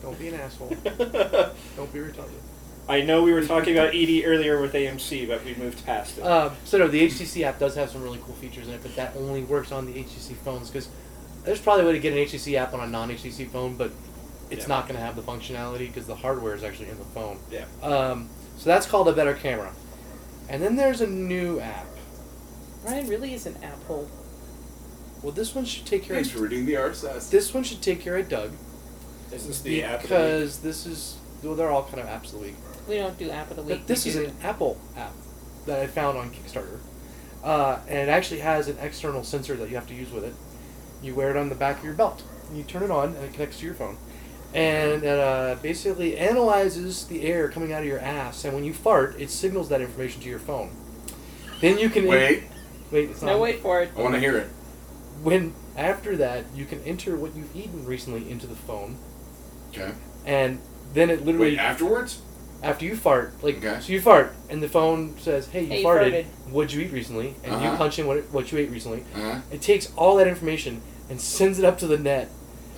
Speaker 2: Don't be an
Speaker 4: [laughs]
Speaker 2: asshole. Don't be retarded.
Speaker 5: [laughs] I know we were talking about ED earlier with AMC, but we moved past it.
Speaker 2: Um, so no, the HTC app does have some really cool features in it, but that only works on the HTC phones because there's probably a way to get an HTC app on a non-HTC phone, but it's
Speaker 5: Yeah.
Speaker 2: not going to have the functionality because the hardware is actually in the phone.
Speaker 5: Yeah.
Speaker 2: Um, so that's called a better camera, and then there's a new app.
Speaker 4: Ryan really is an apple.
Speaker 2: Well, this one should take care
Speaker 3: Thanks for
Speaker 2: of
Speaker 3: reading the RSS.
Speaker 2: this one should take care of Doug
Speaker 5: Is this the app? of the week?
Speaker 2: because this is well, they're all kind of apps of the week.
Speaker 4: We don't do app of the week.
Speaker 2: But this
Speaker 4: we
Speaker 2: is
Speaker 4: do-
Speaker 2: an Apple app that I found on Kickstarter. Uh, and it actually has an external sensor that you have to use with it. You wear it on the back of your belt. and You turn it on, and it connects to your phone. And it uh, basically analyzes the air coming out of your ass, and when you fart, it signals that information to your phone. Then you can
Speaker 3: Wait,
Speaker 2: wait. It's not.
Speaker 4: No, wait for it.
Speaker 3: I want to hear it.
Speaker 2: When after that, you can enter what you've eaten recently into the phone,
Speaker 3: Okay.
Speaker 2: and then it literally
Speaker 3: Wait, afterwards?
Speaker 2: after you fart, like
Speaker 3: Okay.
Speaker 2: so you fart, and the phone says, "Hey, you
Speaker 4: Hey, you
Speaker 2: farted.
Speaker 4: farted.
Speaker 2: What'd you eat recently?" And you
Speaker 3: Uh-huh.
Speaker 2: punch in what it, what you ate recently.
Speaker 3: Uh-huh.
Speaker 2: It takes all that information and sends it up to the net,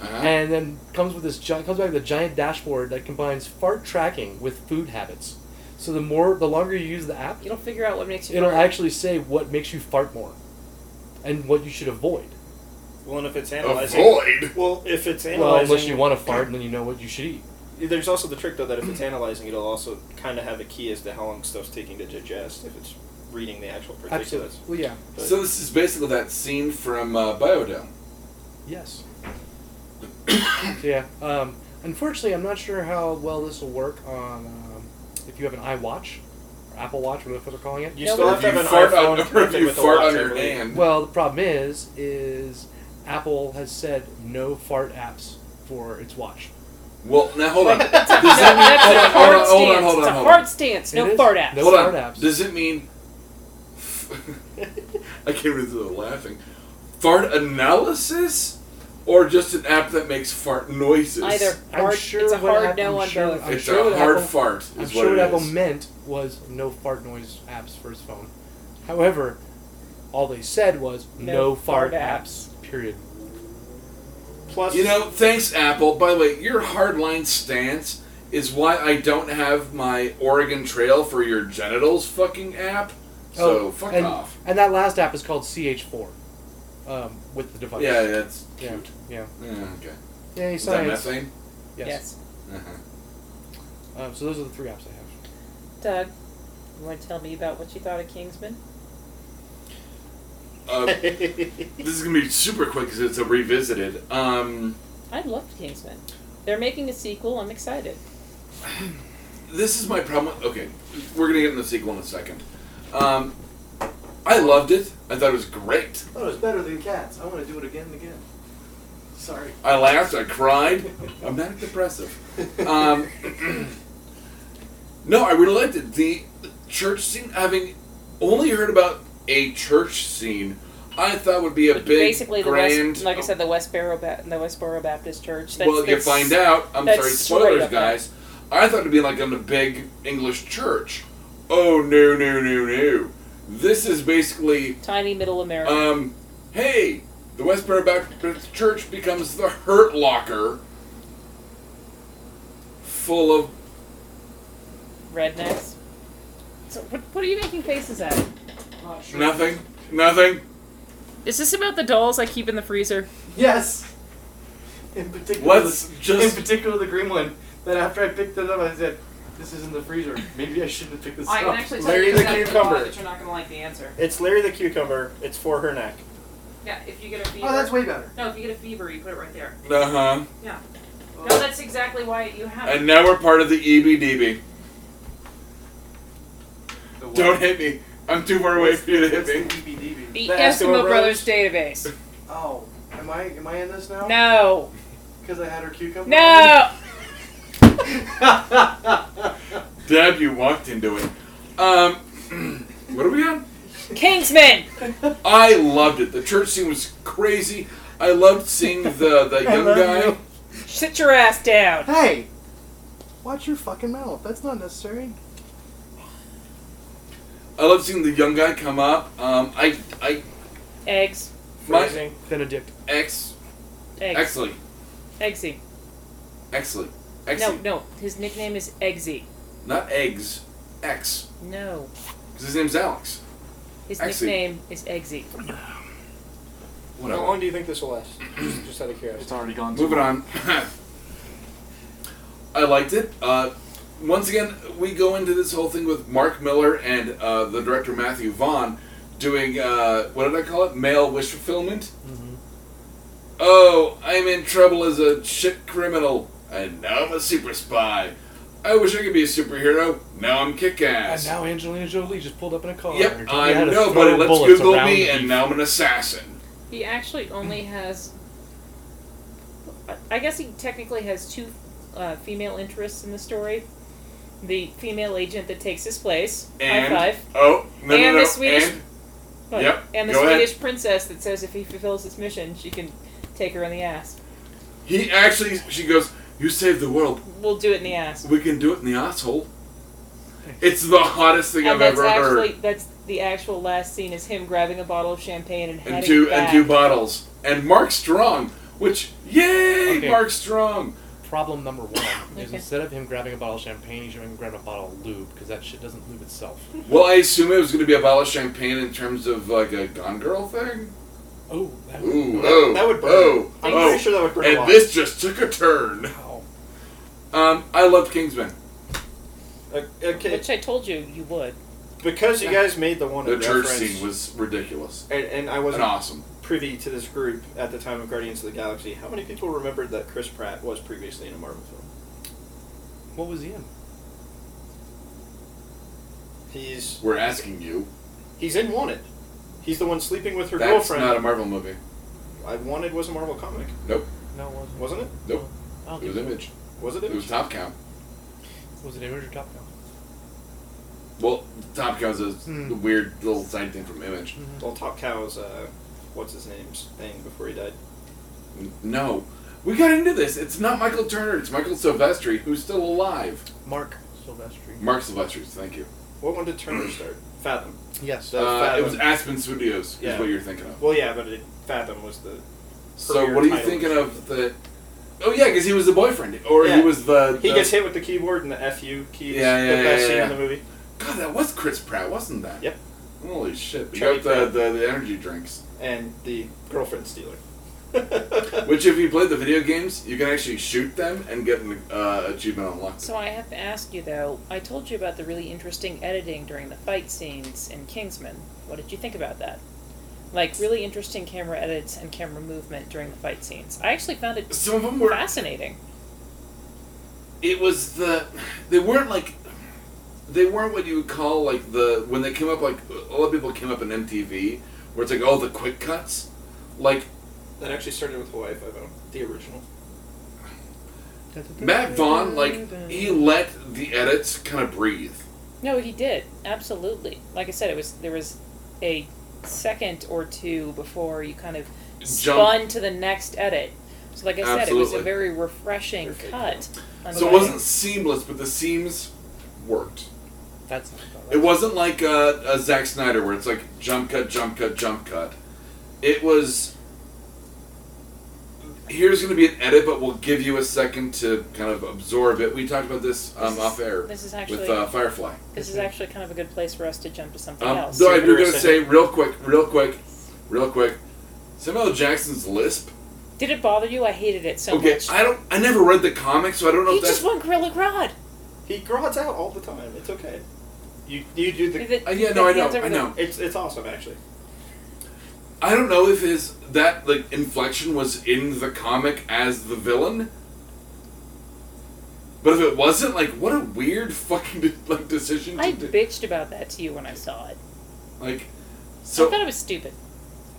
Speaker 3: Uh-huh.
Speaker 2: and then comes with this gi- comes back with a giant dashboard that combines fart tracking with food habits. So the more the longer you use the app,
Speaker 4: It'll figure out what makes you.
Speaker 2: it'll
Speaker 4: fart.
Speaker 2: actually say what makes you fart more, and what you should avoid.
Speaker 5: Well, and if it's analyzing,
Speaker 3: Avoid.
Speaker 5: well, if it's
Speaker 2: Well,
Speaker 5: analyzing,
Speaker 2: unless you [clears throat] want to fart, and then you know what you should eat.
Speaker 5: There's also the trick though that if it's analyzing, it'll also kind of have a key as to how long stuff's taking to digest if it's reading the actual
Speaker 2: Absolutely.
Speaker 5: particulars.
Speaker 2: Well, yeah.
Speaker 5: But-
Speaker 3: So this is basically that scene from uh, Biodome.
Speaker 2: Yes. [coughs] yeah. Um, unfortunately, I'm not sure how well this will work on um, if you have an iWatch or Apple Watch, whatever the fuck they're calling it.
Speaker 5: You
Speaker 4: No,
Speaker 5: still
Speaker 4: but-
Speaker 5: have to have an
Speaker 3: fart
Speaker 5: iPhone
Speaker 3: on, [laughs] or if
Speaker 5: connected
Speaker 3: you
Speaker 5: with a
Speaker 3: fart
Speaker 5: watch,
Speaker 3: on
Speaker 5: I
Speaker 3: your
Speaker 5: believe.
Speaker 3: hand.
Speaker 2: Well, the problem is, is Apple has said no fart apps for its watch.
Speaker 3: Well, now hold on. Does
Speaker 4: That's a, [laughs] no,
Speaker 3: that
Speaker 4: that's a
Speaker 3: mean, hold
Speaker 4: hard
Speaker 3: on,
Speaker 4: stance.
Speaker 3: hold on, hold on,
Speaker 4: it's a
Speaker 3: hold
Speaker 4: hard
Speaker 3: on.
Speaker 4: stance.
Speaker 2: It
Speaker 4: No
Speaker 2: is.
Speaker 4: fart apps.
Speaker 2: No
Speaker 3: Hold on.
Speaker 2: fart apps.
Speaker 3: Does it mean? [laughs] I can't read the laughing. Fart analysis, or just an app that makes fart noises?
Speaker 4: Either
Speaker 2: I'm
Speaker 4: hard,
Speaker 2: sure
Speaker 4: it's a
Speaker 2: what
Speaker 4: hard
Speaker 2: hap-
Speaker 4: no
Speaker 2: I'm
Speaker 4: on
Speaker 2: sure-
Speaker 4: both.
Speaker 2: I'm
Speaker 3: it's
Speaker 2: sure
Speaker 3: a
Speaker 2: what
Speaker 3: hard
Speaker 2: Apple-
Speaker 3: fart. Is
Speaker 2: I'm
Speaker 3: what
Speaker 2: sure what
Speaker 3: it
Speaker 2: Apple
Speaker 3: is.
Speaker 2: meant was no fart noise apps for its phone. However, all they said was no,
Speaker 4: No
Speaker 2: fart,
Speaker 4: fart
Speaker 2: apps. Period.
Speaker 5: Plus,
Speaker 3: You
Speaker 5: [laughs]
Speaker 3: know, thanks Apple. By the way, your hardline stance is why I don't have my Oregon Trail for your genitals fucking app. So
Speaker 2: Oh,
Speaker 3: fuck
Speaker 2: and,
Speaker 3: off.
Speaker 2: And that last app is called CH4 um, with the device.
Speaker 3: Yeah, that's
Speaker 2: Yeah.
Speaker 3: cute.
Speaker 2: Yeah.
Speaker 3: Yeah, okay.
Speaker 2: Yeah,
Speaker 3: Is that
Speaker 2: science.
Speaker 3: methane?
Speaker 2: Yes.
Speaker 4: Yes.
Speaker 3: Uh-huh.
Speaker 2: [laughs] Um, so those are the three apps I have.
Speaker 4: Doug, Uh, you want to tell me about what you thought of Kingsman?
Speaker 3: Uh, this is gonna be super quick because it's a revisited. Um,
Speaker 4: I loved Kingsman. They're making a sequel. I'm excited.
Speaker 3: this is my problem. Okay, we're gonna get in the sequel in a second. Um, I loved it. I thought it was great.
Speaker 6: Oh, it's better than cats. I want to do it again and again. Sorry.
Speaker 3: I laughed. I cried. I'm manic depressive. Um, No, I really liked it. The church scene, having only heard about a church scene, I thought would be a big,
Speaker 4: Basically, the
Speaker 3: grand.
Speaker 4: West, like I said, the Westboro, ba- the Westboro Baptist Church. That's,
Speaker 3: well, you
Speaker 4: that's-
Speaker 3: find out. I'm
Speaker 4: that's
Speaker 3: sorry,
Speaker 4: straight
Speaker 3: spoilers,
Speaker 4: up there.
Speaker 3: guys. I thought it'd be like on a big English church. Oh no no no no! This is basically,
Speaker 4: Tiny middle America.
Speaker 3: um, hey, the Westboro Baptist Church becomes the Hurt Locker, full of
Speaker 4: rednecks.
Speaker 7: So what, what are you making faces at?
Speaker 3: nothing, nothing.
Speaker 4: Is this about the dolls I keep in the freezer?
Speaker 6: Yes. In particular,
Speaker 3: Let's
Speaker 6: the, in
Speaker 3: just
Speaker 6: particular the green one. That after I picked it up, I said, "This is in the freezer. Maybe I shouldn't have picked this
Speaker 4: I
Speaker 6: up."
Speaker 4: can actually tell
Speaker 5: Larry
Speaker 4: you
Speaker 5: the
Speaker 4: exactly
Speaker 5: cucumber.
Speaker 4: why, but you're not going to like the answer.
Speaker 5: It's Larry the Cucumber. It's for her neck.
Speaker 4: Yeah, if you get a fever.
Speaker 6: oh, that's way better.
Speaker 4: no, if you get a fever, you put it right there.
Speaker 3: uh huh.
Speaker 4: No, that's exactly why you have it.
Speaker 3: And now we're part of the E EBDB.
Speaker 6: The one-
Speaker 3: Don't hit me. I'm too far away
Speaker 6: What's
Speaker 3: for you to
Speaker 6: the-
Speaker 3: hit
Speaker 6: what's
Speaker 3: me.
Speaker 6: the EBDB?
Speaker 7: The,
Speaker 5: The
Speaker 7: Eskimo,
Speaker 5: Eskimo
Speaker 7: Brothers,
Speaker 5: Brothers?
Speaker 7: database.
Speaker 6: Oh, am I am I in this now?
Speaker 7: No,
Speaker 6: Because I had her cucumber.
Speaker 2: [laughs]
Speaker 7: no.
Speaker 3: Deb, you walked into it. Um, [clears throat] what are we on?
Speaker 7: Kingsman.
Speaker 3: I loved it. The church scene was crazy. I loved seeing the,
Speaker 6: [laughs]
Speaker 3: the
Speaker 6: I
Speaker 3: young
Speaker 6: love
Speaker 3: guy.
Speaker 6: you.
Speaker 7: Sit your ass down.
Speaker 6: Hey, watch your fucking mouth. That's not necessary.
Speaker 3: I loved seeing the young guy come up. Um, I, I,
Speaker 7: Eggs.
Speaker 3: my
Speaker 5: Freezing.
Speaker 2: Benedict.
Speaker 3: ex,
Speaker 7: Eggs.
Speaker 3: Exley,
Speaker 7: Eggsy.
Speaker 3: Exley,
Speaker 7: No,
Speaker 3: Exley,
Speaker 7: no. His nickname is Eggsy.
Speaker 3: not eggs, X,
Speaker 7: No.
Speaker 3: because his name's Alex.
Speaker 7: His
Speaker 3: Eggsy.
Speaker 7: nickname is Eggsy.
Speaker 5: How
Speaker 3: Whatever.
Speaker 5: long do you think this will last? just, just out of curiosity.
Speaker 6: already gone.
Speaker 3: Moving on. I liked it. Uh, once again, we go into this whole thing with Mark Miller and uh, the director Matthew Vaughn doing uh, what did I call it? Male wish fulfillment.
Speaker 2: Mm-hmm.
Speaker 3: Oh, I'm in trouble as a shit criminal, and now I'm a super spy. I wish I could be a superhero. Now I'm
Speaker 2: And
Speaker 3: kick-ass.
Speaker 2: now Angelina Jolie just pulled up in a car.
Speaker 3: yep,
Speaker 2: and told me how
Speaker 3: I'm
Speaker 2: to
Speaker 3: nobody.
Speaker 2: throw
Speaker 3: Let's
Speaker 2: bullets
Speaker 3: Google
Speaker 2: around
Speaker 3: me,
Speaker 2: the-
Speaker 3: and now I'm an assassin.
Speaker 4: He
Speaker 3: [clears throat]
Speaker 4: actually only has. I guess he technically has two uh, female interests in the story. The female agent that takes his place,
Speaker 3: And
Speaker 4: high five,
Speaker 3: oh, no, no,
Speaker 4: And
Speaker 3: no,
Speaker 4: the Swedish-
Speaker 3: and- Yep,
Speaker 4: and the
Speaker 3: go ahead.
Speaker 4: Swedish princess that says if he fulfills his mission, she can take her in the ass.
Speaker 3: He actually, she goes, "You saved the world.
Speaker 4: We'll do it in the ass.
Speaker 3: We can do it in the asshole." It's the hottest thing
Speaker 4: and
Speaker 3: I've
Speaker 4: that's
Speaker 3: ever
Speaker 4: actually
Speaker 3: heard.
Speaker 4: that's the actual last scene is him grabbing a bottle of champagne and heading
Speaker 3: And two
Speaker 4: back.
Speaker 3: and two bottles. And Mark Strong, which yay,
Speaker 2: Okay.
Speaker 3: Mark Strong.
Speaker 2: Problem number one is
Speaker 4: Okay.
Speaker 2: instead of him grabbing a bottle of champagne, he should have grabbed a bottle of lube because that shit doesn't lube itself.
Speaker 3: Well, I assume it was going to be a bottle of champagne in terms of like a Gone Girl thing.
Speaker 2: Oh, that would
Speaker 3: Ooh,
Speaker 5: That,
Speaker 3: oh,
Speaker 5: that would burn.
Speaker 3: Oh,
Speaker 5: I'm
Speaker 3: oh.
Speaker 5: pretty sure that would burn a lot.
Speaker 3: And this just took a turn.
Speaker 2: wow.
Speaker 3: Um, I loved Kingsman,
Speaker 5: Uh, okay,
Speaker 4: which I told you you would.
Speaker 5: because you guys made the one
Speaker 3: the church
Speaker 5: reference,
Speaker 3: scene was ridiculous
Speaker 5: and, and I
Speaker 3: and
Speaker 5: wasn't
Speaker 3: awesome.
Speaker 5: privy to this group at the time of Guardians of the Galaxy. How many people remembered that Chris Pratt was previously in a Marvel film?
Speaker 2: What was he in?
Speaker 5: He's
Speaker 3: We're asking you.
Speaker 5: he's in Wanted. He's the one sleeping with her
Speaker 3: That's
Speaker 5: girlfriend.
Speaker 3: not a Marvel movie.
Speaker 5: I Wanted was a Marvel comic,
Speaker 2: No, it wasn't.
Speaker 5: wasn't it?
Speaker 3: Nope.
Speaker 2: I don't
Speaker 3: It was
Speaker 2: think
Speaker 3: Image.
Speaker 5: Was it?
Speaker 3: It was Top Cow.
Speaker 2: Was it Image or Top Gun?
Speaker 3: Well, Top Gun is a
Speaker 2: Hmm.
Speaker 3: weird little side thing from Image.
Speaker 2: Mm-hmm.
Speaker 5: Well, Top Cow's uh, what's his name's thing before he died.
Speaker 3: N- No, we got into this. It's not Michael Turner. It's Michael Silvestri, who's still alive.
Speaker 2: Mark Silvestri.
Speaker 3: Mark Silvestri. Thank you.
Speaker 5: What one
Speaker 3: [clears throat]
Speaker 5: did Turner start? Fathom.
Speaker 2: Yes.
Speaker 5: That was
Speaker 3: Uh,
Speaker 5: Fathom.
Speaker 3: it was Aspen Studios. Is
Speaker 5: Yeah.
Speaker 3: what you're thinking of.
Speaker 5: well, yeah, but it, Fathom was the.
Speaker 3: So
Speaker 5: Premier
Speaker 3: what are you
Speaker 5: title.
Speaker 3: thinking of the? Oh yeah, because he was the boyfriend, or he
Speaker 5: Yeah.
Speaker 3: was the.
Speaker 5: He
Speaker 3: Uh, the-
Speaker 5: gets hit with the keyboard and the FU keys.
Speaker 3: Yeah, yeah,
Speaker 5: the
Speaker 3: yeah,
Speaker 5: best
Speaker 3: yeah,
Speaker 5: scene
Speaker 3: yeah.
Speaker 5: in the movie.
Speaker 3: God, that was Chris Pratt, wasn't that?
Speaker 5: Yep.
Speaker 3: Holy shit! We
Speaker 5: Charlie
Speaker 3: got the, the the energy drinks.
Speaker 5: And the girlfriend stealer. [laughs]
Speaker 3: Which, if you play the video games, you can actually shoot them and get an uh, achievement unlocked.
Speaker 4: So I have to ask you though. I told you about the really interesting editing during the fight scenes in Kingsman. What did you think about that? Like really interesting camera edits and camera movement during the fight scenes. I actually found it
Speaker 3: Some of them were
Speaker 4: fascinating.
Speaker 3: it was the they weren't like they weren't what you would call like the when they came up like a lot of people came up in MTV where it's like oh the quick cuts like
Speaker 5: that actually started with Hawaii Five O, the original.
Speaker 3: Matt Vaughn, like, he let the edits kind of breathe.
Speaker 4: No, he did absolutely. Like I said, it was there was a second or two before you kind of spun to the next edit. So, like I said, it was a
Speaker 3: Absolutely.
Speaker 4: very refreshing
Speaker 5: Perfect.
Speaker 4: cut. on the
Speaker 3: So it
Speaker 4: way.
Speaker 3: wasn't seamless, but the seams worked.
Speaker 2: That's not about right.
Speaker 3: It wasn't like a, a Zack Snyder where it's like jump cut, jump cut, jump cut. It was. Here's going to be an edit, but we'll give you a second to kind of absorb it. We talked about this um,
Speaker 4: This is-
Speaker 3: off air
Speaker 4: This is
Speaker 3: with
Speaker 4: actually
Speaker 3: uh, Firefly.
Speaker 4: this is actually kind of a good place for us to jump to something
Speaker 3: Um,
Speaker 4: else.
Speaker 3: though I do
Speaker 5: Superhero
Speaker 3: gotta say, real quick, real quick, real quick, Samuel L. Jackson's lisp.
Speaker 4: Did it bother you? I hated it so
Speaker 3: okay,
Speaker 4: much.
Speaker 3: I don't. I never read the comic, so I don't know
Speaker 4: he
Speaker 3: if that's.
Speaker 4: just won Gorilla Grodd.
Speaker 5: He grods out all the time. It's okay. You you do the.
Speaker 4: The-
Speaker 3: Uh, yeah,
Speaker 4: the
Speaker 3: no, I know,
Speaker 4: hands over
Speaker 3: I
Speaker 4: the-
Speaker 3: know.
Speaker 5: It's it's awesome actually.
Speaker 3: I don't know if his that like inflection was in the comic as the villain. But if it wasn't, like, what a weird fucking [laughs] de- like decision to
Speaker 4: I
Speaker 3: do.
Speaker 4: bitched about that to you when I saw it.
Speaker 3: Like,
Speaker 4: I
Speaker 3: so
Speaker 4: thought it was stupid.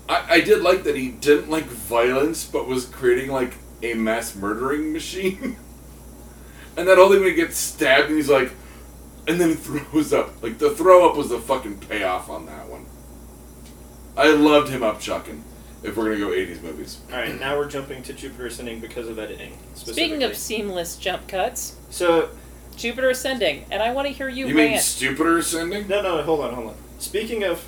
Speaker 3: I, I did like that he didn't like violence, but was creating like a mass murdering [laughs] machine. and that only when he gets stabbed, and he's like, and then [laughs] throws up. Like the throw up was the fucking payoff on that one. I loved him up chucking. If we're gonna go '80s movies,
Speaker 5: All right, now we're jumping to Jupiter Ascending because of editing.
Speaker 4: Speaking of
Speaker 5: specifically.
Speaker 4: seamless jump cuts,
Speaker 5: so
Speaker 4: Jupiter Ascending, and I want to hear you,
Speaker 3: you, mean
Speaker 4: rant.
Speaker 3: stupider ascending?
Speaker 5: No, no, hold on, hold on. Speaking of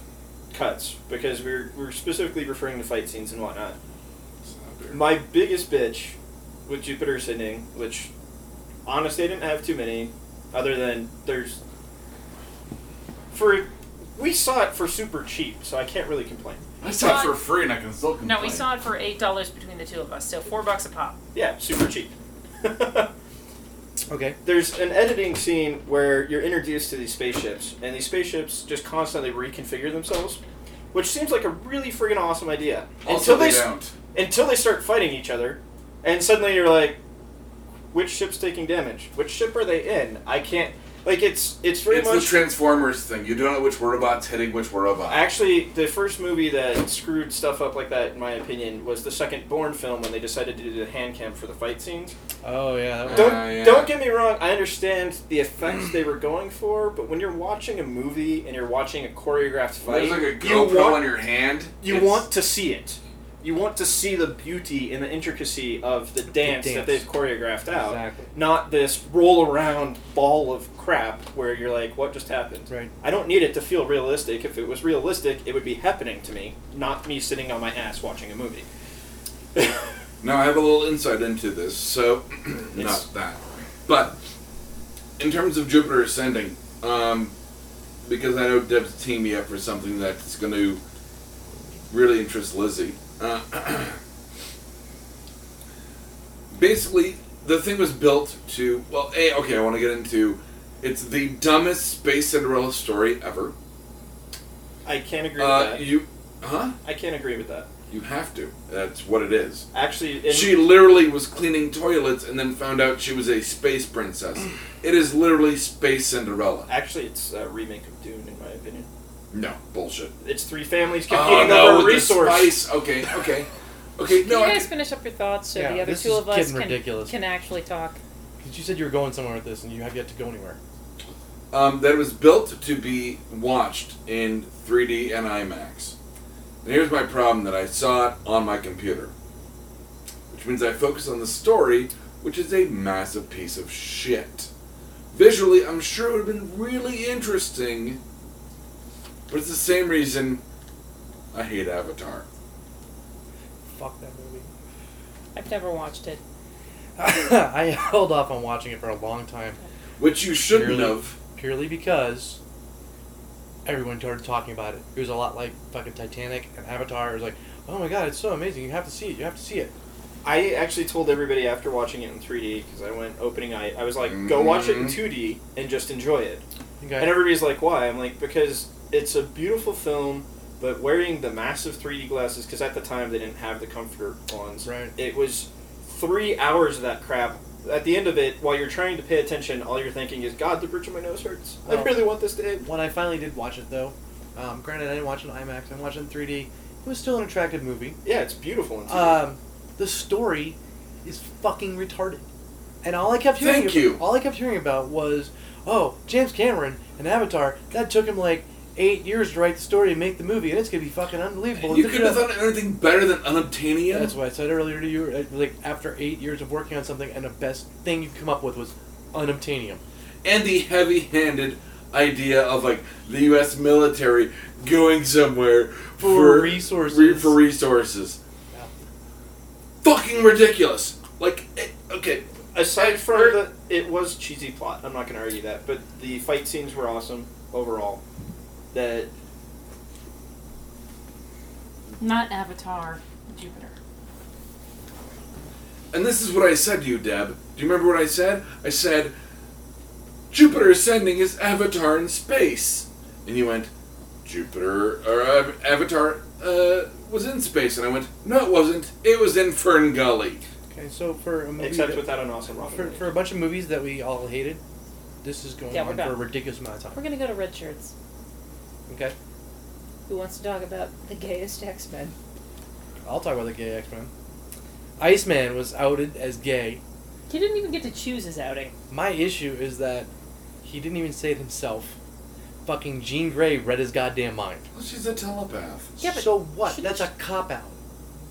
Speaker 5: cuts, because we're, we're specifically referring to fight scenes and whatnot, my biggest bitch with Jupiter Ascending, which honestly I didn't have too many, other than there's. For. We saw it for super cheap, so I can't really complain.
Speaker 3: I saw it for free, and I can still complain.
Speaker 8: No, we saw it for eight dollars between the two of us, so four bucks a pop.
Speaker 5: Yeah, super cheap. [laughs]
Speaker 2: Okay.
Speaker 5: there's an editing scene where you're introduced to these spaceships, and these spaceships just constantly reconfigure themselves, which seems like a really friggin' awesome idea.
Speaker 3: Also, they
Speaker 5: s-
Speaker 3: don't.
Speaker 5: until they start fighting each other, and suddenly you're like, which ship's taking damage? Which ship are they in? I can't. Like it's it's very
Speaker 3: It's the
Speaker 5: much
Speaker 3: Transformers thing. You don't know which robot's hitting which robot.
Speaker 5: actually the first movie that screwed stuff up like that, in my opinion, was the second Bourne film when they decided to do the hand cam for the fight scenes.
Speaker 2: Oh yeah. That
Speaker 3: Uh,
Speaker 2: was,
Speaker 5: Don't
Speaker 3: yeah.
Speaker 5: don't get me wrong. I understand the effects they were going for, but when you're watching a movie and you're watching a choreographed
Speaker 3: There's
Speaker 5: fight,
Speaker 3: like a
Speaker 5: you
Speaker 3: GoPro
Speaker 5: want
Speaker 3: on your hand.
Speaker 5: you
Speaker 3: It's-
Speaker 5: want to see it. You want to see the beauty and the intricacy of the dance,
Speaker 2: dance.
Speaker 5: that they've choreographed out,
Speaker 2: Exactly.
Speaker 5: not this roll around ball of crap where you're like, "What just happened?"
Speaker 2: right.
Speaker 5: I don't need it to feel realistic. If it was realistic, it would be happening to me, not me sitting on my ass watching a movie. [laughs]
Speaker 3: Now I have a little insight into this, so [clears throat] not that, but in terms of Jupiter ascending, um, because I know Deb's teaming me up for something that's going to really interest Lizzie. Uh, [clears throat] basically, the thing was built to well, a okay. I want to get into it's the dumbest space Cinderella story ever.
Speaker 5: I can't agree with
Speaker 3: Uh,
Speaker 5: that.
Speaker 3: you, huh?
Speaker 5: I can't agree with that.
Speaker 3: You have to. That's what it is.
Speaker 5: Actually, in,
Speaker 3: She literally was cleaning toilets and then found out she was a space
Speaker 5: [clears throat]
Speaker 3: princess. It is literally Space Cinderella.
Speaker 5: actually, it's a remake of Dune, in my opinion.
Speaker 3: No. Bullshit.
Speaker 5: It's three families
Speaker 3: Oh,
Speaker 5: competing
Speaker 3: no,
Speaker 5: over a
Speaker 3: with the
Speaker 5: resource.
Speaker 3: spice. Okay, okay. Okay,
Speaker 4: Can
Speaker 3: no,
Speaker 4: you
Speaker 3: I
Speaker 4: guys
Speaker 3: can-
Speaker 4: finish up your thoughts so
Speaker 2: Yeah,
Speaker 4: the other
Speaker 2: this
Speaker 4: two
Speaker 2: is
Speaker 4: of us
Speaker 2: getting
Speaker 4: can,
Speaker 2: ridiculous.
Speaker 4: can actually talk?
Speaker 2: 'Cause you said you were going somewhere with this, and you have yet to go anywhere.
Speaker 3: um, that it was built to be watched in 3D and IMAX. And here's my problem that I saw it on my computer. Which means I focus on the story, which is a massive piece of shit. Visually, I'm sure it would have been really interesting, but it's the same reason I hate Avatar.
Speaker 2: Fuck that movie.
Speaker 4: I've never watched it.
Speaker 2: [laughs] I held off on watching it for a long time
Speaker 3: Which you shouldn't
Speaker 2: Really?
Speaker 3: have.
Speaker 2: purely because everyone started talking about it. It was a lot like fucking Titanic and Avatar. It was like, oh my god, it's so amazing. You have to see it. You have to see it.
Speaker 5: I actually told everybody after watching it in 3D because I went opening night. I was like, "Go watch it in
Speaker 3: Mhm.
Speaker 5: 2D and just enjoy it."
Speaker 2: Okay.
Speaker 5: And everybody's like, "Why?" I'm like, "Because it's a beautiful film, but wearing the massive 3D glasses because at the time they didn't have the comfort ones.
Speaker 2: Right.
Speaker 5: It was three hours of that crap. At the end of it, while you're trying to pay attention, all you're thinking is, "God, the bridge of my nose hurts. I
Speaker 2: Well-
Speaker 5: really want this to end."
Speaker 2: [laughs] when I finally did watch it, though, um, granted, I didn't watch it in IMAX. I watched it in 3D. It was still an attractive movie. Uh,
Speaker 5: Yeah, it's beautiful. In 2D.
Speaker 2: Um, the story is fucking retarded. And all I kept hearing,
Speaker 3: Thank you.
Speaker 2: all I kept hearing about was, oh, James Cameron and Avatar. That took him like eight years to write the story and make the movie, and it's gonna be fucking unbelievable.
Speaker 3: You could have done anything better than Unobtainium.
Speaker 2: That's what I said earlier to you. uh, Like after eight years of working on something, and the best thing you could come up with was unobtainium.
Speaker 3: and the heavy-handed idea of like the U.S. military going somewhere
Speaker 2: For
Speaker 3: for
Speaker 2: resources.
Speaker 3: re- for resources.
Speaker 2: Yeah.
Speaker 3: Fucking ridiculous! Like, it, okay,
Speaker 5: Aside from
Speaker 3: Or-
Speaker 5: the, it was cheesy plot. I'm not going to argue that, but the fight scenes were awesome overall. That
Speaker 8: Not Avatar, Jupiter.
Speaker 3: and this is what I said to you, Deb. Do you remember what I said? I said Jupiter ascending is Avatar in space, and you went Jupiter or Av- Avatar uh, was in space, and I went, no, it wasn't. It was in Fern Gully.
Speaker 2: Okay, so for a movie
Speaker 5: except
Speaker 2: that-
Speaker 5: without an awesome Robin.
Speaker 2: for, for a bunch of movies that we all hated, this is going
Speaker 4: Yeah, we're
Speaker 2: on for a
Speaker 4: done.
Speaker 2: ridiculous amount of
Speaker 4: We're
Speaker 2: time.
Speaker 4: gonna go to Red Shirts.
Speaker 2: Okay,
Speaker 4: Who wants to talk about the gayest X Men?
Speaker 2: I'll talk about the gay X Men. Iceman was outed as gay.
Speaker 4: He didn't even get to choose his outing.
Speaker 2: My issue is that he didn't even say it himself. Fucking Jean Grey read his goddamn mind.
Speaker 3: Well, she's a telepath.
Speaker 4: Yeah, but
Speaker 2: so what?
Speaker 4: shouldn't
Speaker 2: That's a cop out.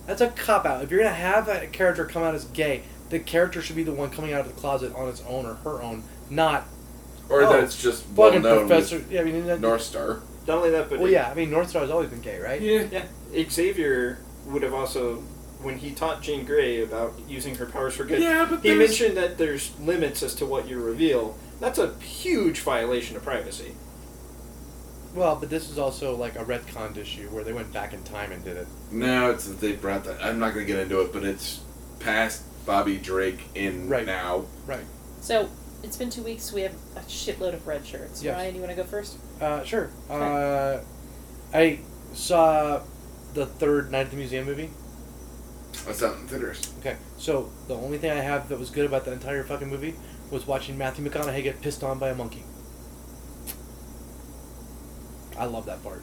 Speaker 2: That's a cop out. If you're gonna have a character come out as gay, the character should be the one coming out of the closet on its own or her own, not
Speaker 3: Or
Speaker 2: Oh,
Speaker 3: that it's just well
Speaker 2: fucking
Speaker 3: known
Speaker 2: professor. Yeah, I mean, that,
Speaker 3: North Star.
Speaker 5: Not only that, but
Speaker 2: well,
Speaker 5: it-
Speaker 2: yeah, I mean, North Star's always been gay, right?
Speaker 3: Yeah.
Speaker 5: Xavier would have also, when he taught Jean Grey about using her powers for good,
Speaker 3: Yeah, but
Speaker 5: he
Speaker 3: there's-
Speaker 5: mentioned that there's limits as to what you reveal. That's a huge violation of privacy.
Speaker 2: Well, but this is also like a retconned issue where they went back in time and did it.
Speaker 3: No, it's that they brought that. I'm not going to get into it, but it's past Bobby Drake in
Speaker 2: Right.
Speaker 3: now.
Speaker 2: Right.
Speaker 4: So it's been two weeks. We have a shitload of red shirts.
Speaker 2: Yes.
Speaker 4: Ryan, you want to go first?
Speaker 2: Uh, sure. Uh,
Speaker 4: Okay.
Speaker 2: I saw the third Night at the Museum movie.
Speaker 3: That's out in theaters.
Speaker 2: Okay, so the only thing I have that was good about the entire fucking movie was watching Matthew McConaughey get pissed on by a monkey. I love that part.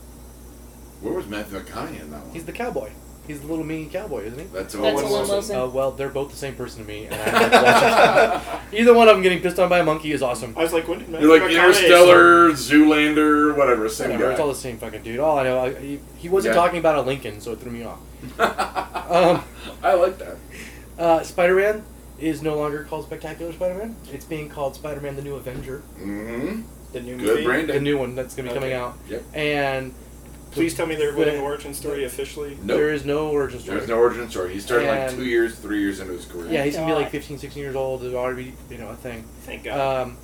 Speaker 3: Where was Matthew McConaughey in that one?
Speaker 2: He's the cowboy. He's the little mean cowboy, isn't he?
Speaker 3: That's Owen
Speaker 4: That's Owen
Speaker 3: Wilson.
Speaker 4: Wilson.
Speaker 2: Uh, well, they're both the same person to me. And I like watching- Either one of them getting pissed on by a monkey is awesome.
Speaker 5: I was like, when did Matthew
Speaker 3: You're like
Speaker 5: McConaughey
Speaker 3: Interstellar, Zoolander, whatever, same
Speaker 2: Whatever, it's all
Speaker 3: guy.
Speaker 2: the same fucking dude. All I know, I, he, he wasn't
Speaker 3: Yeah.
Speaker 2: talking about a Lincoln, so it threw me off. [laughs] Um,
Speaker 3: I like that.
Speaker 2: uh, Spider-Man is no longer called Spectacular Spider-Man. It's being called Spider-Man: The New Avenger,
Speaker 3: Mm-hmm.
Speaker 5: The new
Speaker 3: Good
Speaker 5: movie.
Speaker 3: branding.
Speaker 2: the new one that's going to be coming
Speaker 5: Okay.
Speaker 2: out.
Speaker 3: Yep.
Speaker 2: And
Speaker 5: Please tell me they're
Speaker 2: But-
Speaker 5: winning origin story officially.
Speaker 2: There
Speaker 3: Nope.
Speaker 2: is no origin story.
Speaker 3: There's no origin story. He started like
Speaker 2: And-
Speaker 3: two years, three years into his career.
Speaker 2: yeah, he's gonna be like
Speaker 4: God.
Speaker 2: 15, 16 years old. It'll already be, you know, a thing.
Speaker 5: Thank God.
Speaker 2: Um,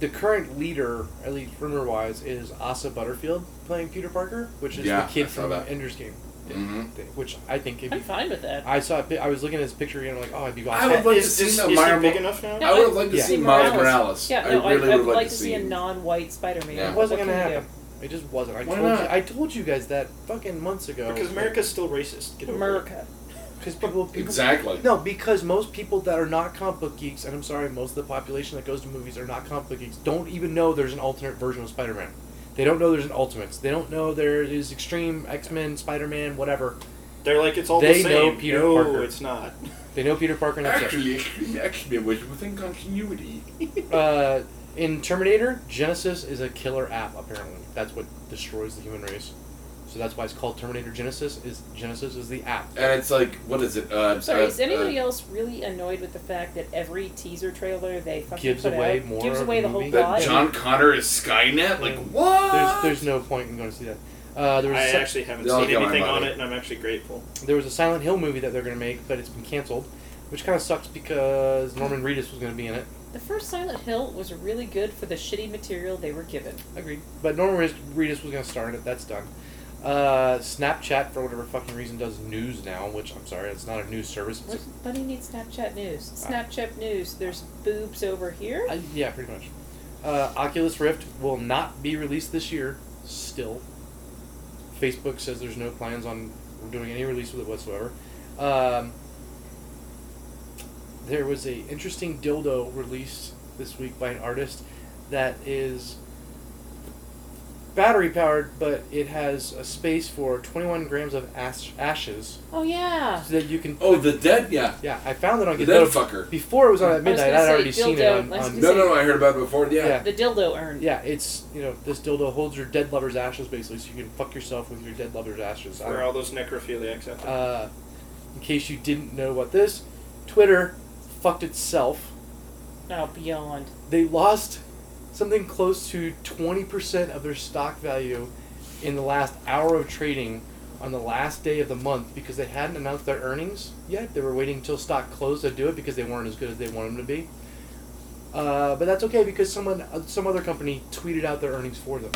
Speaker 2: the current leader, at least rumor wise, is Asa Butterfield playing Peter Parker, which is
Speaker 3: Yeah,
Speaker 2: the kid
Speaker 3: I saw
Speaker 2: from
Speaker 3: that.
Speaker 2: Ender's Game.
Speaker 3: hmm
Speaker 2: Which I think if
Speaker 4: I'm
Speaker 2: you,
Speaker 4: fine with
Speaker 2: [laughs]
Speaker 4: that.
Speaker 2: I saw, a pi- I was looking at his picture and I'm like, oh, I'd be
Speaker 3: I
Speaker 2: awesome.
Speaker 3: would like
Speaker 5: is
Speaker 3: to see
Speaker 5: this,
Speaker 3: the
Speaker 5: is he
Speaker 3: Mar-
Speaker 5: big enough now?
Speaker 3: I would have liked to
Speaker 2: Yeah.
Speaker 3: see
Speaker 4: See
Speaker 3: Miles
Speaker 4: Morales.
Speaker 3: Morales.
Speaker 4: Yeah,
Speaker 3: I
Speaker 4: no,
Speaker 3: really
Speaker 4: I,
Speaker 3: would
Speaker 4: like,
Speaker 3: like
Speaker 4: to
Speaker 3: to
Speaker 4: see a non-white Spider-Man.
Speaker 3: Yeah.
Speaker 2: It wasn't
Speaker 4: What
Speaker 2: gonna
Speaker 4: can you
Speaker 2: happen. It just wasn't. I
Speaker 3: Why
Speaker 2: told
Speaker 3: not?
Speaker 2: you, I told you guys that fucking months ago.
Speaker 5: Because America's still racist.
Speaker 4: do?
Speaker 5: Get over
Speaker 4: America.
Speaker 2: because people, people
Speaker 3: Exactly.
Speaker 2: No, because most people that are not comic book geeks, and I'm sorry, most of the population that goes to movies are not comic book geeks, don't even know there's an alternate version of Spider Man. They don't know there's an Ultimates. They don't know there is Extreme X Men, Spider Man, whatever.
Speaker 5: it. They're like, it's all
Speaker 2: They
Speaker 5: the same.
Speaker 2: know Peter
Speaker 5: no,
Speaker 2: Parker.
Speaker 5: it's not.
Speaker 2: They know Peter Parker and that's
Speaker 3: Actually, actually, it was within continuity.
Speaker 2: it. [laughs] Uh, in Terminator, Genesis is a killer app, apparently. That's what destroys the human race. So that's why it's called Terminator Genesis, is Genesis is the app.
Speaker 3: And it's like, what is it? Uh,
Speaker 4: I'm sorry.
Speaker 3: uh,
Speaker 4: is anybody
Speaker 3: uh,
Speaker 4: else really annoyed with the fact that every teaser trailer they fucking
Speaker 2: Gives
Speaker 4: put
Speaker 2: away
Speaker 4: out
Speaker 2: more
Speaker 4: gives
Speaker 2: of
Speaker 4: away
Speaker 2: the
Speaker 4: the whole
Speaker 2: movie?
Speaker 4: plot?
Speaker 3: that John Connor is Skynet? Like, what?
Speaker 2: There's, Mm. there's no point in going to see that. Uh, there was
Speaker 5: I
Speaker 2: a sec-
Speaker 5: actually haven't
Speaker 3: They'll
Speaker 5: seen
Speaker 3: get my
Speaker 5: anything on
Speaker 3: money.
Speaker 5: it, and I'm actually grateful.
Speaker 2: there was a Silent Hill movie that they're going to make, but it's been canceled, which kind of sucks because Norman Reedus was going to be in it.
Speaker 4: The first Silent Hill was really good for the shitty material they were given.
Speaker 2: Agreed. But Norman Reedus, Reedus was going to star in it. That's done. Uh, Snapchat, for whatever fucking reason, does news now, which I'm sorry, it's not a news service. It's
Speaker 4: What- Buddy needs Snapchat news.
Speaker 2: Uh,
Speaker 4: Snapchat news. There's boobs over here.
Speaker 2: a- uh, yeah, pretty much. Uh, Oculus Rift will not be released this year, still. Facebook says there's no plans on doing any release with it whatsoever. Um, there was a interesting dildo released this week by an artist that is battery powered, but it has a space for 21 grams of ash- ashes
Speaker 4: Oh yeah.
Speaker 2: so that you can.
Speaker 3: Oh, the dead. Yeah,
Speaker 2: Yeah, I found it on
Speaker 3: the dead
Speaker 2: GitHub.
Speaker 3: fucker.
Speaker 2: Before it was on at
Speaker 4: was
Speaker 2: midnight,
Speaker 4: gonna
Speaker 2: I'd
Speaker 4: say
Speaker 2: already seen it
Speaker 4: dildo.
Speaker 2: on.
Speaker 4: I was
Speaker 2: on
Speaker 4: gonna
Speaker 3: No, no, no. I heard about it before. Yeah.
Speaker 2: Yeah.
Speaker 4: The dildo urn.
Speaker 2: yeah, it's you know this dildo holds your dead lover's ashes basically, so you can fuck yourself with your dead lover's ashes. I don't-
Speaker 5: Where all those necrophiliacs out there.
Speaker 2: uh, in case you didn't know what this, Twitter fucked itself.
Speaker 4: Oh, beyond.
Speaker 2: They lost something close to 20% of their stock value in the last hour of trading on the last day of the month because they hadn't announced their earnings yet. They were waiting until stock closed to do it because they weren't as good as they wanted them to be. Uh, but that's okay because someone, uh, some other company tweeted out their earnings for them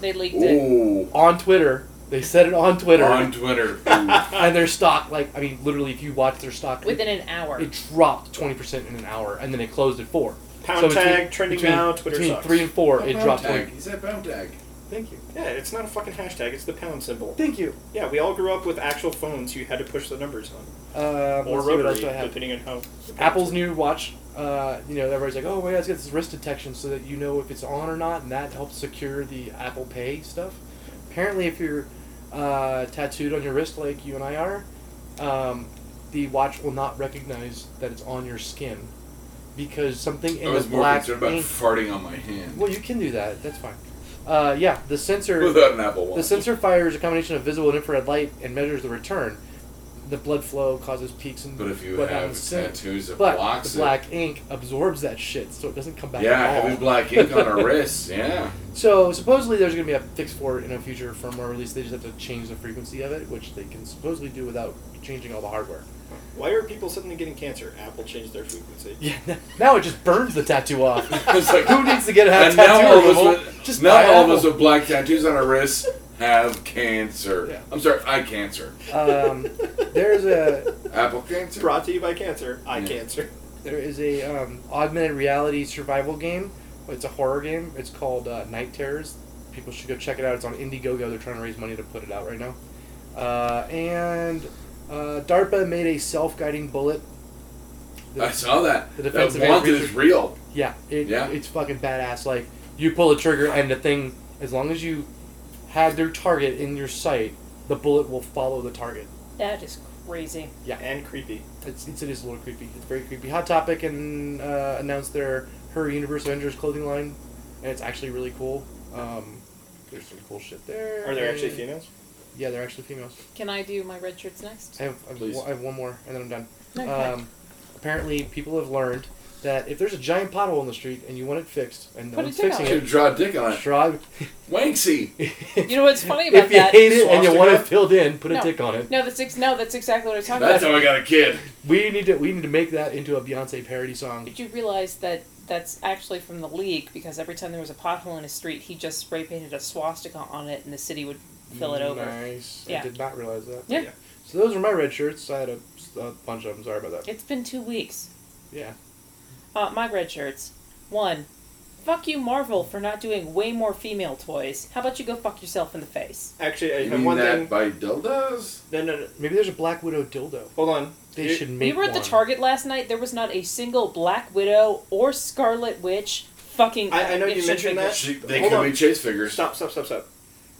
Speaker 4: They leaked it.
Speaker 3: Ooh.
Speaker 2: on Twitter. They said it on Twitter,
Speaker 3: On
Speaker 2: [laughs]
Speaker 3: Twitter.
Speaker 2: and their stock, like I mean, literally, if you watch their stock,
Speaker 4: Within an hour.
Speaker 2: it dropped 20% in an hour and then it closed at 4
Speaker 5: Pound
Speaker 2: so between-
Speaker 5: tag, trending
Speaker 2: between,
Speaker 5: now, Twitter
Speaker 2: between
Speaker 5: sucks.
Speaker 2: 3 and 4 it
Speaker 3: Pound
Speaker 2: dropped
Speaker 3: tag.
Speaker 2: 20.
Speaker 3: He said pound tag.
Speaker 2: thank you
Speaker 5: yeah, it's not a fucking hashtag. It's the pound symbol.
Speaker 2: thank you
Speaker 5: Yeah, we all grew up with actual phones. You had to push the numbers on,
Speaker 2: um,
Speaker 5: or
Speaker 2: let's see what
Speaker 5: rotary,
Speaker 2: else do I have.
Speaker 5: depending on how.
Speaker 2: Apple's new watch uh, you know everybody's like oh wait it's got this wrist detection so that you know if it's on or not and that helps secure the Apple Pay stuff apparently if you're uh, tattooed on your wrist like you and I are um, the watch will not recognize that it's on your skin because something in
Speaker 3: I was
Speaker 2: the
Speaker 3: more
Speaker 2: black
Speaker 3: concerned about [laughs]
Speaker 2: ink-
Speaker 3: farting on my hand
Speaker 2: well you can do that that's fine uh, yeah the sensor
Speaker 3: without an Apple Watch.
Speaker 2: The sensor fires a combination of visible and infrared light and measures the return. The blood flow causes peaks and
Speaker 3: But if you
Speaker 2: what
Speaker 3: have
Speaker 2: happens soon.
Speaker 3: tattoos that
Speaker 2: But
Speaker 3: blocks
Speaker 2: the black ink absorbs that shit, so it doesn't come back.
Speaker 3: it, yeah,
Speaker 2: at all.
Speaker 3: having black ink on our wrists. Yeah.
Speaker 2: [laughs] So supposedly there's going to be a fix for it in a future firmware release. They just have to change the frequency of it, which they can supposedly do without changing all the hardware.
Speaker 5: Why are people suddenly getting cancer? Apple changed their frequency.
Speaker 2: Yeah, [laughs] now it just burns the
Speaker 3: [laughs]
Speaker 2: tattoo off.
Speaker 3: It's like,
Speaker 2: Who needs to get a
Speaker 3: and now
Speaker 2: tattoo
Speaker 3: all of
Speaker 2: removal?
Speaker 3: us with,
Speaker 2: Just
Speaker 3: now
Speaker 2: buy
Speaker 3: all of us
Speaker 2: Apple.
Speaker 3: with black tattoos on our wrists have cancer.
Speaker 2: Yeah.
Speaker 3: I'm sorry, eye cancer.
Speaker 2: Um,
Speaker 5: [laughs]
Speaker 2: there's a
Speaker 3: Apple cancer.
Speaker 5: Brought to you by cancer, eye
Speaker 3: Yeah.
Speaker 5: cancer.
Speaker 2: There is a um, augmented reality survival game. It's a horror game. It's called uh, Night Terrors. People should go check it out. It's on Indiegogo. They're trying to raise money to put it out right now. Uh, and uh, DARPA made a self-guiding bullet.
Speaker 3: I saw that.
Speaker 2: The
Speaker 3: that
Speaker 2: defensive
Speaker 3: want
Speaker 2: research-
Speaker 3: is real.
Speaker 2: Yeah, it,
Speaker 3: Yeah.
Speaker 2: it's fucking badass. Like you pull the trigger and the thing, as long as you had their target in your sight, the bullet will follow the target.
Speaker 4: that is crazy.
Speaker 5: And creepy.
Speaker 2: It's, it's it is a little creepy. It's very creepy. Hot Topic and uh, announced their Her Universe Avengers clothing line, and it's actually really cool. Um, there's some cool shit there.
Speaker 5: Are there actually
Speaker 2: And-
Speaker 5: females?
Speaker 2: Yeah, they're actually females.
Speaker 4: Can I do my red shirts next?
Speaker 2: I have I have,
Speaker 3: Please.
Speaker 2: one, I have one more, and then I'm done.
Speaker 4: Okay.
Speaker 2: Uh, Um, apparently, people have learned that if there's a giant pothole in the street and you want it fixed, and no
Speaker 4: Put a
Speaker 2: one's
Speaker 4: dick
Speaker 2: fixing
Speaker 3: You
Speaker 4: on
Speaker 2: it,
Speaker 3: can draw a dick on it.
Speaker 2: try.
Speaker 3: Wanksy.
Speaker 2: [laughs]
Speaker 4: you know what's funny about
Speaker 2: if you
Speaker 4: that?
Speaker 2: hate it and you want it
Speaker 5: Swastika?
Speaker 2: filled in, put a
Speaker 4: No.
Speaker 2: dick on it.
Speaker 4: no, that's ex- no, that's exactly what I was talking
Speaker 3: That's
Speaker 4: about.
Speaker 3: how I got a kid.
Speaker 2: We need to we need to make that into a Beyonce parody song.
Speaker 4: Did you realize that that's actually from the leak? Because every time there was a pothole in a street, he just spray painted a swastika on it, and the city would fill
Speaker 2: Mm,
Speaker 4: it over.
Speaker 2: Nice. I
Speaker 4: Yeah.
Speaker 2: did not realize that.
Speaker 4: Yeah.
Speaker 2: So those are my red shirts. I had a, a bunch of them. Sorry about that.
Speaker 4: It's been two weeks.
Speaker 2: Yeah.
Speaker 4: Uh, my red shirts. One, fuck you, Marvel, for not doing way more female toys. How about you go fuck yourself in the face?
Speaker 5: Actually, I
Speaker 3: You
Speaker 5: have
Speaker 3: mean
Speaker 5: one
Speaker 3: that
Speaker 5: thing.
Speaker 3: by dildos?
Speaker 5: No, no, no.
Speaker 2: Maybe there's a Black Widow dildo.
Speaker 5: Hold on.
Speaker 2: They
Speaker 5: You-
Speaker 2: should make
Speaker 4: we were at
Speaker 2: one.
Speaker 4: the Target last night. There was not a single Black Widow or Scarlet Witch fucking.
Speaker 5: I- I know you
Speaker 4: action
Speaker 5: mentioned
Speaker 4: figure.
Speaker 5: that.
Speaker 3: She, they
Speaker 5: Hold
Speaker 3: could
Speaker 5: on.
Speaker 3: be chase figures.
Speaker 5: Stop, stop, stop, stop.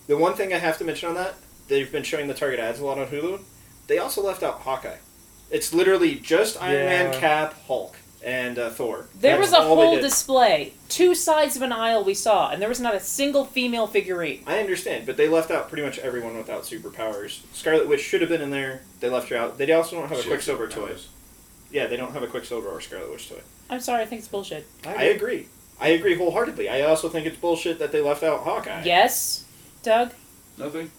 Speaker 5: The one thing I have to mention on that, they've been showing the Target ads a lot on Hulu. They also left out Hawkeye. It's literally just Iron Man,
Speaker 2: Yeah.
Speaker 5: Cap, Hulk, and uh, Thor.
Speaker 4: There
Speaker 5: That's
Speaker 4: was a
Speaker 5: all they
Speaker 4: whole
Speaker 5: did.
Speaker 4: display, two sides of an aisle we saw, and there was not a single female figurine.
Speaker 5: I understand, but they left out pretty much everyone without superpowers. Scarlet Witch should have been in there. They left her out. They also don't have a
Speaker 3: She has
Speaker 5: Quicksilver toy.
Speaker 3: superpowers.
Speaker 5: Yeah, they don't have a Quicksilver or Scarlet Witch toy.
Speaker 4: I'm sorry, I think it's bullshit.
Speaker 5: I agree. I agree wholeheartedly. I also think it's bullshit that they left out Hawkeye.
Speaker 4: Yes, Doug,
Speaker 3: Nothing.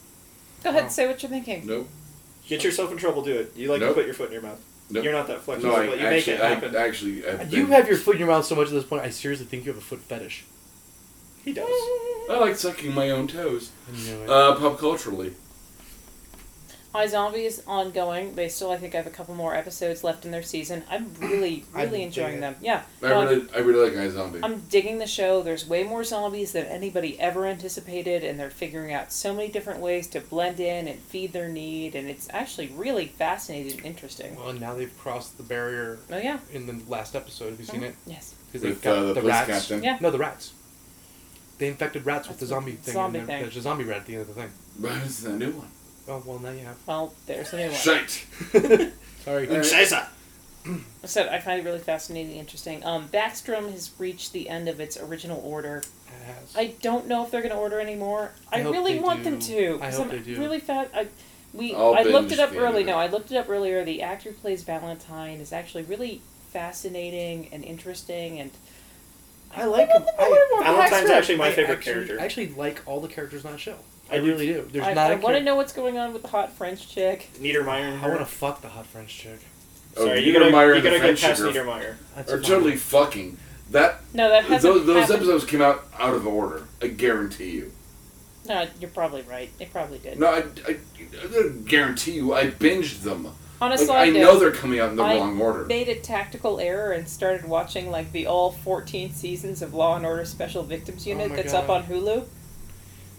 Speaker 4: go ahead
Speaker 2: Wow.
Speaker 4: and say what you're thinking.
Speaker 3: Nope.
Speaker 5: Get yourself in trouble, do it. You like to
Speaker 3: Nope.
Speaker 5: put your foot in your mouth.
Speaker 3: Nope.
Speaker 5: You're not that
Speaker 3: No,
Speaker 5: flexible,
Speaker 3: I
Speaker 5: but you make
Speaker 3: actually,
Speaker 5: it happen.
Speaker 3: I actually, I've
Speaker 2: You
Speaker 3: been-
Speaker 2: have your foot in your mouth so much at this point. I seriously think you have a foot fetish.
Speaker 5: he does.
Speaker 3: I like sucking my own toes.
Speaker 2: I knew it.
Speaker 3: Uh, pop culturally.
Speaker 4: My Zombie is ongoing. They still, I think, have a couple more episodes left in their season. I'm really,
Speaker 2: [clears throat] I'm
Speaker 4: really enjoying
Speaker 2: digging
Speaker 4: them. Yeah,
Speaker 3: I
Speaker 4: No, I'm-
Speaker 3: really, I really like iZombie.
Speaker 4: I'm digging the show. There's way more zombies than anybody ever anticipated, and they're figuring out so many different ways to blend in and feed their need, and it's actually really fascinating and interesting.
Speaker 2: well, and now they've crossed the barrier
Speaker 4: Oh yeah,
Speaker 2: in the last episode. Have you seen it?
Speaker 4: yes.
Speaker 2: Because they've
Speaker 3: With
Speaker 2: got
Speaker 3: uh, the,
Speaker 2: the
Speaker 3: police
Speaker 2: rats.
Speaker 3: captain.
Speaker 4: Yeah.
Speaker 2: No, the rats. They infected rats with the
Speaker 4: That's what
Speaker 2: zombie
Speaker 4: the
Speaker 2: thing.
Speaker 4: zombie
Speaker 2: and
Speaker 4: thing.
Speaker 2: there- There's a zombie rat at the end of the thing.
Speaker 3: But it's the new one.
Speaker 2: Oh well, now you have.
Speaker 4: Well, there's a new one.
Speaker 3: Shite.
Speaker 5: [laughs]
Speaker 2: [laughs] Sorry.
Speaker 3: All right.
Speaker 5: Scheiße.
Speaker 4: I said I find it really fascinating and interesting. Um, Backstrom has reached the end of its original order.
Speaker 2: Ass.
Speaker 4: I don't know if they're going to order anymore. I,
Speaker 2: I hope
Speaker 4: really
Speaker 2: they
Speaker 4: want
Speaker 2: do.
Speaker 4: them to.
Speaker 2: I
Speaker 4: 'cause
Speaker 2: hope
Speaker 4: I'm
Speaker 2: they do.
Speaker 4: Really fat. I, we.
Speaker 3: I'll
Speaker 4: I looked
Speaker 3: binge
Speaker 4: it up
Speaker 3: the end
Speaker 4: early.
Speaker 3: of it.
Speaker 4: No, I looked it up earlier. The actor who plays Valentine is actually really fascinating and interesting, and
Speaker 5: I like
Speaker 4: I want them to learn more
Speaker 5: Valentine's
Speaker 4: Backstrom.
Speaker 5: actually my
Speaker 2: I
Speaker 5: favorite
Speaker 2: actually-
Speaker 5: character.
Speaker 2: I actually like all the characters on that show. I,
Speaker 5: I do
Speaker 2: really do. There's
Speaker 4: I,
Speaker 2: not a
Speaker 4: I want to
Speaker 2: character.
Speaker 4: know what's going on with the hot French chick.
Speaker 5: Niedermeyer. and
Speaker 2: I want
Speaker 5: her.
Speaker 2: to fuck the hot French chick.
Speaker 3: Oh,
Speaker 5: Sorry, you gotta,
Speaker 3: Niedermeyer
Speaker 5: you
Speaker 3: and the
Speaker 5: gotta get
Speaker 3: French
Speaker 5: past
Speaker 3: sugar.
Speaker 5: Niedermeyer.
Speaker 2: That's
Speaker 3: Or
Speaker 2: a-
Speaker 3: totally fucking. That
Speaker 4: No, that hasn't
Speaker 3: those, those
Speaker 4: happened.
Speaker 3: episodes came out out of order. I guarantee you.
Speaker 4: No, you're probably right. It probably did.
Speaker 3: No, I, I, I guarantee you. I binged them.
Speaker 4: On a
Speaker 3: Like,
Speaker 4: side
Speaker 3: I
Speaker 4: note,
Speaker 3: know they're coming out in the
Speaker 4: I
Speaker 3: wrong order.
Speaker 4: made a tactical error and started watching like the all 14 seasons of Law and Order Special Victims Unit
Speaker 2: Oh my
Speaker 4: that's
Speaker 2: God.
Speaker 4: up on Hulu.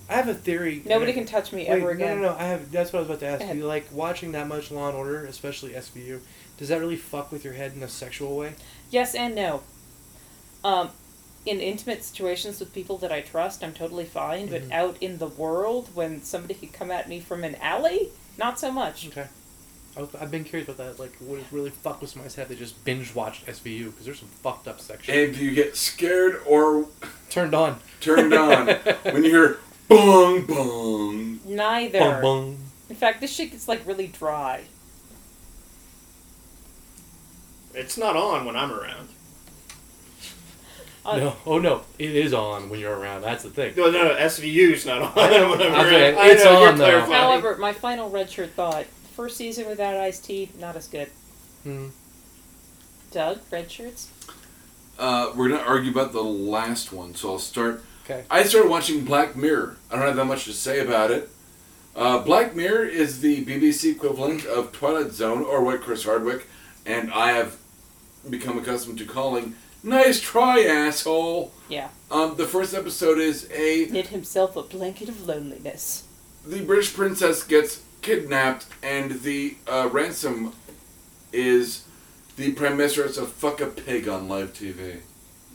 Speaker 2: I have a theory.
Speaker 4: Nobody can touch me
Speaker 2: Wait,
Speaker 4: ever again.
Speaker 2: No, no, no. I have. That's what I was about to
Speaker 4: Go
Speaker 2: ask
Speaker 4: ahead.
Speaker 2: you. Like watching that much Law and Order, especially SVU, does that really fuck with your head in a sexual way?
Speaker 4: Yes and no. Um, in intimate situations with people that I trust, I'm totally fine.
Speaker 2: Mhm.
Speaker 3: Mm-hmm.
Speaker 4: But out in the world, when somebody could come at me from an alley, not so
Speaker 3: Mm.
Speaker 4: much.
Speaker 2: Okay. I was, I've been curious about that. Like, would it really fuck with somebody's head? They just binge watched SVU because there's some fucked up sections.
Speaker 3: If you get scared or
Speaker 2: Turned on.
Speaker 3: turned on when you hear bong bong,
Speaker 4: Neither.
Speaker 2: Bung, bung.
Speaker 4: In fact, this shit gets like really dry.
Speaker 5: It's not on when I'm around.
Speaker 4: Uh,
Speaker 2: no. Oh no. It is on when you're around. That's the thing.
Speaker 5: No, no, no SVU's not on [laughs] when I'm around.
Speaker 2: Okay,
Speaker 5: I
Speaker 2: it's
Speaker 5: know, you're
Speaker 2: on, though.
Speaker 5: clarifying.
Speaker 4: However, my final red shirt thought: first season without iced tea, not as good.
Speaker 2: Hmm.
Speaker 4: Doug, red shirts.
Speaker 3: uh, we're gonna argue about the last one. So I'll start.
Speaker 2: Okay.
Speaker 3: I started watching Black Mirror. I don't have that much to say about it. Uh, Black Mirror is the BBC equivalent of Twilight Zone, or what Chris Hardwick and I have become accustomed to calling "Nice try, asshole."
Speaker 4: Yeah.
Speaker 3: Um, the first episode is a
Speaker 4: Knit himself a blanket of loneliness.
Speaker 3: the British princess gets kidnapped, and the uh, ransom is the prime minister has to fuck a pig on live TV.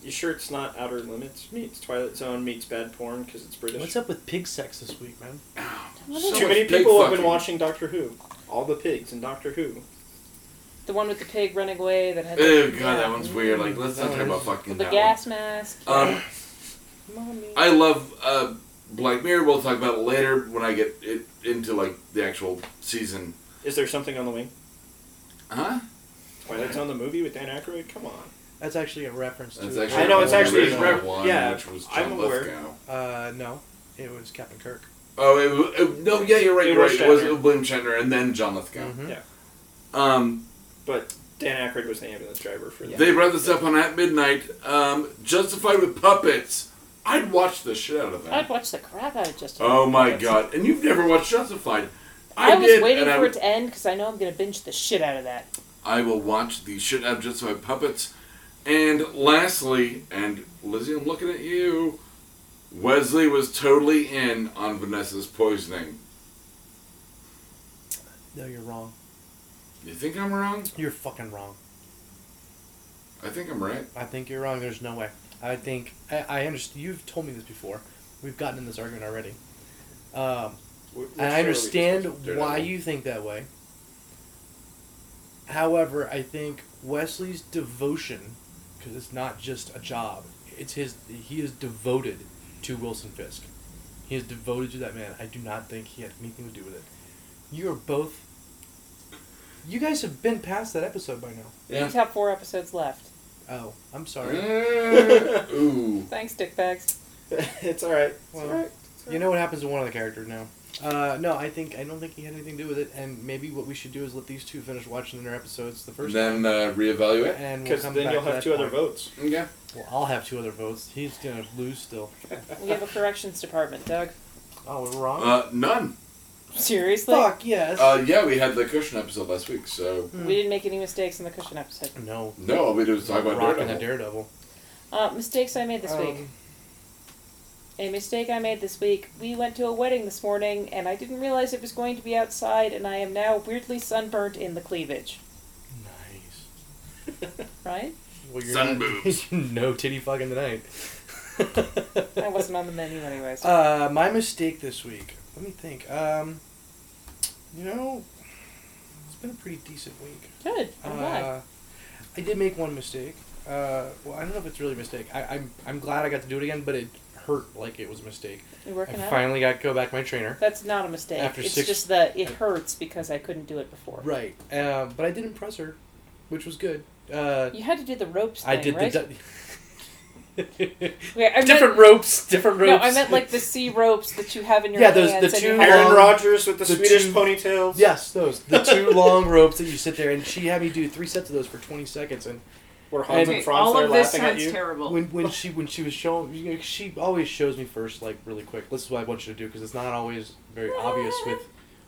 Speaker 5: You sure it's not Outer Limits meets Twilight Zone meets bad porn because it's British?
Speaker 2: What's up with pig sex this week, man?
Speaker 3: So
Speaker 5: Too
Speaker 3: much
Speaker 5: many
Speaker 3: pig
Speaker 5: people have been
Speaker 3: fucking.
Speaker 5: watching Doctor Who. All the pigs in Doctor Who.
Speaker 4: The one with the pig running away that had
Speaker 3: Oh god,
Speaker 4: Yeah.
Speaker 3: that one's weird. Like, let's not talk about fucking
Speaker 4: With the
Speaker 3: that
Speaker 4: gas mask.
Speaker 3: one. Um,
Speaker 4: Mommy.
Speaker 3: I love uh, Black Mirror. We'll talk about it later when I get it into like the actual season.
Speaker 5: Is there something on the wing?
Speaker 3: Huh?
Speaker 5: Twilight Zone the movie with Dan Aykroyd? Come on.
Speaker 2: That's actually a reference
Speaker 3: That's
Speaker 2: to.
Speaker 3: actually
Speaker 5: I know,
Speaker 3: the
Speaker 5: it's actually-
Speaker 3: original
Speaker 5: rep-
Speaker 3: one,
Speaker 5: yeah,
Speaker 3: which was
Speaker 5: I'm
Speaker 3: John
Speaker 5: aware.
Speaker 3: Lithgow.
Speaker 2: Uh, no, it was Captain Kirk.
Speaker 3: Oh, it, wa- it, no, yeah, you're right.
Speaker 5: It
Speaker 3: You're right.
Speaker 5: was
Speaker 3: It was
Speaker 5: Shatner. Mm-hmm.
Speaker 3: William Shatner and then John Lithgow.
Speaker 2: Mhm.
Speaker 3: Um,
Speaker 5: But Dan Aykroyd was the ambulance driver for the
Speaker 3: They brought this up on At Midnight. Um, Justified with Puppets. I'd watch the shit out of
Speaker 4: I'd
Speaker 3: that.
Speaker 4: watch the crap out of Justin.
Speaker 3: Oh my
Speaker 4: Roiland.
Speaker 3: god. And you've never watched Justified.
Speaker 4: I,
Speaker 3: I,
Speaker 4: was
Speaker 3: did,
Speaker 4: waiting
Speaker 3: and I,
Speaker 4: for it
Speaker 3: would-
Speaker 4: to end because I know I'm gonna binge the shit out of that.
Speaker 3: I will watch the shit out of Justified Puppets. And lastly, and Lizzie, I'm looking at you. Wesley was totally in on Vanessa's poisoning.
Speaker 2: No, you're wrong.
Speaker 3: You think I'm wrong?
Speaker 2: You're fucking wrong.
Speaker 3: I think I'm right.
Speaker 2: I think you're wrong. There's no way. I think I, I understand. You've told me this before. We've gotten in this argument already. Um,
Speaker 5: Wh- which
Speaker 2: and
Speaker 5: show
Speaker 2: I
Speaker 5: are we
Speaker 2: understand
Speaker 5: discussing?
Speaker 3: Daredevil.
Speaker 2: why you think that way. However, I think Wesley's devotion, because it's not just a job, it's his. He is devoted to Wilson Fisk. He is devoted to that man. I do not think he had anything to do with it. You are both. You guys have been past that episode by now.
Speaker 4: We just have four episodes left.
Speaker 2: Oh, I'm sorry.
Speaker 3: Eh, [laughs] Ooh.
Speaker 4: Thanks, dickbags.
Speaker 5: [laughs] it's alright. It's
Speaker 2: Well,
Speaker 5: alright.
Speaker 2: You know what happens to one of the characters now. Uh, no, I think I don't think he had anything to do with it. And maybe what we should do is let these two finish watching their episodes the
Speaker 3: And
Speaker 2: first,
Speaker 3: then uh, reevaluate.
Speaker 2: and we'll
Speaker 5: Because
Speaker 2: come
Speaker 5: then
Speaker 2: back
Speaker 5: you'll
Speaker 2: to
Speaker 5: have
Speaker 2: that
Speaker 5: two other
Speaker 2: point.
Speaker 5: votes.
Speaker 3: Yeah.
Speaker 2: Well, I'll have two other votes. He's gonna lose still. [laughs]
Speaker 4: We have a corrections department, Doug.
Speaker 2: Oh, we're wrong.
Speaker 3: Uh, none.
Speaker 4: Seriously,
Speaker 2: Fuck yes.
Speaker 3: Uh, yeah, we had the cushion episode last week, so.
Speaker 4: we didn't make any mistakes in the cushion episode.
Speaker 2: no.
Speaker 3: No, all we do is talk about
Speaker 2: Rocking
Speaker 3: Daredevil.
Speaker 2: the Daredevil.
Speaker 4: Uh, mistakes I made this
Speaker 2: Um,
Speaker 4: week. A mistake I made this week. We went to a wedding this morning, and I didn't realize it was going to be outside, and I am now weirdly sunburnt in the cleavage.
Speaker 2: Um, Nice.
Speaker 4: Right?
Speaker 2: Well,
Speaker 3: Sun
Speaker 2: not-
Speaker 3: boobs.
Speaker 2: [laughs] no titty fucking tonight. [laughs]
Speaker 4: I wasn't on the menu anyways.
Speaker 2: Uh, my mistake this week. Let me think. Um, you know, it's been a pretty decent week.
Speaker 4: Good. I'm glad.
Speaker 2: Uh, I did make one mistake. Uh, well, I don't know if it's really a mistake. I, I'm I'm glad I got to do it again, but it hurt like it was a mistake.
Speaker 4: You're
Speaker 2: I
Speaker 4: working out.
Speaker 2: finally got to go back my trainer.
Speaker 4: That's not a mistake.
Speaker 2: After
Speaker 4: it's
Speaker 2: six-
Speaker 4: just that it hurts because I couldn't do it before.
Speaker 2: Right. Uh, but I did impress her, which was good. Uh,
Speaker 4: You had to do the ropes thing,
Speaker 2: I did
Speaker 4: right?
Speaker 2: the. du- [laughs]
Speaker 4: Wait, I
Speaker 2: different
Speaker 4: meant,
Speaker 2: ropes. Different ropes.
Speaker 4: No, I meant like the sea ropes that you have in your
Speaker 2: Yeah, those-
Speaker 4: hands
Speaker 2: the
Speaker 4: and you
Speaker 2: two-
Speaker 4: have-
Speaker 5: Aaron
Speaker 2: Long-
Speaker 5: Rodgers with the,
Speaker 2: the
Speaker 5: Swedish
Speaker 2: two-
Speaker 5: ponytails.
Speaker 2: Yes, those
Speaker 8: [laughs]
Speaker 2: the two long ropes that you sit there, and she had me do three sets of those for twenty seconds, and
Speaker 5: Where Hans
Speaker 2: Okay,
Speaker 5: and Franz
Speaker 8: All
Speaker 5: are
Speaker 8: of this
Speaker 5: laughing at
Speaker 8: sounds
Speaker 5: you.
Speaker 8: terrible.
Speaker 2: when when she when she was showing you know, she always shows me first like really quick this is what i want you to do because it's not always very obvious with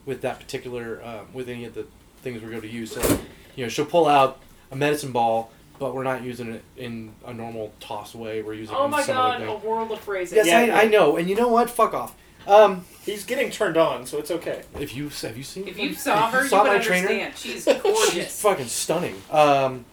Speaker 2: with that particular um, with any of the things we're going to use so you know she'll pull out a medicine ball but we're not using it in a normal toss way we're using it
Speaker 8: Oh
Speaker 2: in
Speaker 8: my
Speaker 2: some
Speaker 8: god,
Speaker 2: other
Speaker 8: a
Speaker 2: thing
Speaker 8: world of phrases.
Speaker 2: yes
Speaker 5: Yeah.
Speaker 2: I, I know and you know what fuck off um
Speaker 5: He's getting turned on, so it's okay.
Speaker 2: if you have you seen
Speaker 8: If
Speaker 2: her?
Speaker 8: you saw her, you,
Speaker 2: saw
Speaker 8: would
Speaker 2: my
Speaker 8: understand.
Speaker 2: trainer
Speaker 8: She's
Speaker 2: [laughs] she's
Speaker 8: gorgeous.
Speaker 2: fucking stunning um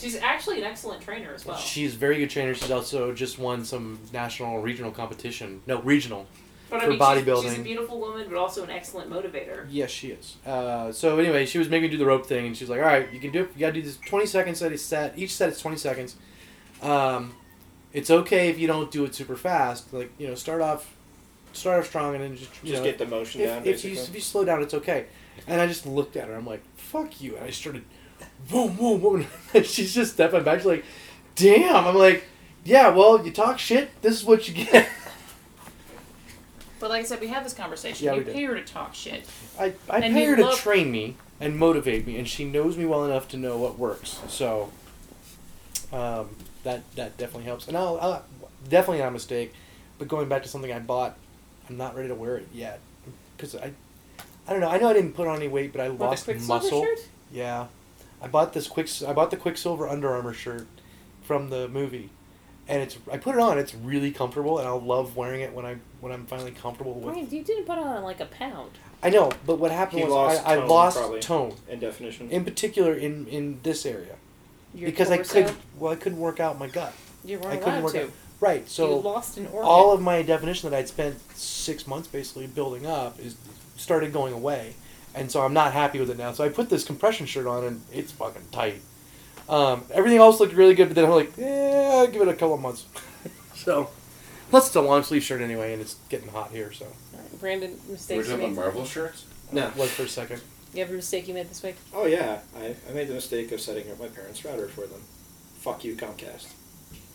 Speaker 8: She's actually an excellent trainer as well.
Speaker 2: She's a very good trainer. She's also just won some national and regional competition. No, regional.
Speaker 8: but I
Speaker 2: for
Speaker 8: mean, she's- She's, a
Speaker 2: bodybuilding.
Speaker 8: beautiful woman, but also an excellent motivator.
Speaker 2: Yes, she is. Uh, so anyway, she was making me do the rope thing, and she's like, "All right, you can do it. You gotta do this twenty seconds set. Each set, each set is twenty seconds. Um, it's okay if you don't do it super fast. Like you know, start off, start off strong, and then just you
Speaker 5: Just
Speaker 2: know,
Speaker 5: get the motion down.
Speaker 2: if, if you if
Speaker 5: basically.
Speaker 2: you slow down, it's okay. And I just looked at her. I'm like, "Fuck you!" And I started, boom, boom, boom. [laughs] And she's just stepping back. She's like, "Damn!" I'm like, "Yeah, well, you talk shit. This is what you get." [laughs]
Speaker 8: But like I said, we had this conversation.
Speaker 2: Yeah,
Speaker 8: you
Speaker 2: we did.
Speaker 8: pay her to talk shit.
Speaker 2: I, I
Speaker 8: And
Speaker 2: pay
Speaker 8: you
Speaker 2: her to
Speaker 8: love-
Speaker 2: train me and motivate me, and she knows me well enough to know what works. So um, that that definitely helps. And I'll, I'll definitely not a mistake. But going back to something I bought, I'm not ready to wear it yet because I I don't know. I know I didn't put on any weight, but I
Speaker 4: What,
Speaker 2: lost
Speaker 4: the Quicksilver
Speaker 2: muscle.
Speaker 4: shirt?
Speaker 2: Yeah, I bought this quick. I bought the Quicksilver Under Armour shirt from the movie, and it's. I put it on. It's really comfortable, and I'll love wearing it when I when I'm finally comfortable with.
Speaker 4: Brian, you didn't put on like a pound.
Speaker 2: I know, but what happened
Speaker 5: He
Speaker 2: was
Speaker 5: lost
Speaker 2: I, I
Speaker 5: tone,
Speaker 2: lost
Speaker 5: probably.
Speaker 2: tone,
Speaker 5: And definition.
Speaker 2: in particular in in this area,
Speaker 4: Your
Speaker 2: because I
Speaker 4: torso,
Speaker 2: could well I couldn't work out my gut.
Speaker 4: You
Speaker 2: I
Speaker 4: weren't
Speaker 2: couldn't
Speaker 4: allowed
Speaker 2: work
Speaker 4: to.
Speaker 2: out- Right,
Speaker 4: you
Speaker 2: so
Speaker 4: lost an organ.
Speaker 2: all of my definition that I'd spent six months basically building up is started going away, and so I'm not happy with it now. So I put this compression shirt on, and it's fucking tight. Um, everything else looked really good, but then I'm like, yeah, I'll give it a couple of months. [laughs] so, plus it's a long sleeve shirt anyway, and it's getting hot here, so
Speaker 4: Brandon
Speaker 3: We're
Speaker 4: mistakes you
Speaker 3: talking about
Speaker 4: made.
Speaker 3: Marvel shirts?
Speaker 5: No.
Speaker 2: was for a second.
Speaker 4: You have a mistake you made this week.
Speaker 5: Oh yeah, I, I made the mistake of setting up my parents' router for them. Fuck you, Comcast.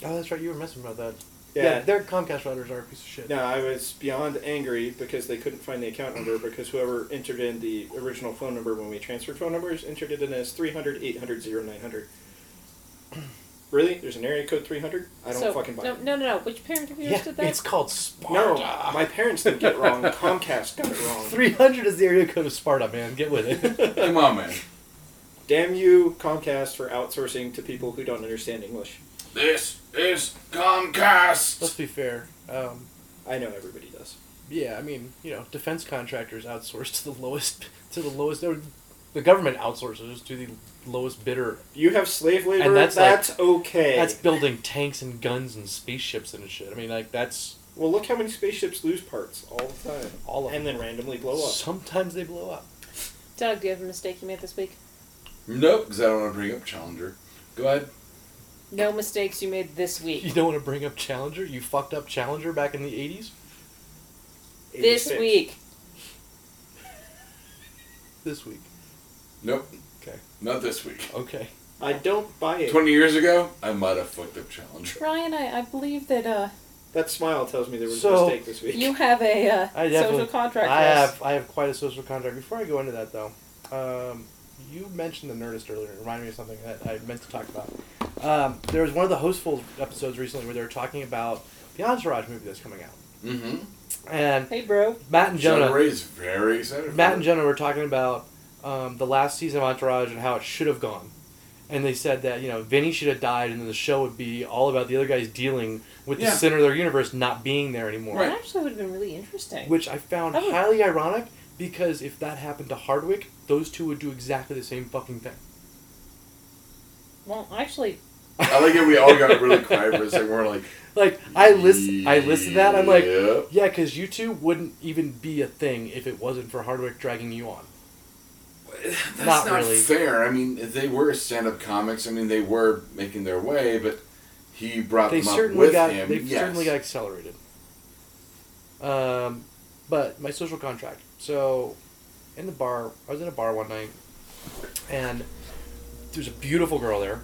Speaker 2: Oh, that's right, you were messing about that. Yeah,
Speaker 5: Yeah.
Speaker 2: their Comcast routers are a piece of shit.
Speaker 5: no, I was beyond angry because they couldn't find the account number because whoever entered in the original phone number when we transferred phone numbers entered it in as 300 800 0900. Really? There's an area code 300? I don't
Speaker 4: so,
Speaker 5: fucking buy
Speaker 4: no,
Speaker 5: it.
Speaker 4: No, no, no. Which parent of yours
Speaker 2: Yeah,
Speaker 4: did that?
Speaker 2: it's called
Speaker 5: No,
Speaker 2: Sparta.
Speaker 5: my parents didn't get it
Speaker 2: [laughs]
Speaker 5: wrong. Comcast got it wrong.
Speaker 2: 300 is the area code of Sparta, man. Get with it.
Speaker 3: Come on, man.
Speaker 5: Damn you, Comcast, for outsourcing to people who don't understand English.
Speaker 3: This is
Speaker 2: [laughs] Let's
Speaker 3: Comcast.
Speaker 2: be fair. Um,
Speaker 5: I know everybody does.
Speaker 2: yeah, I mean, you know, defense contractors outsource to the lowest, to the lowest, or the government outsources to the lowest bidder.
Speaker 5: You have slave labor.
Speaker 2: And that's
Speaker 5: that's
Speaker 2: like-
Speaker 5: okay.
Speaker 2: That's building tanks and guns and spaceships and shit. I mean, like, that's
Speaker 5: Well, look how many spaceships lose parts all the time,
Speaker 2: all of
Speaker 5: and
Speaker 2: them.
Speaker 5: then randomly blow up.
Speaker 2: Sometimes they blow up.
Speaker 4: Doug, do you have a mistake you made this week?
Speaker 3: Nope, because I don't want to bring up Challenger. Go ahead.
Speaker 4: No mistakes you made this
Speaker 2: You [laughs]
Speaker 4: week.
Speaker 2: don't want to bring up Challenger? You fucked up Challenger back in the 80s?
Speaker 4: This
Speaker 5: 86.
Speaker 4: week.
Speaker 2: This week.
Speaker 3: Nope.
Speaker 2: Okay.
Speaker 3: Not this week.
Speaker 2: Okay.
Speaker 5: I don't buy it.
Speaker 3: 20 years ago, I might have fucked up Challenger.
Speaker 4: Ryan, I, I believe that uh,
Speaker 5: That smile tells me there was
Speaker 2: So-
Speaker 5: a mistake this week.
Speaker 4: you have a uh,
Speaker 2: I definitely-
Speaker 4: social contract.
Speaker 2: I
Speaker 4: with us.
Speaker 2: have I have quite a social contract. Before I go into that though, um, you mentioned the Nerdist earlier. It reminded me of something that I meant to talk about. Um, there was one of the Hostful episodes recently where they were talking about the Entourage movie that's coming out,
Speaker 3: Mm-hmm.
Speaker 2: and
Speaker 4: Hey, bro.
Speaker 2: Matt and
Speaker 3: Jonah
Speaker 2: Jonah,
Speaker 3: Ray's very excited. for
Speaker 2: Matt and
Speaker 3: it.
Speaker 2: Jonah were talking about um, the last season of Entourage and how it should have gone. And they said that you know Vinny should have died, and then the show would be all about the other guys dealing with
Speaker 3: Yeah.
Speaker 2: the center of their universe not being there anymore.
Speaker 3: Right.
Speaker 4: That actually would have been really interesting.
Speaker 2: Which I found
Speaker 4: That would-
Speaker 2: highly ironic because if that happened to Hardwick, those two would do exactly the same fucking thing.
Speaker 4: Well, actually,
Speaker 3: I like it. We all got
Speaker 2: [laughs]
Speaker 3: really quiet for a second. We're like,
Speaker 2: Like I list, I listed that. I'm like,
Speaker 3: Yep.
Speaker 2: yeah, because you two wouldn't even be a thing if it wasn't for Hardwick dragging you on.
Speaker 3: that's
Speaker 2: Not
Speaker 3: not,
Speaker 2: really.
Speaker 3: fair. I mean, they were stand-up comics. I mean, they were making their way, but he brought
Speaker 2: They
Speaker 3: them up
Speaker 2: certainly
Speaker 3: with
Speaker 2: got,
Speaker 3: him.
Speaker 2: they
Speaker 3: yes.
Speaker 2: certainly got accelerated. Um, but my social contract. So, in the bar, I was in a bar one night, and there's a beautiful girl there.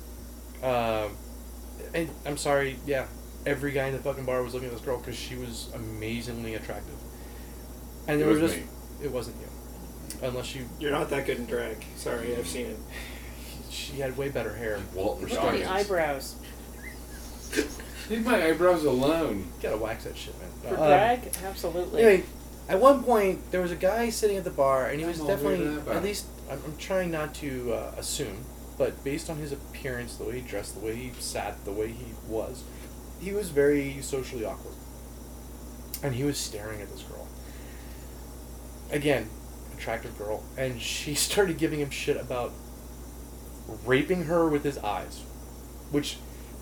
Speaker 2: Um, and I'm sorry, yeah, every guy in the fucking bar was looking at this girl because she was amazingly attractive. And there
Speaker 3: It
Speaker 2: was
Speaker 3: was
Speaker 2: just,
Speaker 3: me.
Speaker 2: it wasn't you, unless you,
Speaker 5: [laughs] You're not that good in drag. Sorry, I've seen it.
Speaker 2: she had way better hair.
Speaker 3: Walton
Speaker 7: Look at the
Speaker 3: Goggins.
Speaker 7: eyebrows.
Speaker 3: Leave my eyebrows alone.
Speaker 2: You gotta wax that shit, man.
Speaker 7: For
Speaker 2: Um,
Speaker 7: drag, absolutely.
Speaker 2: Anyway, at one point there was a guy sitting at the bar, and he was
Speaker 3: I'm all
Speaker 2: definitely
Speaker 3: weirded out by
Speaker 2: at
Speaker 3: it.
Speaker 2: least. I'm, I'm trying not to uh, assume, but based on his appearance, the way he dressed, the way he sat, the way he was, he was very socially awkward, and he was staring at this girl. Again, attractive girl, and she [laughs] started giving him shit about raping her with his eyes, which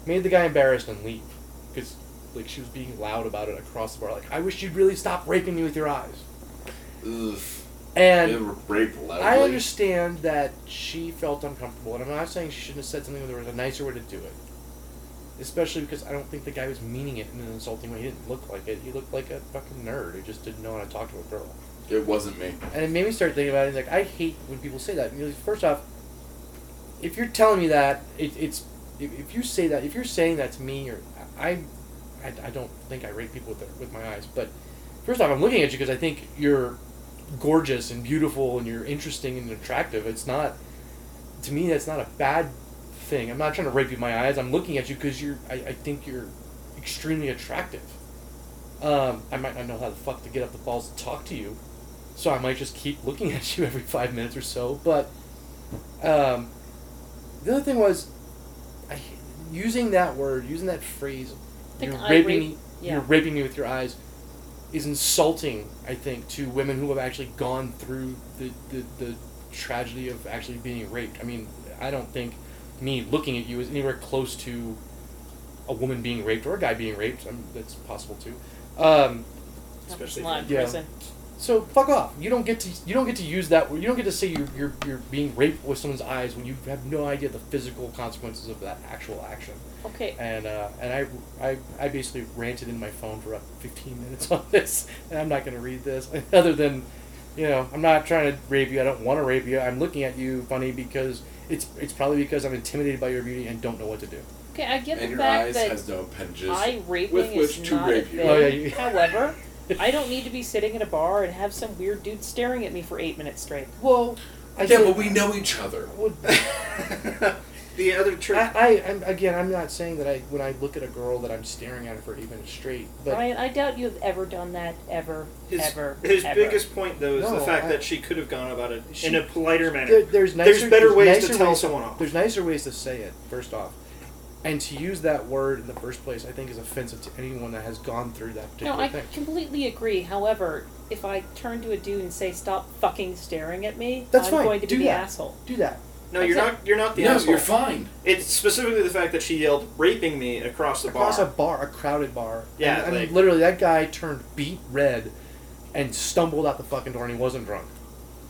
Speaker 2: made the guy embarrassed and leave because like she was being loud about it across the bar. Like, I wish you'd really stop raping me with your eyes.
Speaker 3: Ugh.
Speaker 2: And
Speaker 3: They were raped loudly.
Speaker 2: I understand that she felt uncomfortable, and I'm not saying she shouldn't have said something. but There was a nicer way to do it, especially because I don't think the guy was meaning it in an insulting way. He didn't look like it. He looked like a fucking nerd who just didn't know how to talk to a girl.
Speaker 3: It wasn't me.
Speaker 2: And it made me start thinking about it. Like, I hate when people say that. Because first off, if you're telling me that, it, it's if, if you say that, if you're saying that to me, or I, I, I don't think I rate people with, their, with my eyes. But first off, I'm looking at you because I think you're gorgeous and beautiful and you're interesting and attractive. It's not to me that's not a bad thing. I'm not trying to rape you with my eyes. I'm looking at you because you're. I, I think you're extremely attractive. Um, I might not know how the fuck to get up the balls to talk to you, so I might just keep looking [laughs] at you every five minutes or so. But um, the other thing was, I, using that word, using that phrase,
Speaker 8: Like
Speaker 2: you're
Speaker 8: eye
Speaker 2: raping
Speaker 8: rape,
Speaker 2: me,
Speaker 8: yeah.
Speaker 2: you're raping me with your eyes, is insulting. I think to women who have actually gone through the, the, the tragedy of actually being raped. I mean, I don't think me looking at you is anywhere close to a woman being raped or a guy being raped. I mean, that's possible too. Um,
Speaker 5: Especially
Speaker 8: Slime
Speaker 2: yeah.
Speaker 8: prison.
Speaker 2: so fuck off. You don't get to you don't get to use that. You don't get to say you're you're, you're being raped with someone's eyes when you have no idea the physical consequences of that actual action.
Speaker 8: Okay.
Speaker 2: And uh, and I, I I basically ranted in my phone for up fifteen minutes [laughs] on this, and I'm not going to read this [laughs] other than, you know, I'm not trying to rape you. I don't want to rape you. I'm looking at you funny because it's it's probably because I'm intimidated by your beauty and don't know what to do.
Speaker 8: Okay, I get
Speaker 3: and
Speaker 8: the
Speaker 3: your
Speaker 8: fact
Speaker 3: eyes
Speaker 8: that
Speaker 3: has no appendages.
Speaker 8: eye raping
Speaker 3: with which
Speaker 8: is
Speaker 3: to
Speaker 8: not
Speaker 3: rape
Speaker 8: a
Speaker 3: you.
Speaker 8: thing.
Speaker 2: Oh, yeah, you-
Speaker 8: However, I don't need to be sitting in a bar and have some weird dude staring at me for eight minutes straight.
Speaker 2: Well, I
Speaker 3: yeah, but we know each other.
Speaker 2: [laughs] Well,
Speaker 5: [laughs] The other trick.
Speaker 2: I, I I'm, again, I'm not saying that I when I look at a girl that I'm staring at her for eight minutes straight, but
Speaker 8: Ryan, I doubt you have ever done that ever,
Speaker 5: His,
Speaker 8: ever,
Speaker 5: his
Speaker 8: ever.
Speaker 5: biggest point, though, is the
Speaker 2: No,
Speaker 5: fact
Speaker 2: I-
Speaker 5: that she could have gone about it
Speaker 2: She-
Speaker 5: in a politer manner.
Speaker 2: there, there's nicer,
Speaker 5: There's better ways to
Speaker 2: nicer
Speaker 5: tell
Speaker 2: ways-
Speaker 5: someone off.
Speaker 2: There's nicer ways to say it. First off, and to use that word in the first place, I think is offensive to anyone that has gone through that particular
Speaker 8: No, I
Speaker 2: thing.
Speaker 8: completely agree. However, if I turn to a dude and say, "Stop fucking staring at me,"
Speaker 2: That's
Speaker 8: I'm
Speaker 2: fine.
Speaker 8: going to
Speaker 2: Do
Speaker 8: be the
Speaker 2: that.
Speaker 8: asshole.
Speaker 2: Do that.
Speaker 5: no, you're
Speaker 8: that's
Speaker 5: not. You're not the
Speaker 3: no,
Speaker 5: asshole.
Speaker 3: you're fine.
Speaker 5: It's specifically the fact that she yelled "raping me" across the
Speaker 2: Across
Speaker 5: bar.
Speaker 2: a bar, a crowded bar.
Speaker 5: Yeah,
Speaker 2: and, and
Speaker 5: like-
Speaker 2: literally that guy turned beat red, and stumbled out the fucking door, and he wasn't drunk.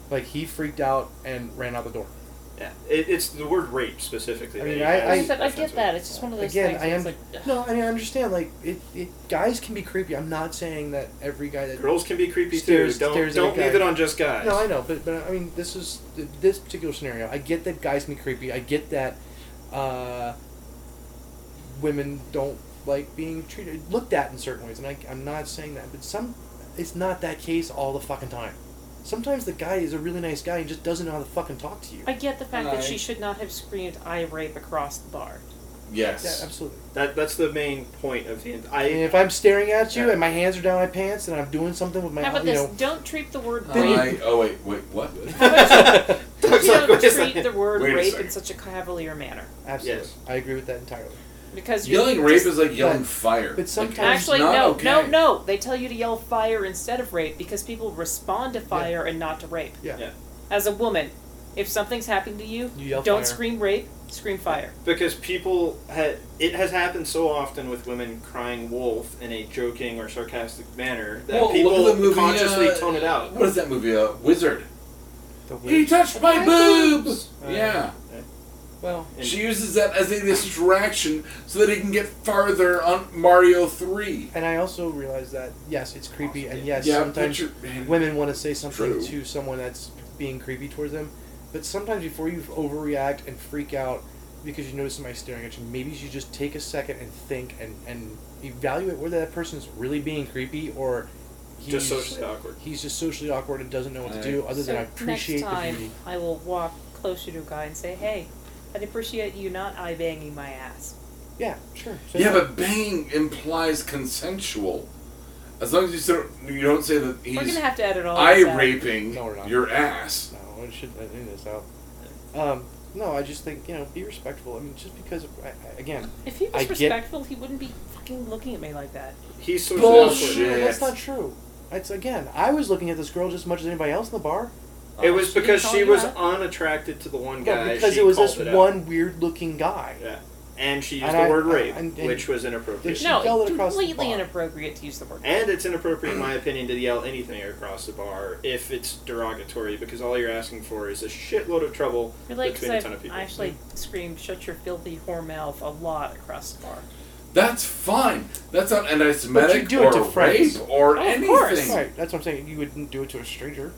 Speaker 2: Like he freaked out and ran out the door.
Speaker 5: Yeah, it, it's the word "rape" specifically.
Speaker 2: I
Speaker 5: that
Speaker 2: mean,
Speaker 5: he
Speaker 2: I-
Speaker 5: has
Speaker 8: I,
Speaker 2: I-
Speaker 8: said, I get
Speaker 5: offensive.
Speaker 8: that. It's just one of those
Speaker 2: Again,
Speaker 8: things.
Speaker 2: I
Speaker 8: where
Speaker 2: am.
Speaker 8: it's like,
Speaker 2: no, I mean I understand. Like it, it, guys can be creepy. I'm not saying that every guy that
Speaker 5: Girls can be creepy
Speaker 2: Stares-
Speaker 5: too. Don't
Speaker 2: stares at a
Speaker 5: don't leave
Speaker 2: guy.
Speaker 5: it on just guys.
Speaker 2: No, I know, but but I mean, this is this particular scenario. I get that guys can be creepy. I get that uh, women don't like being treated looked at in certain ways, and I, I'm not saying that, but some it's not that case all the fucking time. Sometimes the guy is a really nice guy and just doesn't know how to fucking talk to you.
Speaker 8: I get the fact
Speaker 3: Aye.
Speaker 8: that she should not have screamed "I rape" across the bar.
Speaker 2: yeah,
Speaker 3: Yes.
Speaker 2: absolutely.
Speaker 5: that that's the main point of the. I
Speaker 2: And
Speaker 5: [laughs]
Speaker 2: if I'm staring at you and my hands are down my pants and I'm doing something with my,
Speaker 8: How about
Speaker 2: you
Speaker 8: this?
Speaker 2: know,
Speaker 8: Don't treat the
Speaker 4: Uh,
Speaker 8: word
Speaker 2: Did
Speaker 3: [laughs]
Speaker 2: he-
Speaker 8: rape.
Speaker 3: I, oh wait, wait, what? [laughs]
Speaker 5: Doug's
Speaker 8: You
Speaker 5: like,
Speaker 8: don't
Speaker 5: "Wait a
Speaker 8: treat
Speaker 5: second."
Speaker 8: the word
Speaker 3: Wait a
Speaker 8: rape in
Speaker 3: second.
Speaker 8: such a cavalier manner
Speaker 2: absolutely,
Speaker 5: Yes.
Speaker 2: I agree with that entirely.
Speaker 8: because you're
Speaker 3: yelling rape
Speaker 8: just-
Speaker 3: is like yelling
Speaker 2: but-
Speaker 3: fire.
Speaker 2: but sometimes-
Speaker 3: Like, it's
Speaker 8: Actually,
Speaker 3: not
Speaker 8: no,
Speaker 3: okay.
Speaker 8: no, no. They tell you to yell fire instead of rape because people respond to fire and not to rape.
Speaker 2: Yeah.
Speaker 5: Yeah.
Speaker 8: As a woman, if something's happened to you,
Speaker 2: You yell
Speaker 8: don't
Speaker 2: fire.
Speaker 8: scream rape.
Speaker 9: Scream fire.
Speaker 5: because people ha- it has happened so often with women crying wolf in a joking or sarcastic manner that
Speaker 3: Well,
Speaker 5: people
Speaker 3: look at the movie,
Speaker 5: consciously
Speaker 3: uh,
Speaker 5: tone it out.
Speaker 3: What is that movie? Uh, Wizard.
Speaker 2: The
Speaker 3: He
Speaker 2: witch.
Speaker 3: touched my
Speaker 10: My
Speaker 3: boobs.
Speaker 5: Uh,
Speaker 3: yeah.
Speaker 2: Well,
Speaker 5: and-
Speaker 3: She uses that as a distraction so that he can get farther on Mario Three.
Speaker 2: and I also realized that yes, it's creepy, and yes,
Speaker 3: yeah,
Speaker 2: sometimes
Speaker 3: picture, man,
Speaker 2: women want to say something
Speaker 3: True.
Speaker 2: to someone that's being creepy towards them, but sometimes before you overreact and freak out because you notice somebody staring at you, maybe you should just take a second and think and, and evaluate whether that person's really being creepy or he's
Speaker 5: just socially awkward.
Speaker 2: he's just socially awkward and doesn't know what to
Speaker 3: Right.
Speaker 2: do other
Speaker 4: so
Speaker 2: than appreciate
Speaker 4: next time,
Speaker 2: the beauty.
Speaker 4: I will walk closer to a guy and say, "Hey, I'd appreciate you not eye banging my ass."
Speaker 2: Yeah, sure. So
Speaker 3: Yeah, but bang implies consensual. As long as you sort of- you don't say that
Speaker 4: We're
Speaker 3: he's
Speaker 4: gonna have to edit all
Speaker 3: eye
Speaker 4: this out.
Speaker 3: raping
Speaker 2: No, we're not.
Speaker 3: your ass.
Speaker 2: No, I should end this out. Um, no, I just think you know, be respectful. I mean, just because I, I- again,
Speaker 4: If he was
Speaker 2: I get-
Speaker 4: respectful, he wouldn't be fucking looking at me like that.
Speaker 5: He's socially
Speaker 3: Bullshit.
Speaker 5: awkward.
Speaker 2: No, that's not true. It's again, I was looking at this girl just as much as anybody else in the bar.
Speaker 5: It was
Speaker 4: She
Speaker 5: because
Speaker 4: didn't call
Speaker 5: she
Speaker 4: you
Speaker 5: was
Speaker 4: out?
Speaker 5: unattracted to the one
Speaker 2: Yeah,
Speaker 5: guy.
Speaker 2: because
Speaker 5: she
Speaker 2: it was
Speaker 5: called
Speaker 2: this
Speaker 5: it out.
Speaker 2: one weird-looking guy.
Speaker 5: Yeah, and she used
Speaker 2: And
Speaker 5: the
Speaker 2: I-
Speaker 5: word
Speaker 2: I-
Speaker 5: rape,
Speaker 2: and- and-
Speaker 5: which was inappropriate.
Speaker 2: She
Speaker 4: No,
Speaker 2: yelled it across the
Speaker 4: completely
Speaker 2: bar.
Speaker 4: inappropriate to use the word.
Speaker 5: And it's inappropriate, in my opinion, to yell anything across the bar if it's derogatory, because all you're asking for is a shitload of trouble
Speaker 4: Really,
Speaker 5: between a
Speaker 4: I've
Speaker 5: ton of people.
Speaker 4: actually screamed "Shut your filthy whore mouth" a lot across the bar.
Speaker 3: That's fine. That's not anti-Semitic
Speaker 2: do it
Speaker 3: or
Speaker 2: to friends.
Speaker 3: rape or
Speaker 4: Oh, of
Speaker 3: anything.
Speaker 4: course.
Speaker 2: Right, that's what I'm saying. You wouldn't do it to a stranger.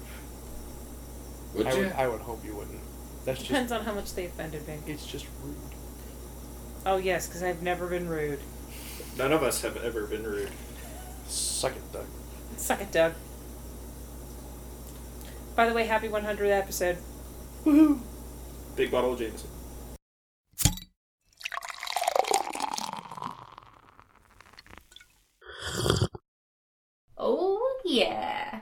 Speaker 3: Would
Speaker 2: I
Speaker 3: you?
Speaker 2: would. I would hope you wouldn't. That's just.
Speaker 4: Depends on how much they offended me.
Speaker 2: It's just rude.
Speaker 4: Oh yes, because I've never been rude.
Speaker 5: None of us have ever been rude.
Speaker 2: Suck it, Doug.
Speaker 4: Suck it, Doug. By the way, happy 100th episode.
Speaker 2: Woohoo!
Speaker 5: Big bottle of Jameson.
Speaker 11: Oh, yeah.